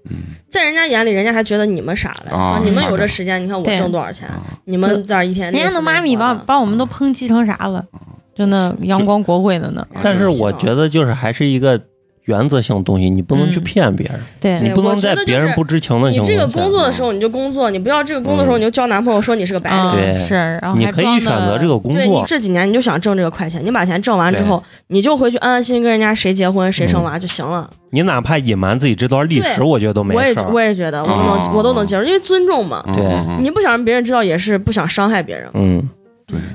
Speaker 2: 在人家眼里，人家还觉得你们傻嘞，
Speaker 1: 啊
Speaker 2: 说你们
Speaker 1: 傻
Speaker 2: 有
Speaker 1: 的
Speaker 2: 这时间，你看我
Speaker 5: 对
Speaker 2: 挣多少钱
Speaker 1: 啊，
Speaker 2: 你们在这儿一天
Speaker 5: 人
Speaker 2: 累死累活的，
Speaker 5: 家那妈咪把把我们都抨击成啥了，就那阳光国会的呢，
Speaker 1: 啊
Speaker 3: 但是
Speaker 1: 就是
Speaker 3: 我觉得就是还是一个原则性的东西，你不能去骗别人，
Speaker 5: 对
Speaker 3: 你不能在
Speaker 2: 嗯我觉得就是
Speaker 3: 别人不知情的
Speaker 2: 你
Speaker 3: 情
Speaker 2: 这个
Speaker 3: 况下
Speaker 2: 工。作的时候你就工作，你不要这个工作的时候你就交男朋友说你是个白
Speaker 5: 啊
Speaker 2: 领。
Speaker 3: 嗯对
Speaker 5: 是，然后
Speaker 3: 你
Speaker 5: 还
Speaker 3: 可以
Speaker 5: 装
Speaker 3: 选
Speaker 5: 得
Speaker 3: 择这个工
Speaker 2: 对你
Speaker 3: 作，
Speaker 2: 这几年你就想挣这个快钱，你把钱挣完之后，你就回去安安心心跟人家谁结婚谁生娃就行了。
Speaker 3: 你哪怕隐瞒自己这段历史，
Speaker 2: 对
Speaker 3: 我觉得都嗯没
Speaker 2: 我也
Speaker 3: 事儿。哦
Speaker 2: 我也觉得，我都能、
Speaker 1: 啊
Speaker 2: 我都能接受，因为尊重嘛。
Speaker 1: 嗯
Speaker 3: 对
Speaker 1: 嗯嗯
Speaker 2: 你不想让别人知道，也是不想伤害别人，
Speaker 3: 嗯，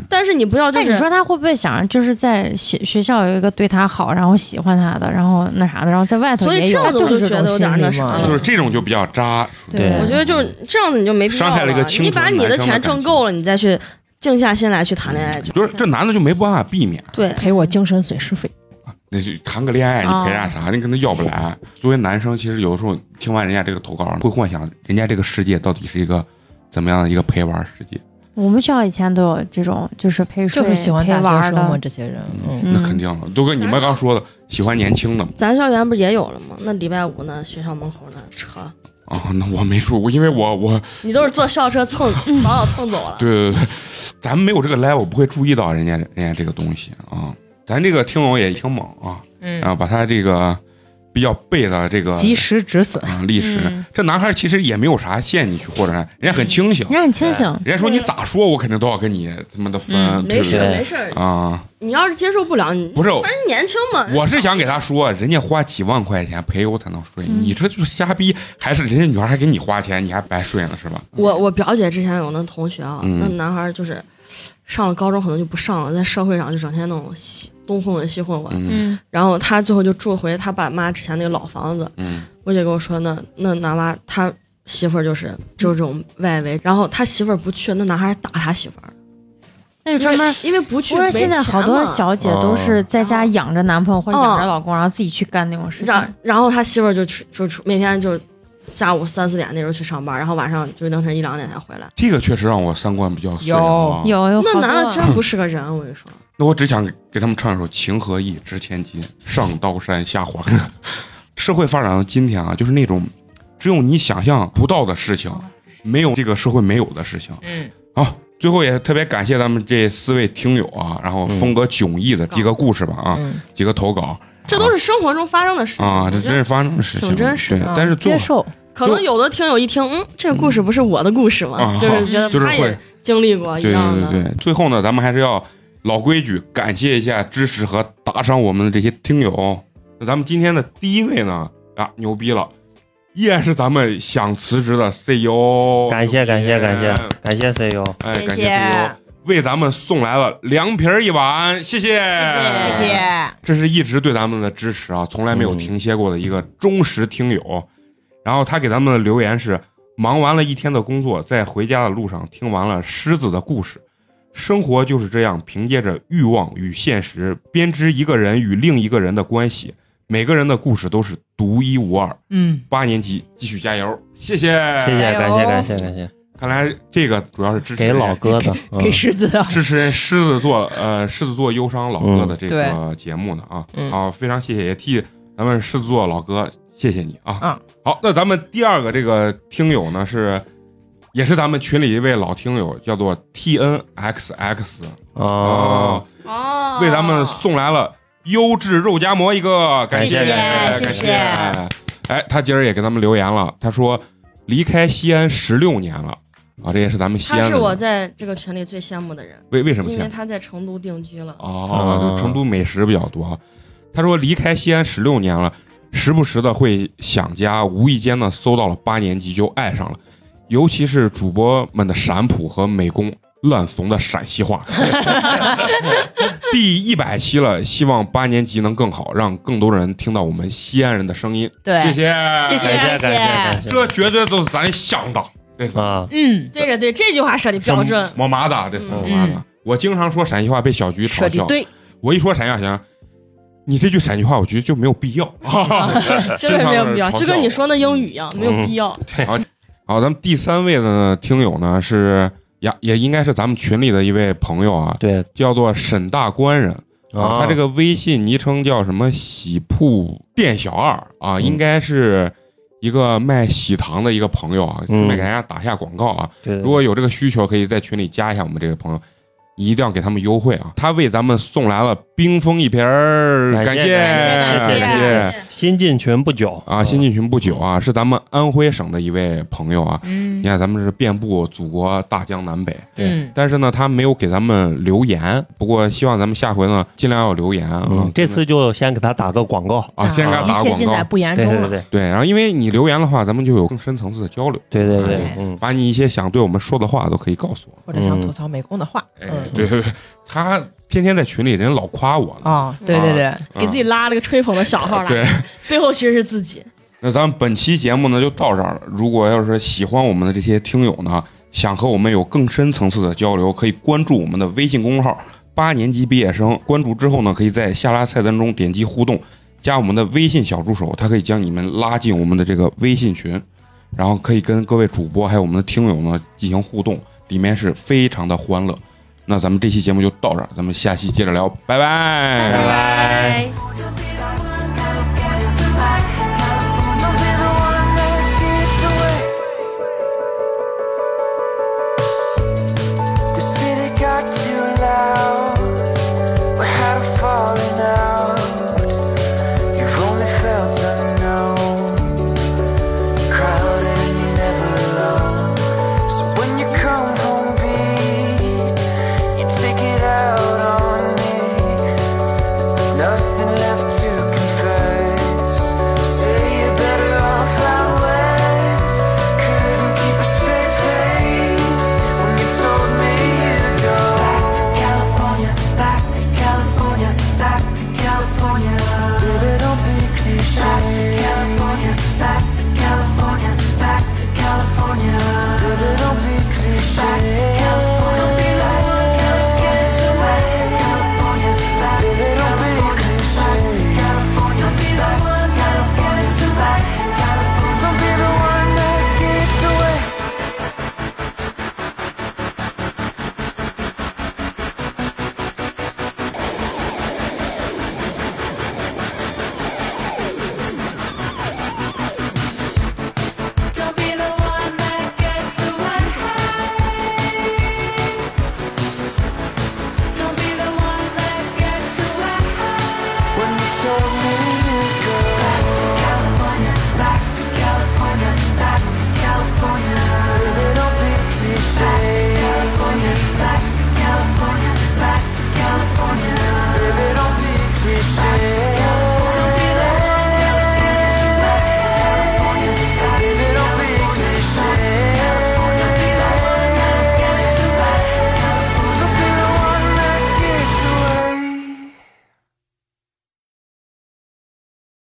Speaker 2: 但是你不要就
Speaker 5: 那
Speaker 2: 是
Speaker 5: 你说他会不会想，就是在学学校有一个对他好，然后喜欢他的，然后那啥的，然后在外头
Speaker 2: 所以
Speaker 5: 也
Speaker 2: 这
Speaker 5: 有
Speaker 2: 样子我
Speaker 4: 就是
Speaker 2: 就觉
Speaker 4: 这
Speaker 2: 得
Speaker 4: 种
Speaker 2: 有点
Speaker 4: 心
Speaker 2: 那
Speaker 4: 理
Speaker 2: 啥
Speaker 4: 嘛
Speaker 2: 了。
Speaker 1: 就是这种就比较渣，
Speaker 3: 对
Speaker 2: 我觉得就是这样子，你就没必要
Speaker 1: 伤害了一个清
Speaker 2: 你
Speaker 1: 纯
Speaker 2: 把你
Speaker 1: 男
Speaker 2: 的
Speaker 1: 生的
Speaker 2: 钱
Speaker 1: 感
Speaker 2: 挣
Speaker 1: 情
Speaker 2: 够了，你再去静下心来去谈恋爱就。
Speaker 1: 就是这男的就没办法避免，
Speaker 2: 对，
Speaker 4: 赔我精神损失费。
Speaker 1: 那就谈个恋爱，你
Speaker 5: 啊
Speaker 1: 陪啥啥，你可能要不来。作为男生，其实有的时候听完人家这个投稿，会幻想人家这个世界到底是一个怎么样的一个陪玩世界，
Speaker 5: 我们学校以前都有这种，就是陪睡、
Speaker 4: 就
Speaker 5: 陪
Speaker 4: 是喜欢大学
Speaker 5: 玩
Speaker 4: 生嘛，
Speaker 5: 的，
Speaker 4: 这些人，嗯，
Speaker 5: 嗯
Speaker 1: 那肯定了。都跟你们刚说的，喜欢年轻的嘛。
Speaker 2: 咱校园不是也有了吗？那礼拜五呢，学校门口那车，
Speaker 1: 啊，那我没说，我因为我我
Speaker 2: 你都是坐校车 <laughs> 蹭，早早蹭走了。
Speaker 1: 对对对，咱们没有这个 level，不会注意到人家人家这个东西啊。咱这个听友也挺猛啊，
Speaker 4: 嗯
Speaker 1: 啊，把他这个比较背的这个
Speaker 4: 及时止损。
Speaker 1: 啊历史，
Speaker 5: 嗯
Speaker 1: 这男孩其实也没有啥陷你去或者啥，人家很清醒，
Speaker 5: 人家很清醒，
Speaker 1: 人家说你咋说，我肯定都要跟你他妈的分，
Speaker 5: 嗯
Speaker 1: 对不
Speaker 2: 没事
Speaker 1: 对？
Speaker 2: 儿没事儿，
Speaker 1: 啊、
Speaker 2: 你要是接受不了，你
Speaker 1: 不是
Speaker 2: 反正年轻嘛。
Speaker 1: 我是想给他说，人家花几万块钱陪我才能睡，
Speaker 5: 嗯
Speaker 1: 你这就是瞎逼，还是人家女孩还给你花钱，你还白睡呢是吧？
Speaker 2: 我我表姐之前有那同学啊，
Speaker 1: 嗯
Speaker 2: 那男孩儿就是上了高中可能就不上了，在社会上就整天那种西东混混西混混，
Speaker 1: 嗯
Speaker 5: 嗯，
Speaker 2: 然后他最后就住回他爸妈之前那个老房子。
Speaker 1: 嗯
Speaker 2: 我姐跟我说，那那男娃他媳妇儿就是就是这种外
Speaker 5: 嗯
Speaker 2: 围，然后他媳妇儿不去，那男孩儿打他媳妇儿，
Speaker 5: 那就专门。
Speaker 2: 因为不去
Speaker 5: 我说
Speaker 2: 没
Speaker 5: 现在
Speaker 2: 钱
Speaker 5: 好多
Speaker 2: 嘛哦
Speaker 5: 小姐都是在家养着男朋友或者养着老公，然后自己去干那种事情。
Speaker 2: 然然后他媳妇儿就去就出每天就下午三四点那时候去上班，然后晚上就凌晨一两点才回来。
Speaker 1: 这个确实让我三观比较碎
Speaker 4: 有
Speaker 1: 啊。
Speaker 5: 有有
Speaker 2: 那
Speaker 5: 好多
Speaker 2: 男的真不是个人，我跟你说，
Speaker 1: 那我只想给他们唱一首《情何以值千金》，上刀山下火海。 <laughs> 社会发展到今天啊，就是那种只有你想象不到的事情，没有这个社会没有的事情。
Speaker 4: 嗯，
Speaker 1: 啊，最后也特别感谢咱们这四位听友啊，然后风格迥异的几个故事吧啊，
Speaker 4: 嗯，
Speaker 1: 几个投稿
Speaker 2: 这都是生活中发生的事情
Speaker 1: 啊，
Speaker 2: 我
Speaker 1: 这
Speaker 2: 觉
Speaker 1: 真
Speaker 2: 得
Speaker 1: 是发生的事情，
Speaker 2: 挺真实
Speaker 1: 对
Speaker 4: 啊，
Speaker 1: 但是最
Speaker 4: 接
Speaker 1: 后
Speaker 4: 受，
Speaker 2: 可能有的听友一听，嗯，这个故事不是我的故事
Speaker 1: 啊
Speaker 2: 嘛，就是觉得
Speaker 1: 就是
Speaker 2: 他
Speaker 1: 会
Speaker 2: 也，经历过一
Speaker 1: 对对
Speaker 2: 样
Speaker 1: 对
Speaker 2: 的。
Speaker 1: 对，最后呢，咱们还是要老规矩，感谢一下支持和打赏我们的这些听友。那咱们今天的第一位呢，啊，牛逼了，依然是咱们想辞职的 E CEO，
Speaker 3: 感谢感谢感谢
Speaker 1: 嗯
Speaker 3: 感谢 E CEO，
Speaker 1: 哎，
Speaker 6: 谢
Speaker 1: 感谢
Speaker 6: 谢
Speaker 1: CEO 为咱们送来了凉皮儿一碗，谢谢
Speaker 6: 谢谢。
Speaker 1: 这是一直对咱们的支持啊，从来没有
Speaker 3: 嗯
Speaker 1: 停歇过的一个忠实听友。然后他给咱们的留言是：忙完了一天的工作，在回家的路上听完了狮子的故事。生活就是这样，凭借着欲望与现实编织一个人与另一个人的关系。每个人的故事都是独一无二。
Speaker 4: 嗯，
Speaker 1: 八年级继续加油，谢谢，
Speaker 3: 谢谢
Speaker 6: 加油
Speaker 3: 感谢感谢感谢，
Speaker 1: 看来这个主要是支持
Speaker 3: 给
Speaker 1: 人
Speaker 3: 老哥的，嗯
Speaker 4: 给狮子啊的，
Speaker 1: 支持人狮子座呃狮子座忧伤老哥的这个节目呢啊，
Speaker 4: 嗯对
Speaker 1: 啊非常谢谢，也替咱们狮子座老哥谢谢你啊。
Speaker 4: 嗯
Speaker 1: 好，那咱们第二个这个听友呢是，也是咱们群里一位老听友，叫做 T N X X 啊
Speaker 3: 哦，
Speaker 2: 哦
Speaker 1: 为咱们送来了优质肉夹馍一个，感
Speaker 6: 谢谢
Speaker 1: 感谢
Speaker 6: 谢谢
Speaker 1: 感谢哎，他今儿也给咱们留言了，他说离开西安十六年了啊，这也是咱们西安
Speaker 2: 他
Speaker 1: 的
Speaker 2: 是我在这个群里最羡慕的人，
Speaker 1: 为为什么
Speaker 2: 因
Speaker 1: 羡慕
Speaker 2: 为？他在成都定居了。
Speaker 1: 哦，
Speaker 3: 嗯
Speaker 1: 就成都美食比较多啊。他说离开西安十六年了，时不时的会想家，无意间呢搜到了八年级就爱上了，尤其是主播们的陕普和美工烂怂的陕西话。第一百期了，希望八年级能更好，让更多人听到我们西安人的声音。
Speaker 4: <laughs> 对
Speaker 1: 谢谢，
Speaker 6: 谢
Speaker 3: 感谢感谢感谢，
Speaker 1: 这绝对都是咱想的，对吧？
Speaker 3: 啊，
Speaker 4: 嗯，
Speaker 2: 对着对，这句话设的标准。
Speaker 1: 么么哒，对，么么
Speaker 4: 嗯
Speaker 1: 哒。我经常说陕西话被小菊
Speaker 4: 说
Speaker 1: 嘲
Speaker 4: 的
Speaker 1: 笑，
Speaker 4: 对，
Speaker 1: 我一说陕西话，想你这句陕西话，我觉得就没有必
Speaker 3: <laughs>
Speaker 1: 要。
Speaker 2: 真的没有必
Speaker 1: 经常有人嘲
Speaker 2: 要，
Speaker 1: 笑
Speaker 2: 就跟你
Speaker 1: 嗯
Speaker 2: 说那英语一样，没有必要。
Speaker 1: 好，好，咱们第三位的听友呢是，也也应该是咱们群里的一位朋友啊，
Speaker 3: 对
Speaker 1: 叫做沈大官人啊，他这个微信昵称叫什么“喜铺店小二”啊，
Speaker 3: 嗯
Speaker 1: 应该是一个卖喜糖的一个朋友啊，
Speaker 3: 嗯
Speaker 1: 顺便给大家打下广告啊，
Speaker 3: 对
Speaker 1: 如果有这个需求，可以在群里加一下我们这个朋友。一定要给他们优惠啊！他为咱们送来了冰封一瓶儿，
Speaker 3: 感
Speaker 1: 感
Speaker 3: 谢
Speaker 5: 感
Speaker 3: 谢
Speaker 1: 感哎
Speaker 5: 感
Speaker 1: 谢
Speaker 5: 谢，
Speaker 3: 新进群不久
Speaker 1: 啊！新进群不久啊，是咱们安徽省的一位朋友啊，
Speaker 4: 嗯
Speaker 1: 你看咱们是遍布祖国大江南北，
Speaker 4: 嗯，
Speaker 1: 但是呢，他没有给咱们留言。不过希望咱们下回呢，尽量要留言啊。
Speaker 3: 嗯，这次就先给他打个广告。
Speaker 1: 啊，先给他
Speaker 4: 一
Speaker 1: 打
Speaker 4: 切
Speaker 1: 个
Speaker 4: 尽在
Speaker 1: 广告。
Speaker 4: 不言
Speaker 3: 对
Speaker 4: 中
Speaker 3: 对
Speaker 4: 了。
Speaker 3: 对
Speaker 1: 对，然后因为你留言的话，咱们就有更深层次的交流，
Speaker 3: 对对对
Speaker 4: 哎，
Speaker 3: 嗯，
Speaker 1: 把你一些想对我们说的话都可以告诉我。
Speaker 4: 或者想吐槽美工的话，
Speaker 1: 哎
Speaker 4: 嗯，，
Speaker 1: 对对对，他天天在群里人老夸我呢。
Speaker 4: 哦，对对对，
Speaker 1: 啊
Speaker 2: 给自己拉了个吹捧的小号来，
Speaker 1: 对，
Speaker 2: 背后其实是自己。
Speaker 1: 那咱们本期节目呢就到这儿了。如果要是喜欢我们的这些听友呢，想和我们有更深层次的交流，可以关注我们的微信公众号“八年级毕业生”。关注之后呢，可以在下拉菜单中点击互动，加我们的微信小助手，他可以将你们拉进我们的这个微信群，然后可以跟各位主播还有我们的听友呢进行互动，里面是非常的欢乐。那咱们这期节目就到这儿，咱们下期接着聊，拜拜
Speaker 5: 拜。